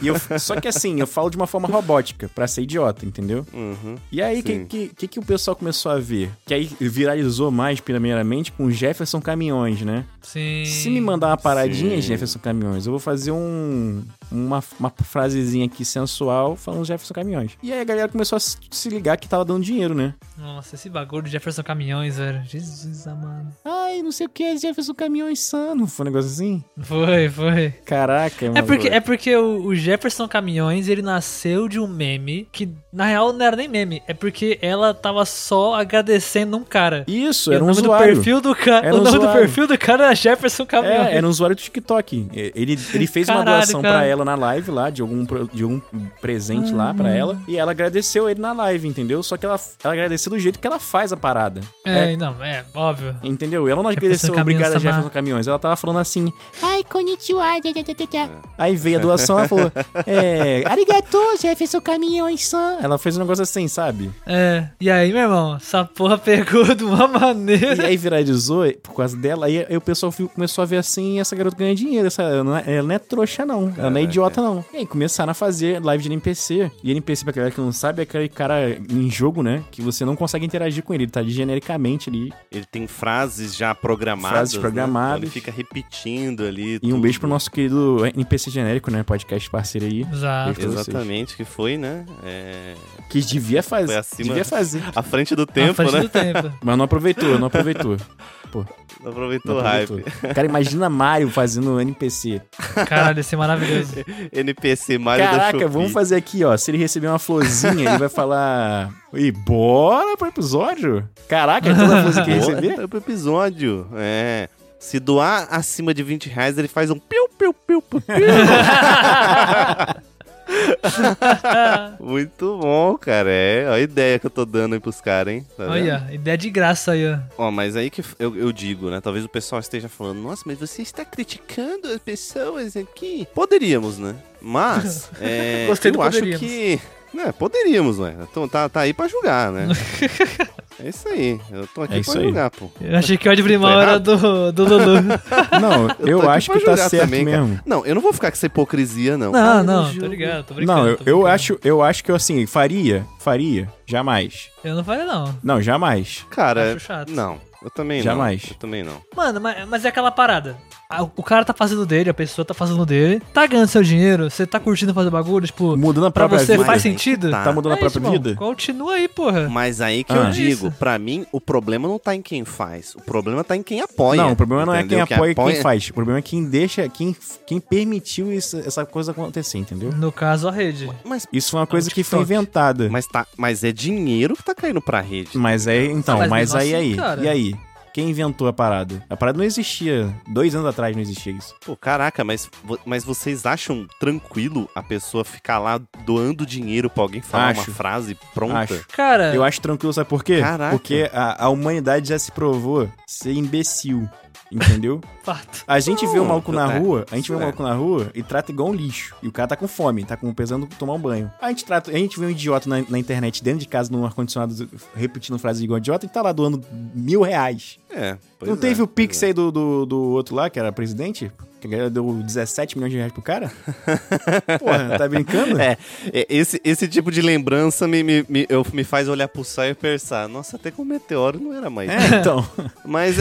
[SPEAKER 2] E eu- só que assim, eu falo de uma forma robótica, pra ser idiota, entendeu?
[SPEAKER 1] Uhum.
[SPEAKER 2] E aí, o que,
[SPEAKER 1] Sim.
[SPEAKER 2] que, que, que o pessoal começou a ver? Que aí viralizou mais, primeiramente, com Jefferson Caminhões, né?
[SPEAKER 3] Sim.
[SPEAKER 2] Se me mandar uma paradinha,
[SPEAKER 1] Sim.
[SPEAKER 2] Jefferson Caminhões, eu vou fazer um, uma, uma frasezinha aqui sensual falando Jefferson Caminhões. E aí a galera começou a se se ligar que tava dando dinheiro, né?
[SPEAKER 3] Nossa, esse bagulho de Jefferson Caminhões, velho. Jesus amado.
[SPEAKER 2] Ai, não sei o que, é Jefferson Caminhões sano. Foi um negócio assim?
[SPEAKER 3] Foi, foi.
[SPEAKER 2] Caraca, um
[SPEAKER 3] É
[SPEAKER 2] mano.
[SPEAKER 3] porque, é porque o, o Jefferson Caminhões, ele nasceu de um meme que, na real, não era nem meme. É porque ela tava só agradecendo um cara.
[SPEAKER 2] Isso,
[SPEAKER 3] E
[SPEAKER 2] era
[SPEAKER 3] o
[SPEAKER 2] um
[SPEAKER 3] nome do
[SPEAKER 2] usuário.
[SPEAKER 3] perfil do cara.
[SPEAKER 2] Era
[SPEAKER 3] O
[SPEAKER 2] um
[SPEAKER 3] nome do
[SPEAKER 2] usuário.
[SPEAKER 3] perfil do cara era Jefferson Caminhões.
[SPEAKER 2] É, era um usuário do TikTok. É, Ele, ele fez uma
[SPEAKER 3] Caralho,
[SPEAKER 2] doação
[SPEAKER 3] cara.
[SPEAKER 2] pra ela na live lá, de algum, pro- de algum presente lá
[SPEAKER 3] Uhum.
[SPEAKER 2] pra ela. E ela agradeceu ele na live, entendeu? Só que ela, ela agradeceu do jeito que ela faz a parada.
[SPEAKER 3] É, não, é, óbvio.
[SPEAKER 2] Entendeu? Ela não
[SPEAKER 3] Jefferson
[SPEAKER 2] agradeceu
[SPEAKER 3] Caminhões
[SPEAKER 2] obrigada a
[SPEAKER 3] Samar.
[SPEAKER 2] Jefferson Caminhões. Ela tava falando assim, ai, konnichiwa, tchá, tchá, tchá, tchá, tchá. Aí veio a doação, ela falou, é, arigato, Jefferson Caminhões-san. Ela fez um negócio assim, sabe?
[SPEAKER 3] É. E aí, meu irmão, essa porra pegou de uma
[SPEAKER 2] E
[SPEAKER 3] maneira.
[SPEAKER 2] aí viralizou por causa dela, aí, aí o pessoal fi- começou a ver assim, essa garota ganha dinheiro, essa, ela, não é, ela não é trouxa não, ela não é idiota não. E aí começaram a fazer live de NPC, e NPC pra galera que não sabe, é aquele cara em jogo, né, que você não consegue interagir com ele, ele tá genericamente ali,
[SPEAKER 1] Ele tem frases já programadas.
[SPEAKER 2] Frases
[SPEAKER 1] né?
[SPEAKER 2] programadas.
[SPEAKER 1] Então Ele fica repetindo ali.
[SPEAKER 2] E um
[SPEAKER 1] tudo.
[SPEAKER 2] beijo pro nosso querido NPC genérico, né? Podcast parceiro aí.
[SPEAKER 3] Exato.
[SPEAKER 2] pra vocês.
[SPEAKER 1] Exatamente, que foi, né? É,
[SPEAKER 2] Que devia
[SPEAKER 1] Foi
[SPEAKER 2] fazer.
[SPEAKER 1] acima-
[SPEAKER 2] Devia fazer.
[SPEAKER 1] À frente do
[SPEAKER 3] Na
[SPEAKER 1] tempo,
[SPEAKER 3] frente
[SPEAKER 1] né?
[SPEAKER 3] do tempo.
[SPEAKER 2] Mas não aproveitou, não aproveitou.
[SPEAKER 1] Não Aproveitou
[SPEAKER 2] Não
[SPEAKER 1] o hype.
[SPEAKER 2] aproveitou. Cara, imagina Mario fazendo NPC.
[SPEAKER 3] Caralho, esse é maravilhoso.
[SPEAKER 1] NPC Mario da
[SPEAKER 2] Caraca,
[SPEAKER 1] Shopee.
[SPEAKER 2] vamos fazer aqui, ó. Se ele receber uma florzinha, ele vai falar. E bora pro episódio? Caraca, toda florzinha que ele
[SPEAKER 1] Bora,
[SPEAKER 2] receber?
[SPEAKER 1] então, pro episódio. É. Se doar acima de 20 reais, ele faz um piu, piu, piu, piu, piu. Muito bom, cara. É, ó a ideia que eu tô dando aí pros caras, hein? Tá vendo?
[SPEAKER 3] Olha, ideia de graça aí, ó.
[SPEAKER 1] Ó, mas aí que f- eu, eu digo, né? Talvez o pessoal esteja falando, nossa, mas você está criticando as pessoas aqui? Poderíamos, né? Mas, é,
[SPEAKER 3] Gostei do
[SPEAKER 1] eu acho
[SPEAKER 3] poderíamos.
[SPEAKER 1] que... Né, poderíamos, né? Então tá, tá aí pra julgar, né? é isso aí. Eu tô aqui
[SPEAKER 2] É isso
[SPEAKER 1] pra
[SPEAKER 2] aí.
[SPEAKER 1] julgar, pô.
[SPEAKER 3] Eu achei que o Adbrimal
[SPEAKER 1] Tá
[SPEAKER 3] era do, do Lulu.
[SPEAKER 2] Não, eu,
[SPEAKER 1] tô aqui
[SPEAKER 2] acho
[SPEAKER 1] pra
[SPEAKER 2] que tá
[SPEAKER 1] julgar
[SPEAKER 2] certo
[SPEAKER 1] também, cara.
[SPEAKER 2] mesmo.
[SPEAKER 1] Não, eu não vou ficar com essa hipocrisia, não.
[SPEAKER 3] Não,
[SPEAKER 1] Ah,
[SPEAKER 3] não,
[SPEAKER 1] elogio.
[SPEAKER 3] tô ligado, tô brincando.
[SPEAKER 2] Não, eu,
[SPEAKER 3] tô
[SPEAKER 2] eu
[SPEAKER 3] brincando.
[SPEAKER 2] acho, eu acho que eu assim, faria, faria, jamais.
[SPEAKER 3] Eu não falei, não.
[SPEAKER 2] Não, jamais.
[SPEAKER 1] Cara,
[SPEAKER 3] Acho chato.
[SPEAKER 1] não. Eu também não.
[SPEAKER 2] Jamais.
[SPEAKER 1] Eu também não.
[SPEAKER 3] Mano, mas, mas é aquela parada. a- o cara tá fazendo dele, a pessoa tá fazendo dele, tá ganhando seu dinheiro, você tá curtindo fazer bagulho, tipo,
[SPEAKER 2] Mudando a
[SPEAKER 3] pra
[SPEAKER 2] própria
[SPEAKER 3] você
[SPEAKER 2] vida.
[SPEAKER 3] faz sentido?
[SPEAKER 1] Tá.
[SPEAKER 2] Tá mudando a
[SPEAKER 3] É
[SPEAKER 2] própria
[SPEAKER 3] isso, irmão.
[SPEAKER 2] vida?
[SPEAKER 3] Continua aí, porra.
[SPEAKER 1] Mas aí que
[SPEAKER 2] Ah.
[SPEAKER 1] eu digo,
[SPEAKER 3] Isso.
[SPEAKER 1] pra mim, o problema não tá em quem faz, o problema tá em quem apoia.
[SPEAKER 2] Não, o problema não é quem
[SPEAKER 1] entendeu?
[SPEAKER 2] apoia e quem faz. O problema é quem deixa, quem, quem permitiu isso- essa coisa acontecer, entendeu?
[SPEAKER 3] No caso, a rede.
[SPEAKER 1] Mas,
[SPEAKER 2] Isso foi uma coisa que foi
[SPEAKER 3] TikTok.
[SPEAKER 2] inventada.
[SPEAKER 1] mas, tá, mas é dinheiro que tá caindo pra rede.
[SPEAKER 2] Mas aí, então,
[SPEAKER 3] Ah, mas
[SPEAKER 2] mas,
[SPEAKER 3] mesmo
[SPEAKER 2] aí,
[SPEAKER 3] assim,
[SPEAKER 2] aí,
[SPEAKER 3] cara.
[SPEAKER 2] e aí? Quem inventou a parada? A parada não existia. Dois anos atrás não existia isso.
[SPEAKER 1] Pô, caraca, mas, vo- mas vocês acham tranquilo a pessoa ficar lá doando dinheiro pra alguém falar
[SPEAKER 2] Acho.
[SPEAKER 1] uma frase pronta?
[SPEAKER 2] Acho.
[SPEAKER 3] Cara,
[SPEAKER 2] Eu acho tranquilo, sabe por quê?
[SPEAKER 1] Caraca.
[SPEAKER 2] Porque a, a humanidade já se provou ser imbecil, entendeu?
[SPEAKER 3] fato.
[SPEAKER 2] A gente vê o
[SPEAKER 1] Não,
[SPEAKER 2] maluco na
[SPEAKER 1] é,
[SPEAKER 2] rua, a gente vê o
[SPEAKER 1] é.
[SPEAKER 2] maluco na rua e trata igual um lixo. E o cara tá com fome, tá com pesando tomar um banho. A gente trata, a gente vê um idiota na, na internet dentro de casa, num ar-condicionado, repetindo frases igual idiota, e tá lá doando mil reais.
[SPEAKER 1] É. pois
[SPEAKER 2] Não
[SPEAKER 1] é,
[SPEAKER 2] teve o
[SPEAKER 1] pois
[SPEAKER 2] Pix
[SPEAKER 1] é.
[SPEAKER 2] aí do, do, do outro lá, que era presidente? Que a galera deu 17 milhões de reais pro cara? Porra, tá brincando?
[SPEAKER 1] É, é, esse, esse tipo de lembrança me, me, me- eu, me faz olhar pro céu e pensar, nossa, até com o meteoro não era mais.
[SPEAKER 2] É, então.
[SPEAKER 1] Mas,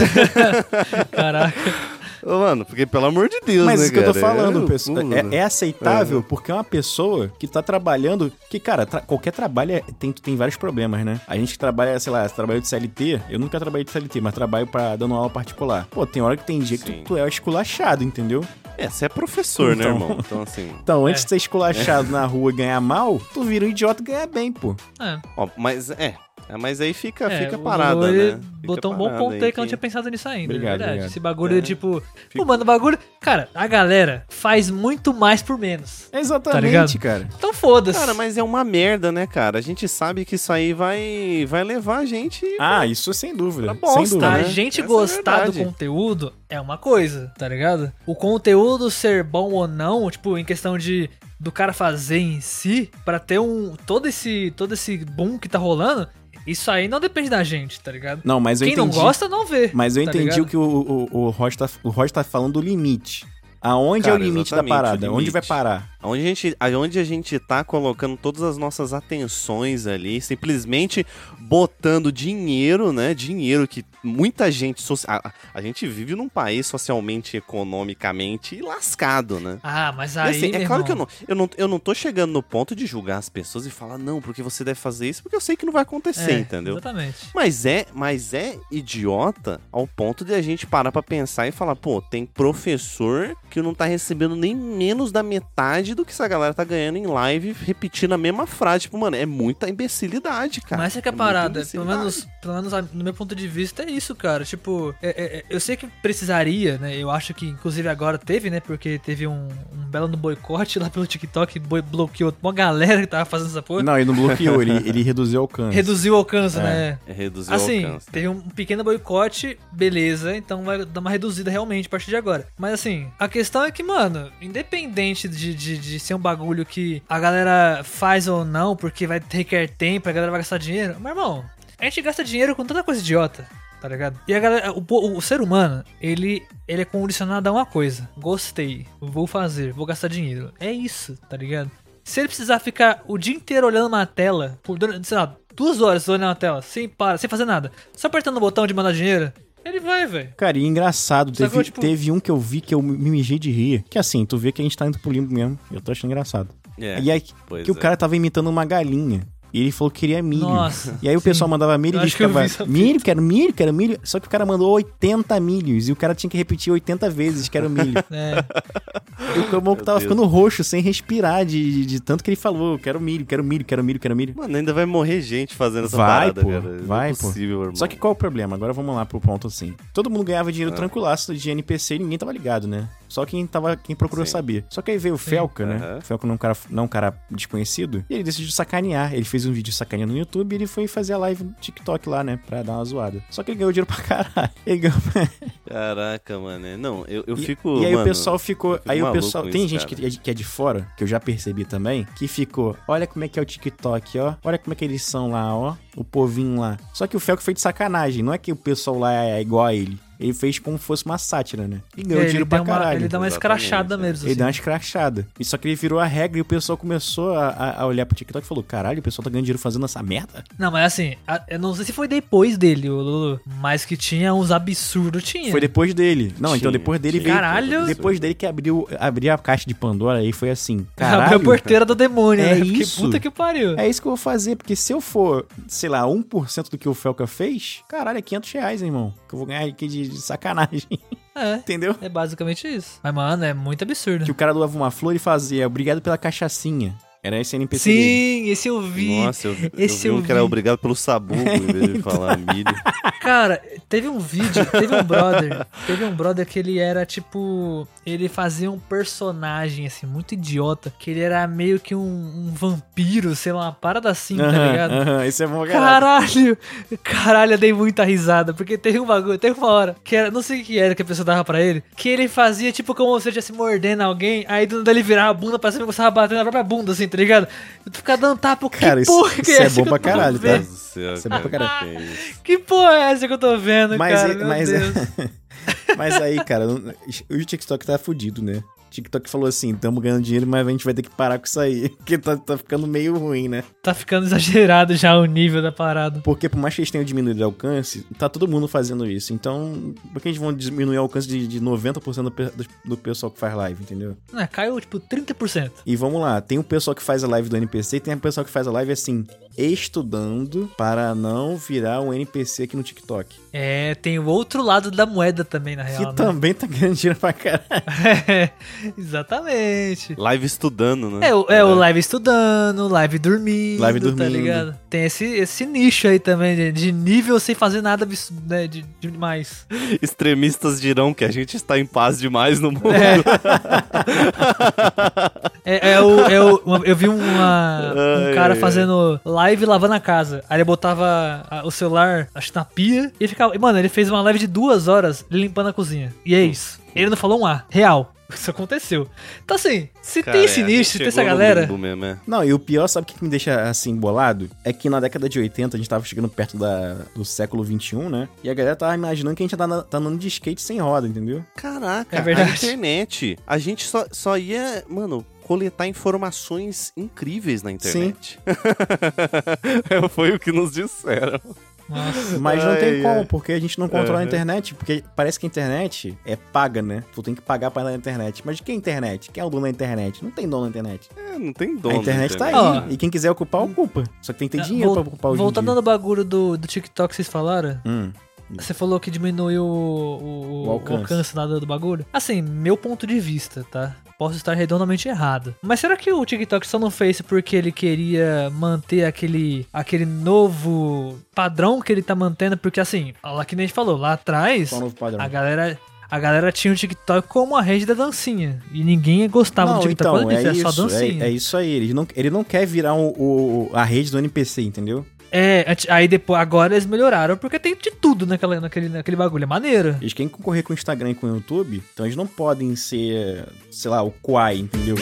[SPEAKER 3] Caraca.
[SPEAKER 1] Ô, mano, porque pelo amor de Deus,
[SPEAKER 2] Mas
[SPEAKER 1] né,
[SPEAKER 2] isso que eu tô
[SPEAKER 1] cara?
[SPEAKER 2] falando,
[SPEAKER 1] o
[SPEAKER 2] pessoa,
[SPEAKER 1] cúmulo, né?
[SPEAKER 2] é, é aceitável porque é uma pessoa que tá trabalhando. Que, cara, tra- qualquer trabalho é- tem, tem vários problemas, né? A gente que trabalha, sei lá, trabalho de CLT, eu nunca trabalhei de CLT, mas trabalho pra dando aula particular. Pô, tem hora que tem dia que tu,
[SPEAKER 1] Sim.
[SPEAKER 2] tu é esculachado, entendeu?
[SPEAKER 1] É, você é professor, né,
[SPEAKER 2] Então.
[SPEAKER 1] irmão? Então, assim...
[SPEAKER 2] Então, antes
[SPEAKER 3] É.
[SPEAKER 2] de ser esculachado na rua e ganhar mal, tu vira um idiota e ganha bem, pô.
[SPEAKER 3] É,
[SPEAKER 1] Ó, mas, é... é, Mas aí fica,
[SPEAKER 3] é,
[SPEAKER 1] fica
[SPEAKER 3] o
[SPEAKER 1] parada,
[SPEAKER 3] Lori
[SPEAKER 1] né? Fica
[SPEAKER 3] Botou um bom
[SPEAKER 1] parada
[SPEAKER 3] ponto aí que, eu não
[SPEAKER 1] que-
[SPEAKER 3] tinha pensado nisso ainda.
[SPEAKER 2] Obrigado,
[SPEAKER 3] é verdade.
[SPEAKER 2] obrigado.
[SPEAKER 3] Esse bagulho,
[SPEAKER 1] É.
[SPEAKER 3] tipo. Pô,
[SPEAKER 1] Fico-
[SPEAKER 3] mano, o bagulho. Cara, a galera faz muito mais por menos.
[SPEAKER 2] Exatamente, cara.
[SPEAKER 3] Então foda-se.
[SPEAKER 1] Cara, mas é uma merda, né, cara? A gente sabe que isso aí vai, vai levar a gente...
[SPEAKER 2] Ah, isso sem dúvida.
[SPEAKER 1] Tá bosta,
[SPEAKER 2] sem dúvida.
[SPEAKER 3] A
[SPEAKER 1] né? Essa
[SPEAKER 3] gente
[SPEAKER 1] é a
[SPEAKER 3] gostar do
[SPEAKER 1] verdade.
[SPEAKER 3] conteúdo é uma coisa, tá ligado? O conteúdo ser bom ou não, tipo, em questão de do cara fazer em si, pra ter um todo esse todo esse boom que tá rolando, isso aí não depende da gente, tá ligado?
[SPEAKER 2] Não, mas eu
[SPEAKER 3] Quem não
[SPEAKER 2] entendi.
[SPEAKER 3] gosta não vê.
[SPEAKER 2] Mas eu
[SPEAKER 3] tá
[SPEAKER 2] entendi
[SPEAKER 3] ligado?
[SPEAKER 2] o que o, o, o, Rocha tá, o Rocha tá falando do limite. Aonde é o
[SPEAKER 1] Cara,
[SPEAKER 2] limite da
[SPEAKER 1] exatamente, o
[SPEAKER 2] parada? Onde
[SPEAKER 1] limite.
[SPEAKER 2] vai parar?
[SPEAKER 1] Onde a, gente, onde a gente tá colocando todas as nossas atenções ali, simplesmente botando dinheiro, né? Dinheiro que muita gente. soci- A, a- a gente vive num país socialmente, economicamente lascado, né?
[SPEAKER 3] Ah, mas
[SPEAKER 1] E
[SPEAKER 3] aí,
[SPEAKER 1] assim, é
[SPEAKER 3] meu
[SPEAKER 1] claro que eu
[SPEAKER 3] irmão,
[SPEAKER 1] não, eu, não, eu não tô chegando no ponto de julgar as pessoas e falar, não, porque você deve fazer isso, porque eu sei que não vai acontecer,
[SPEAKER 3] é,
[SPEAKER 1] entendeu?
[SPEAKER 3] Exatamente.
[SPEAKER 1] Mas é, mas é idiota ao ponto de a gente parar pra pensar e falar, pô, tem professor que não tá recebendo nem menos da metade do que essa galera tá ganhando em live repetindo a mesma frase. Tipo, mano, é muita imbecilidade, cara.
[SPEAKER 3] Mas essa que é a
[SPEAKER 1] muita
[SPEAKER 3] parada, pelo
[SPEAKER 1] imbecilidade.
[SPEAKER 3] menos, pelo menos a- no meu ponto de vista é isso, cara. Tipo, é- é- é- eu sei que precisaria, né? Eu acho que inclusive agora teve, né? Porque teve um, um belo no boicote lá pelo TikTok, boi- bloqueou uma galera que tava fazendo essa porra.
[SPEAKER 2] Não, ele não bloqueou, ele, ele reduziu o alcance.
[SPEAKER 3] Reduziu o alcance,
[SPEAKER 2] É.
[SPEAKER 3] né?
[SPEAKER 1] É reduzir
[SPEAKER 3] Assim,
[SPEAKER 1] o alcance.
[SPEAKER 3] teve um pequeno boicote, beleza, então vai dar uma reduzida realmente a partir de agora. Mas assim, a questão é que, mano, independente de, de, de ser um bagulho que a galera faz ou não, porque vai requer tempo, a galera vai gastar dinheiro, mas irmão, a gente gasta dinheiro com tanta coisa idiota. Tá ligado? E a galera, o, po- o ser humano, ele, ele é condicionado a uma coisa: gostei, vou fazer, vou gastar dinheiro. É isso, tá ligado? Se ele precisar ficar o dia inteiro olhando uma tela, por, durante, sei lá, duas horas olhando uma tela, sem parar, sem fazer nada, só apertando o botão de mandar dinheiro, ele vai, velho.
[SPEAKER 2] Cara, e é engraçado,
[SPEAKER 3] Só que
[SPEAKER 2] teve,
[SPEAKER 3] eu, tipo-
[SPEAKER 2] teve um que eu vi que eu me mijei de rir. Que assim, tu vê que a gente tá indo pro limbo mesmo. Eu tô achando engraçado.
[SPEAKER 1] É,
[SPEAKER 2] e aí,
[SPEAKER 1] pois
[SPEAKER 2] que o
[SPEAKER 1] é.
[SPEAKER 2] cara tava imitando uma galinha. E ele falou que queria milho.
[SPEAKER 3] Nossa,
[SPEAKER 2] E aí o
[SPEAKER 3] sim.
[SPEAKER 2] pessoal mandava milho
[SPEAKER 3] Eu
[SPEAKER 2] e ele
[SPEAKER 3] acho que eu vi
[SPEAKER 2] ficava,
[SPEAKER 3] essa
[SPEAKER 2] milho, quero milho, quero milho. Só que o cara mandou 80 milhos e o cara tinha que repetir 80 vezes, quero milho.
[SPEAKER 3] É,
[SPEAKER 2] E o maluco tava
[SPEAKER 1] Deus.
[SPEAKER 2] ficando roxo, sem respirar, de, de, de tanto que ele falou: quero milho, quero milho, quero milho, quero milho.
[SPEAKER 1] Mano, ainda vai morrer gente fazendo essa
[SPEAKER 2] Vai,
[SPEAKER 1] parada,
[SPEAKER 2] pô,
[SPEAKER 1] cara.
[SPEAKER 2] vai, pô.
[SPEAKER 1] Impossível, irmão.
[SPEAKER 2] Só que qual é o problema? Agora vamos lá pro ponto assim. Todo mundo ganhava dinheiro
[SPEAKER 1] Ah.
[SPEAKER 2] tranquilaço de NPC e ninguém tava ligado, né? Só quem tava, quem procurou
[SPEAKER 1] Sim.
[SPEAKER 2] saber. Só que aí veio o Felca, né?
[SPEAKER 1] Aham.
[SPEAKER 2] O Felca não é um cara, não é um cara desconhecido. E ele decidiu sacanear. Ele fez um vídeo sacaneando no YouTube e ele foi fazer a live no TikTok lá, né? Pra dar uma zoada. Só que ele ganhou dinheiro pra caralho. Ele ganhou
[SPEAKER 1] Caraca, mano. Não, eu, eu
[SPEAKER 2] E-
[SPEAKER 1] fico.
[SPEAKER 2] E aí o
[SPEAKER 1] mano,
[SPEAKER 2] pessoal ficou.
[SPEAKER 1] fico
[SPEAKER 2] Aí o
[SPEAKER 1] maluco
[SPEAKER 2] pessoal.
[SPEAKER 1] com
[SPEAKER 2] Tem
[SPEAKER 1] isso,
[SPEAKER 2] gente
[SPEAKER 1] cara.
[SPEAKER 2] que é, de, que é de fora, que eu já percebi também, que ficou. Olha como é que é o TikTok, ó. Olha como é que eles são lá, ó. O povinho lá. Só que o Felco foi de sacanagem. Não é que o pessoal lá é igual a ele. ele fez como se fosse uma sátira, né? E
[SPEAKER 3] É,
[SPEAKER 2] ganhou
[SPEAKER 3] ele,
[SPEAKER 2] tiro
[SPEAKER 3] dá
[SPEAKER 2] pra
[SPEAKER 3] uma,
[SPEAKER 2] caralho.
[SPEAKER 3] ele dá uma
[SPEAKER 1] Exatamente,
[SPEAKER 3] escrachada
[SPEAKER 1] é.
[SPEAKER 3] mesmo.
[SPEAKER 2] Ele
[SPEAKER 3] assim.
[SPEAKER 2] deu uma escrachada. E só que ele virou a regra e o pessoal começou a, a- a olhar pro TikTok e falou: caralho, o pessoal tá ganhando dinheiro fazendo essa merda?
[SPEAKER 3] Não, mas assim, a- eu não sei se foi depois dele, o Lulu, mas que tinha uns absurdos, tinha.
[SPEAKER 2] Foi depois dele. Não, então
[SPEAKER 1] Tinha,
[SPEAKER 2] depois dele
[SPEAKER 1] tinha.
[SPEAKER 2] veio.
[SPEAKER 3] é. Caralho!
[SPEAKER 2] Depois dele que abriu, abriu a caixa de Pandora e foi assim:
[SPEAKER 3] Abriu
[SPEAKER 2] caralho.
[SPEAKER 3] a porteira do demônio,
[SPEAKER 2] É
[SPEAKER 3] né? Porque
[SPEAKER 2] isso.
[SPEAKER 3] puta que pariu.
[SPEAKER 2] É isso que eu vou fazer, porque se eu for, sei lá, 1% do que o Felca fez, caralho, é 500 reais, hein, irmão. Que eu vou ganhar aqui de, de sacanagem,
[SPEAKER 3] É.
[SPEAKER 2] entendeu?
[SPEAKER 3] É basicamente isso. Mas, mano, é muito
[SPEAKER 2] Que
[SPEAKER 3] absurdo.
[SPEAKER 2] o cara doava uma flor e fazia, obrigado pela cachaçinha. Era esse NPC dele.
[SPEAKER 3] Sim, esse eu vi.
[SPEAKER 1] Nossa, eu, vi- eu
[SPEAKER 3] Esse
[SPEAKER 1] vi
[SPEAKER 3] eu
[SPEAKER 1] um que era
[SPEAKER 3] vi.
[SPEAKER 1] obrigado pelo sabugo em vez de falar milho.
[SPEAKER 3] Cara, teve um vídeo, teve um brother, teve um brother que ele era tipo, ele fazia um personagem assim muito idiota, que ele era meio que um, um vampiro, sei lá, uma parada assim, tá
[SPEAKER 2] Aham,
[SPEAKER 3] ligado?
[SPEAKER 2] aham, esse é bom, caralho.
[SPEAKER 3] Caralho! Caralho, eu dei muita risada. Porque teve um bagulho, teve uma hora, que era, não sei o que era que a pessoa dava pra ele, que ele fazia tipo como se ele estivesse mordendo alguém, aí do nada ele virava a bunda pra cima e começava a bater na própria bunda, assim, tá ligado? Tu fica dando tapa, que
[SPEAKER 2] Cara, isso-
[SPEAKER 3] porra
[SPEAKER 2] isso
[SPEAKER 3] que
[SPEAKER 2] é bom
[SPEAKER 3] essa que
[SPEAKER 2] pra
[SPEAKER 3] eu tô
[SPEAKER 2] caralho, tá?
[SPEAKER 1] Meu
[SPEAKER 3] vendo?
[SPEAKER 1] Deus do céu,
[SPEAKER 2] Você é bom pra
[SPEAKER 1] cara. que
[SPEAKER 2] caralho.
[SPEAKER 1] é isso?
[SPEAKER 3] Que porra é essa que eu tô vendo,
[SPEAKER 2] Mas,
[SPEAKER 3] cara?
[SPEAKER 2] é-
[SPEAKER 3] Meu
[SPEAKER 2] mas,
[SPEAKER 3] Deus.
[SPEAKER 2] é- mas aí, cara, não- o TikTok tá fudido, né? TikTok falou assim, tamo ganhando dinheiro, mas a gente vai ter que parar com isso aí. Porque tá, tá ficando meio ruim, né?
[SPEAKER 3] Tá ficando exagerado já o nível da parada.
[SPEAKER 2] Porque por mais que eles tenham diminuído o alcance, tá todo mundo fazendo isso. Então, por que eles vão diminuir o alcance de, de 90% do, pe- do- do pessoal que faz live, entendeu?
[SPEAKER 3] Né, caiu tipo 30%.
[SPEAKER 2] E vamos lá, tem o pessoal que faz a live do NPC e tem o pessoal que faz a live assim, estudando para não virar um NPC aqui no TikTok.
[SPEAKER 3] É, tem o outro lado da moeda também, na
[SPEAKER 2] que
[SPEAKER 3] real. né?
[SPEAKER 2] também tá ganhando dinheiro pra caralho.
[SPEAKER 3] É, exatamente.
[SPEAKER 1] Live estudando, né?
[SPEAKER 3] É, o- é o live estudando, live dormindo,
[SPEAKER 2] Live
[SPEAKER 3] tá
[SPEAKER 2] dormindo.
[SPEAKER 3] ligado? Tem esse, esse nicho aí também, de, de nível sem fazer nada abs- né, de, demais.
[SPEAKER 1] Extremistas dirão que a gente está em paz demais no mundo.
[SPEAKER 3] É, é o, é o- uma- eu vi uma- um
[SPEAKER 1] Ai,
[SPEAKER 3] cara
[SPEAKER 1] ai,
[SPEAKER 3] fazendo live lavando a casa. Aí ele botava a- o celular, acho que na pia, e ficava... e, Mano, ele fez uma live de duas horas limpando a cozinha. E é isso. Ele não falou um A. Real. Isso aconteceu. Então assim, se
[SPEAKER 1] Cara,
[SPEAKER 3] tem
[SPEAKER 1] é,
[SPEAKER 3] esse
[SPEAKER 1] a gente
[SPEAKER 3] nicho, se tem essa
[SPEAKER 1] chegou no
[SPEAKER 3] galera...
[SPEAKER 1] mundo mesmo, é.
[SPEAKER 2] Não, e o pior, sabe o que que me deixa assim bolado? É que na década de 80 a gente tava chegando perto da- do século 21, né? E a galera tava imaginando que a gente tá, na- tá andando de skate sem roda, entendeu?
[SPEAKER 1] Caraca,
[SPEAKER 3] É verdade.
[SPEAKER 1] a internet. A gente só, só ia, mano, coletar informações incríveis na internet. Sim. Foi o que nos disseram.
[SPEAKER 3] Nossa.
[SPEAKER 2] Mas não
[SPEAKER 1] Ai,
[SPEAKER 2] tem
[SPEAKER 1] ai.
[SPEAKER 2] como, porque a gente não controla a
[SPEAKER 1] Uhum.
[SPEAKER 2] internet. Porque parece que a internet é paga, né? Tu tem que pagar pra ir na internet. Mas quem é a internet? Quem é o dono da internet? Não tem dono da internet.
[SPEAKER 1] É, não tem dono.
[SPEAKER 2] a internet tá aí.
[SPEAKER 3] Ó.
[SPEAKER 2] E quem quiser ocupar, ocupa. Só que tem que ter dinheiro
[SPEAKER 3] Ah, Vol-
[SPEAKER 2] pra ocupar hoje
[SPEAKER 3] Voltando
[SPEAKER 2] em
[SPEAKER 3] no bagulho do, do TikTok que vocês falaram,
[SPEAKER 2] dia. Hum.
[SPEAKER 3] Você falou que diminuiu o, o-
[SPEAKER 2] O alcance.
[SPEAKER 3] o alcance lá do do bagulho. Assim, meu ponto de vista, tá? Posso estar redondamente errado. Mas será que o TikTok só não fez porque ele queria manter aquele, aquele novo padrão que ele tá mantendo? Porque assim, lá que nem a gente falou, lá atrás,
[SPEAKER 2] Qual é o novo padrão?
[SPEAKER 3] a galera. A galera tinha o TikTok como a rede da dancinha. E ninguém gostava
[SPEAKER 2] não,
[SPEAKER 3] do TikTok.
[SPEAKER 2] então,
[SPEAKER 3] por causa
[SPEAKER 2] é
[SPEAKER 3] disso,
[SPEAKER 2] isso,
[SPEAKER 3] era só dancinha.
[SPEAKER 2] é, é isso aí. Ele não, ele não quer virar o- o- a rede do NPC, entendeu?
[SPEAKER 3] É, anti- aí depois, agora eles melhoraram porque tem de tudo naquela, naquele, naquele bagulho. É maneiro.
[SPEAKER 2] Eles querem concorrer com o Instagram e com o YouTube, então eles não podem ser, sei lá, o Quai, entendeu?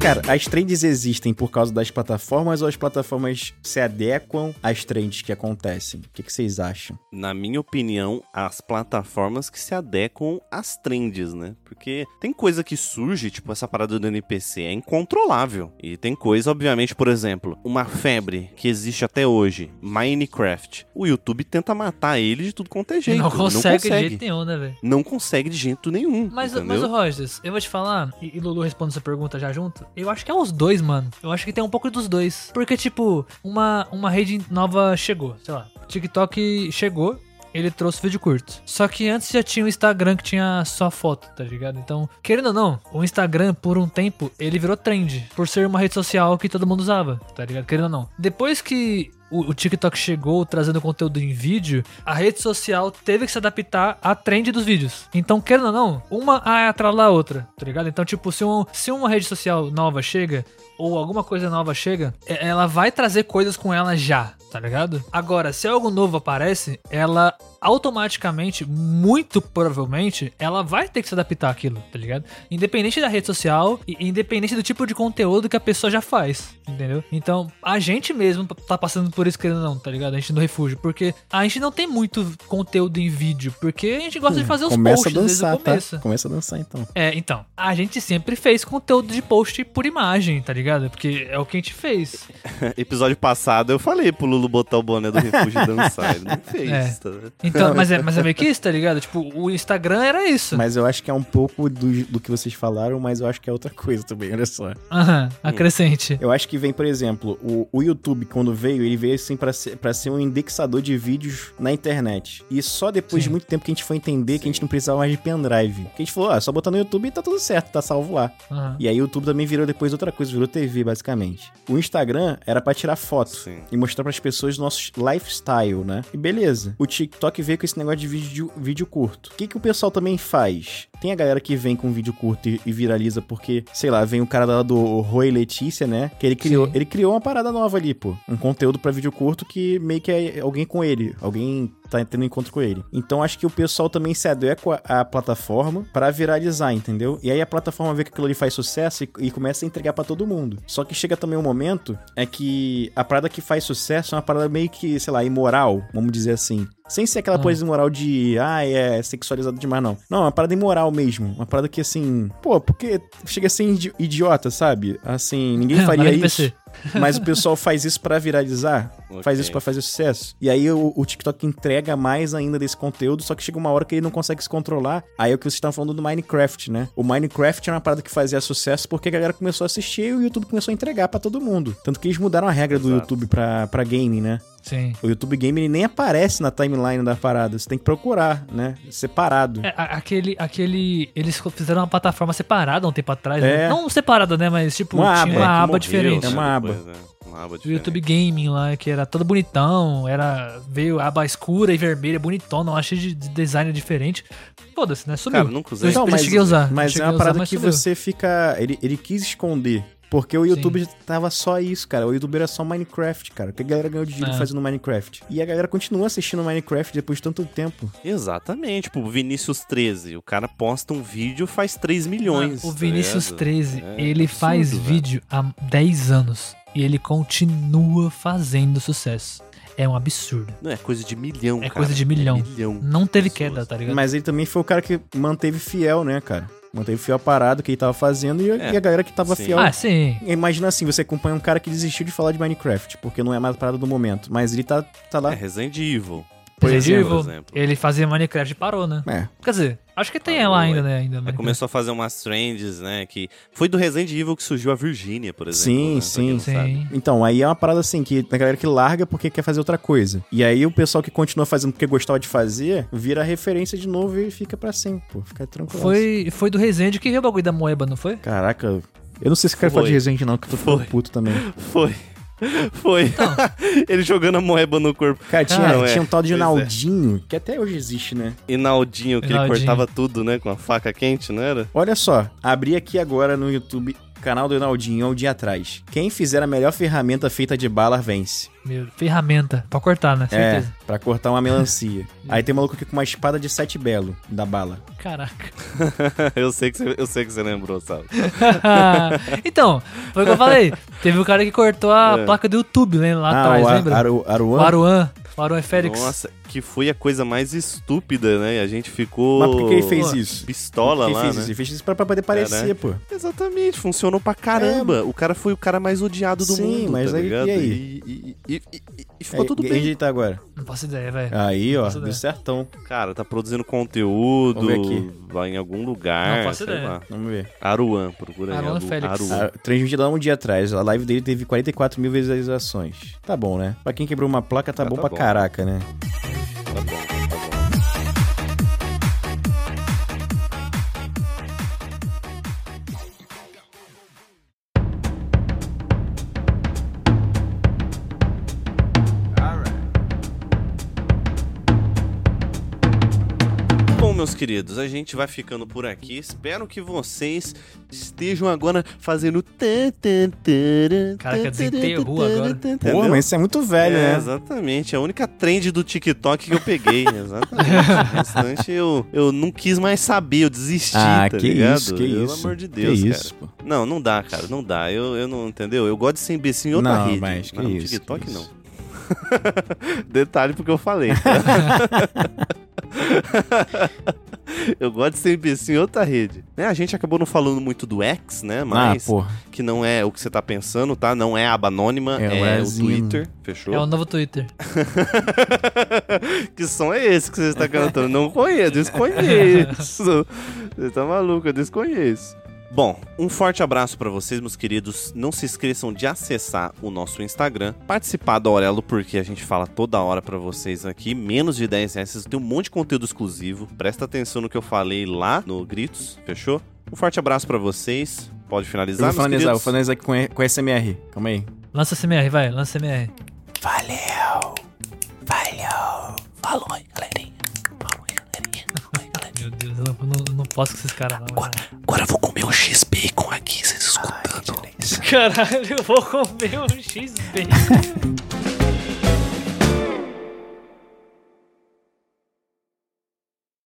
[SPEAKER 2] Cara, as trends existem por causa das plataformas ou as plataformas se adequam às trends que acontecem? O que, que vocês acham?
[SPEAKER 1] na minha opinião, as plataformas que se adequam às trends, né? Porque tem coisa que surge, tipo essa parada do NPC, é incontrolável. E tem coisa, obviamente, por exemplo, uma febre que existe até hoje, Minecraft. O YouTube tenta matar ele de tudo quanto é jeito.
[SPEAKER 3] não consegue de
[SPEAKER 1] consegue.
[SPEAKER 3] jeito nenhum, né, velho?
[SPEAKER 1] Não consegue de jeito nenhum.
[SPEAKER 3] Mas,
[SPEAKER 1] entendeu?
[SPEAKER 3] mas o Rogers, eu vou te falar, e, e Lulu responde essa pergunta já junto. Eu acho que é os dois, mano. Eu acho que tem um pouco dos dois. Porque, tipo, uma, uma rede nova chegou, sei lá. TikTok chegou, ele trouxe vídeo curto. Só que antes já tinha o Instagram que tinha só foto, tá ligado? Então, querendo ou não, o Instagram, por um tempo, ele virou trend. Por ser uma rede social que todo mundo usava, tá ligado? Querendo ou não. Depois que o, o TikTok chegou trazendo conteúdo em vídeo, a rede social teve que se adaptar à trend dos vídeos. Então, querendo ou não, uma atrala a outra, tá ligado? Então, tipo, se, um, se uma rede social nova chega, ou alguma coisa nova chega, é- ela vai trazer coisas com ela já, tá ligado? Agora, se algo novo aparece, ela automaticamente, muito provavelmente, ela vai ter que se adaptar àquilo, tá ligado? Independente da rede social e independente do tipo de conteúdo que a pessoa já faz, entendeu? Então, a gente mesmo tá passando por isso querendo ou não, tá ligado? A gente no refúgio, porque a gente não tem muito conteúdo em vídeo, porque a gente gosta de fazer os
[SPEAKER 2] Começa
[SPEAKER 3] posts
[SPEAKER 2] a dançar,
[SPEAKER 3] desde o começo.
[SPEAKER 2] tá? Começa a dançar então.
[SPEAKER 3] É, então, a gente sempre fez conteúdo de post por imagem, tá ligado? Porque é o que a gente fez.
[SPEAKER 1] Episódio passado eu falei pro Lulu botar o boné do refúgio e dançar. Ele não fez,
[SPEAKER 3] É.
[SPEAKER 1] tá vendo?
[SPEAKER 3] Então, mas é, mas é meio que isso, tá ligado? Tipo, o Instagram era isso.
[SPEAKER 2] Mas eu acho que é um pouco do, do que vocês falaram, mas eu acho que é outra coisa também, olha só.
[SPEAKER 3] Aham, acrescente.
[SPEAKER 2] Eu acho que vem, por exemplo, o, o YouTube, quando veio, ele veio assim pra ser, pra ser um indexador de vídeos na internet. E só depois
[SPEAKER 3] Sim.
[SPEAKER 2] de muito tempo que a gente foi entender que a gente não precisava mais de pendrive. Que a gente falou, ah, só botar no YouTube e tá tudo certo, tá salvo lá.
[SPEAKER 3] Aham.
[SPEAKER 2] E aí o YouTube também virou depois outra coisa, virou TV, basicamente. O Instagram era pra tirar foto
[SPEAKER 1] Sim.
[SPEAKER 2] e mostrar pras pessoas o nosso lifestyle, né? E beleza. O TikTok veio com esse negócio de vídeo, vídeo curto. O que, que o pessoal também faz? Tem a galera que vem com vídeo curto e, e viraliza porque, sei lá, vem o cara lá do Roy Letícia, né? Que ele criou,
[SPEAKER 3] Sim.
[SPEAKER 2] ele criou uma parada nova ali, pô. Um conteúdo pra vídeo curto que meio que é alguém com ele, alguém tá tendo encontro com ele. Então acho que o pessoal também se adequa à plataforma pra viralizar, entendeu? E aí a plataforma vê que aquilo ali faz sucesso e, e começa a entregar pra todo mundo. Só que chega também um momento é que a parada que faz sucesso é uma parada meio que, sei lá, imoral, vamos dizer assim. Sem ser aquela
[SPEAKER 3] Ah.
[SPEAKER 2] coisa imoral de, ah, é sexualizado demais, não. Não, é uma parada imoral mesmo. Uma parada que, assim, pô, porque chega a ser idi- idiota, sabe? Assim,
[SPEAKER 3] É,
[SPEAKER 2] ninguém faria
[SPEAKER 3] Mas
[SPEAKER 2] isso.
[SPEAKER 3] NPC.
[SPEAKER 2] Mas o pessoal faz isso pra viralizar,
[SPEAKER 1] Ok.
[SPEAKER 2] faz isso pra fazer sucesso. E aí o, o TikTok entrega mais ainda desse conteúdo, só que chega uma hora que ele não consegue se controlar. Aí é o que vocês estavam falando do Minecraft, né? O Minecraft era uma parada que fazia sucesso porque a galera começou a assistir e o YouTube começou a entregar pra todo mundo. Tanto que eles mudaram a regra do
[SPEAKER 1] Exato.
[SPEAKER 2] YouTube pra, pra game, né?
[SPEAKER 3] Sim.
[SPEAKER 2] O YouTube Game ele nem aparece na timeline da parada, você tem que procurar, né? Separado.
[SPEAKER 3] É, a- aquele, aquele. Eles fizeram uma plataforma separada há um tempo atrás.
[SPEAKER 2] É.
[SPEAKER 3] Né? Não separada, né? Mas, tipo,
[SPEAKER 2] Uma
[SPEAKER 3] tinha
[SPEAKER 2] aba,
[SPEAKER 3] uma
[SPEAKER 2] que
[SPEAKER 3] aba
[SPEAKER 1] morreu,
[SPEAKER 3] diferente.
[SPEAKER 1] né,
[SPEAKER 2] É uma aba.
[SPEAKER 1] depois, né? Uma aba
[SPEAKER 3] Do
[SPEAKER 1] diferente.
[SPEAKER 3] YouTube Gaming lá, que era todo bonitão, era. Veio aba escura e vermelha, bonitona, uma cheia de de design diferente. Foda-se, né? Sumiu.
[SPEAKER 1] Cara, nunca usei.
[SPEAKER 3] Eu
[SPEAKER 2] Não, mas-
[SPEAKER 3] cheguei a usar.
[SPEAKER 2] Mas
[SPEAKER 3] cheguei
[SPEAKER 2] é
[SPEAKER 3] a
[SPEAKER 2] uma
[SPEAKER 3] usar,
[SPEAKER 2] parada
[SPEAKER 3] mas
[SPEAKER 2] que
[SPEAKER 3] sumiu.
[SPEAKER 2] você fica. Ele, ele quis esconder. Porque o
[SPEAKER 3] Sim.
[SPEAKER 2] YouTube já tava só isso, cara. O YouTube era só Minecraft, cara. O que a galera ganhou de dinheiro
[SPEAKER 3] É.
[SPEAKER 2] fazendo Minecraft? E a galera continua assistindo Minecraft depois de tanto tempo.
[SPEAKER 1] Exatamente, tipo, Vinícius 13. O cara posta um vídeo faz 3 milhões.
[SPEAKER 3] Ah, O
[SPEAKER 1] tá
[SPEAKER 3] Vinícius
[SPEAKER 1] ligado?
[SPEAKER 3] 13,
[SPEAKER 1] É
[SPEAKER 3] ele
[SPEAKER 1] absurdo,
[SPEAKER 3] faz
[SPEAKER 1] velho.
[SPEAKER 3] vídeo há 10 anos e ele continua fazendo sucesso. É um absurdo.
[SPEAKER 1] Não, é coisa de milhão,
[SPEAKER 3] É
[SPEAKER 1] cara.
[SPEAKER 3] coisa de milhão. Hum.
[SPEAKER 1] milhão.
[SPEAKER 3] Não teve
[SPEAKER 1] Pessoas.
[SPEAKER 3] queda, tá ligado?
[SPEAKER 2] Mas ele também foi o cara que manteve fiel, né, cara? Manteve fiel a parada que ele tava fazendo e,
[SPEAKER 1] É.
[SPEAKER 2] e a galera que tava
[SPEAKER 1] Sim.
[SPEAKER 2] fiel.
[SPEAKER 3] Ah, sim.
[SPEAKER 2] Imagina assim, você acompanha um cara que desistiu de falar de Minecraft, porque não é mais a parada do momento. Mas ele tá, tá lá.
[SPEAKER 1] É Resident Evil.
[SPEAKER 2] Por
[SPEAKER 3] Resident
[SPEAKER 1] exemplo,
[SPEAKER 3] Evil,
[SPEAKER 1] por exemplo.
[SPEAKER 3] ele fazia Minecraft e parou, né?
[SPEAKER 2] É.
[SPEAKER 3] Quer dizer, acho que tem
[SPEAKER 1] Parou,
[SPEAKER 3] lá ainda,
[SPEAKER 1] é.
[SPEAKER 3] né? Ainda
[SPEAKER 1] Aí
[SPEAKER 3] Minecraft.
[SPEAKER 1] começou a fazer umas trends, né? Que foi do Resident Evil que surgiu a Virgínia, por exemplo.
[SPEAKER 2] Sim,
[SPEAKER 1] né, pra
[SPEAKER 2] sim.
[SPEAKER 1] quem não sabe.
[SPEAKER 3] Sim.
[SPEAKER 2] Então, aí é uma parada assim, que a galera que larga porque quer fazer outra coisa. E aí o pessoal que continua fazendo porque gostava de fazer, vira referência de novo e fica pra sempre, pô. Fica tranquilo.
[SPEAKER 3] Foi, foi do Resende que veio o bagulho da Moeba, não foi?
[SPEAKER 2] Caraca, eu não sei se eu quero falar
[SPEAKER 1] Foi.
[SPEAKER 2] de Resident não, que eu tô ficando
[SPEAKER 1] Foi.
[SPEAKER 2] puto também.
[SPEAKER 1] Foi. Foi.
[SPEAKER 3] Então.
[SPEAKER 1] ele jogando a moeba no corpo.
[SPEAKER 2] Cara, tinha,
[SPEAKER 1] Não, é.
[SPEAKER 2] tinha um tal de
[SPEAKER 1] Pois é.
[SPEAKER 2] Naldinho, que até hoje existe, né?
[SPEAKER 1] E Naldinho, que ele
[SPEAKER 3] Naldinho.
[SPEAKER 1] cortava tudo, né? Com a faca quente, não era?
[SPEAKER 2] Olha só, abri aqui agora no YouTube o canal do Naldinho há um dia atrás. Quem fizer a melhor ferramenta feita de bala vence.
[SPEAKER 3] Meu, ferramenta pra cortar, né?
[SPEAKER 2] É,
[SPEAKER 3] Certeza.
[SPEAKER 2] pra cortar uma melancia. aí tem um maluco aqui com uma espada de sete belo da bala.
[SPEAKER 3] Caraca.
[SPEAKER 1] eu, sei que você, eu sei que você lembrou, sabe?
[SPEAKER 3] então, foi o que eu falei. Teve o cara que cortou a
[SPEAKER 1] É.
[SPEAKER 3] placa do YouTube, né? Lá
[SPEAKER 2] Ah,
[SPEAKER 3] atrás,
[SPEAKER 2] o A-
[SPEAKER 3] lembra?
[SPEAKER 2] Aru-
[SPEAKER 3] O
[SPEAKER 2] Aruan?
[SPEAKER 3] Aruan. O Aruan é Félix.
[SPEAKER 1] Nossa, que foi a coisa mais estúpida, né? E a gente ficou.
[SPEAKER 2] Mas por que ele fez isso?
[SPEAKER 1] Pistola
[SPEAKER 2] Quem
[SPEAKER 1] lá,
[SPEAKER 2] fez
[SPEAKER 1] né?
[SPEAKER 2] isso? Ele fez isso pra, pra poder parecer,
[SPEAKER 1] né?
[SPEAKER 2] pô.
[SPEAKER 1] Exatamente, funcionou pra caramba. O cara foi o cara mais odiado do
[SPEAKER 2] É. Sim,
[SPEAKER 1] mundo,
[SPEAKER 2] mas
[SPEAKER 1] tá
[SPEAKER 2] aí,
[SPEAKER 1] ligado?
[SPEAKER 2] e aí?
[SPEAKER 1] E, e- e- e- e ficou
[SPEAKER 2] É,
[SPEAKER 1] tudo
[SPEAKER 2] e-
[SPEAKER 1] bem.
[SPEAKER 2] Onde ele tá agora?
[SPEAKER 3] Não faço ideia, velho.
[SPEAKER 2] Aí, ó,
[SPEAKER 3] Faço
[SPEAKER 2] deu
[SPEAKER 3] ideia.
[SPEAKER 2] certão.
[SPEAKER 1] Cara, tá produzindo conteúdo
[SPEAKER 2] Vamos ver aqui.
[SPEAKER 1] lá em algum lugar,
[SPEAKER 3] Não faço
[SPEAKER 1] sei
[SPEAKER 3] ideia.
[SPEAKER 1] lá.
[SPEAKER 2] Vamos ver.
[SPEAKER 1] Aruan, procura aí.
[SPEAKER 3] Aruan Félix.
[SPEAKER 2] Ah, transmitida lá um dia atrás. A live dele teve 44 mil visualizações. Tá bom, né? Pra quem quebrou uma placa, tá
[SPEAKER 1] Ah,
[SPEAKER 2] bom
[SPEAKER 1] tá
[SPEAKER 2] pra
[SPEAKER 1] bom.
[SPEAKER 2] caraca, né?
[SPEAKER 1] Tá bom, tá bom. Bom, meus queridos, a gente vai ficando por aqui. Espero que vocês estejam agora fazendo.
[SPEAKER 3] Caraca, desenterrou agora.
[SPEAKER 2] Pô, mas isso é muito velho,
[SPEAKER 1] É,
[SPEAKER 2] né?
[SPEAKER 1] exatamente. É a única trend do TikTok que eu peguei. Exatamente. o restante eu, eu não quis mais saber, eu desisti,
[SPEAKER 2] Ah,
[SPEAKER 1] tá
[SPEAKER 2] que
[SPEAKER 1] ligado?
[SPEAKER 2] isso, que
[SPEAKER 1] Pelo
[SPEAKER 2] isso.
[SPEAKER 1] amor de
[SPEAKER 2] Que
[SPEAKER 1] Deus, cara.
[SPEAKER 2] isso, pô.
[SPEAKER 1] Não, não dá, cara. Não dá. Eu, eu não, entendeu? Eu gosto de ser imbecil em outra
[SPEAKER 2] Não,
[SPEAKER 1] rede.
[SPEAKER 2] mas que
[SPEAKER 1] Não,
[SPEAKER 2] isso,
[SPEAKER 1] TikTok
[SPEAKER 2] que
[SPEAKER 1] não.
[SPEAKER 2] isso.
[SPEAKER 1] Detalhe porque eu falei. tá? eu gosto de ser imbecil em outra rede. Né, a gente acabou não falando muito do X, né?
[SPEAKER 2] Ah,
[SPEAKER 1] Mas
[SPEAKER 2] pô.
[SPEAKER 1] que não é o que você tá pensando, tá? Não é a aba anônima,
[SPEAKER 2] É o
[SPEAKER 1] é, o
[SPEAKER 2] Xzinho.
[SPEAKER 1] Twitter. Fechou?
[SPEAKER 3] É o novo Twitter.
[SPEAKER 1] que som é esse que você está cantando? Não conheço, desconheço. Você tá maluco, eu desconheço. Bom, um forte abraço para vocês, meus queridos. Não se esqueçam de acessar o nosso Instagram, participar da Aurelo, porque a gente fala toda hora para vocês aqui. Menos de 10 reais, vocês têm um monte de conteúdo exclusivo. Presta atenção no que eu falei lá no Gritos, fechou? Um forte abraço para vocês. Pode
[SPEAKER 2] Eu
[SPEAKER 1] finalizar,
[SPEAKER 2] vou
[SPEAKER 1] meus
[SPEAKER 2] finalizar, vou
[SPEAKER 1] queridos?
[SPEAKER 2] finalizar aqui com, E- com SMR. Calma aí.
[SPEAKER 3] Lança CMR, vai, lança CMR.
[SPEAKER 2] Valeu! Valeu! Falou, galerinha.
[SPEAKER 3] Meu Deus, eu não, eu não- eu não posso com esses caras não. velho.
[SPEAKER 2] Agora eu vou comer um X-Bacon aqui, vocês escutando.
[SPEAKER 3] Caralho, eu vou comer um X-Bacon.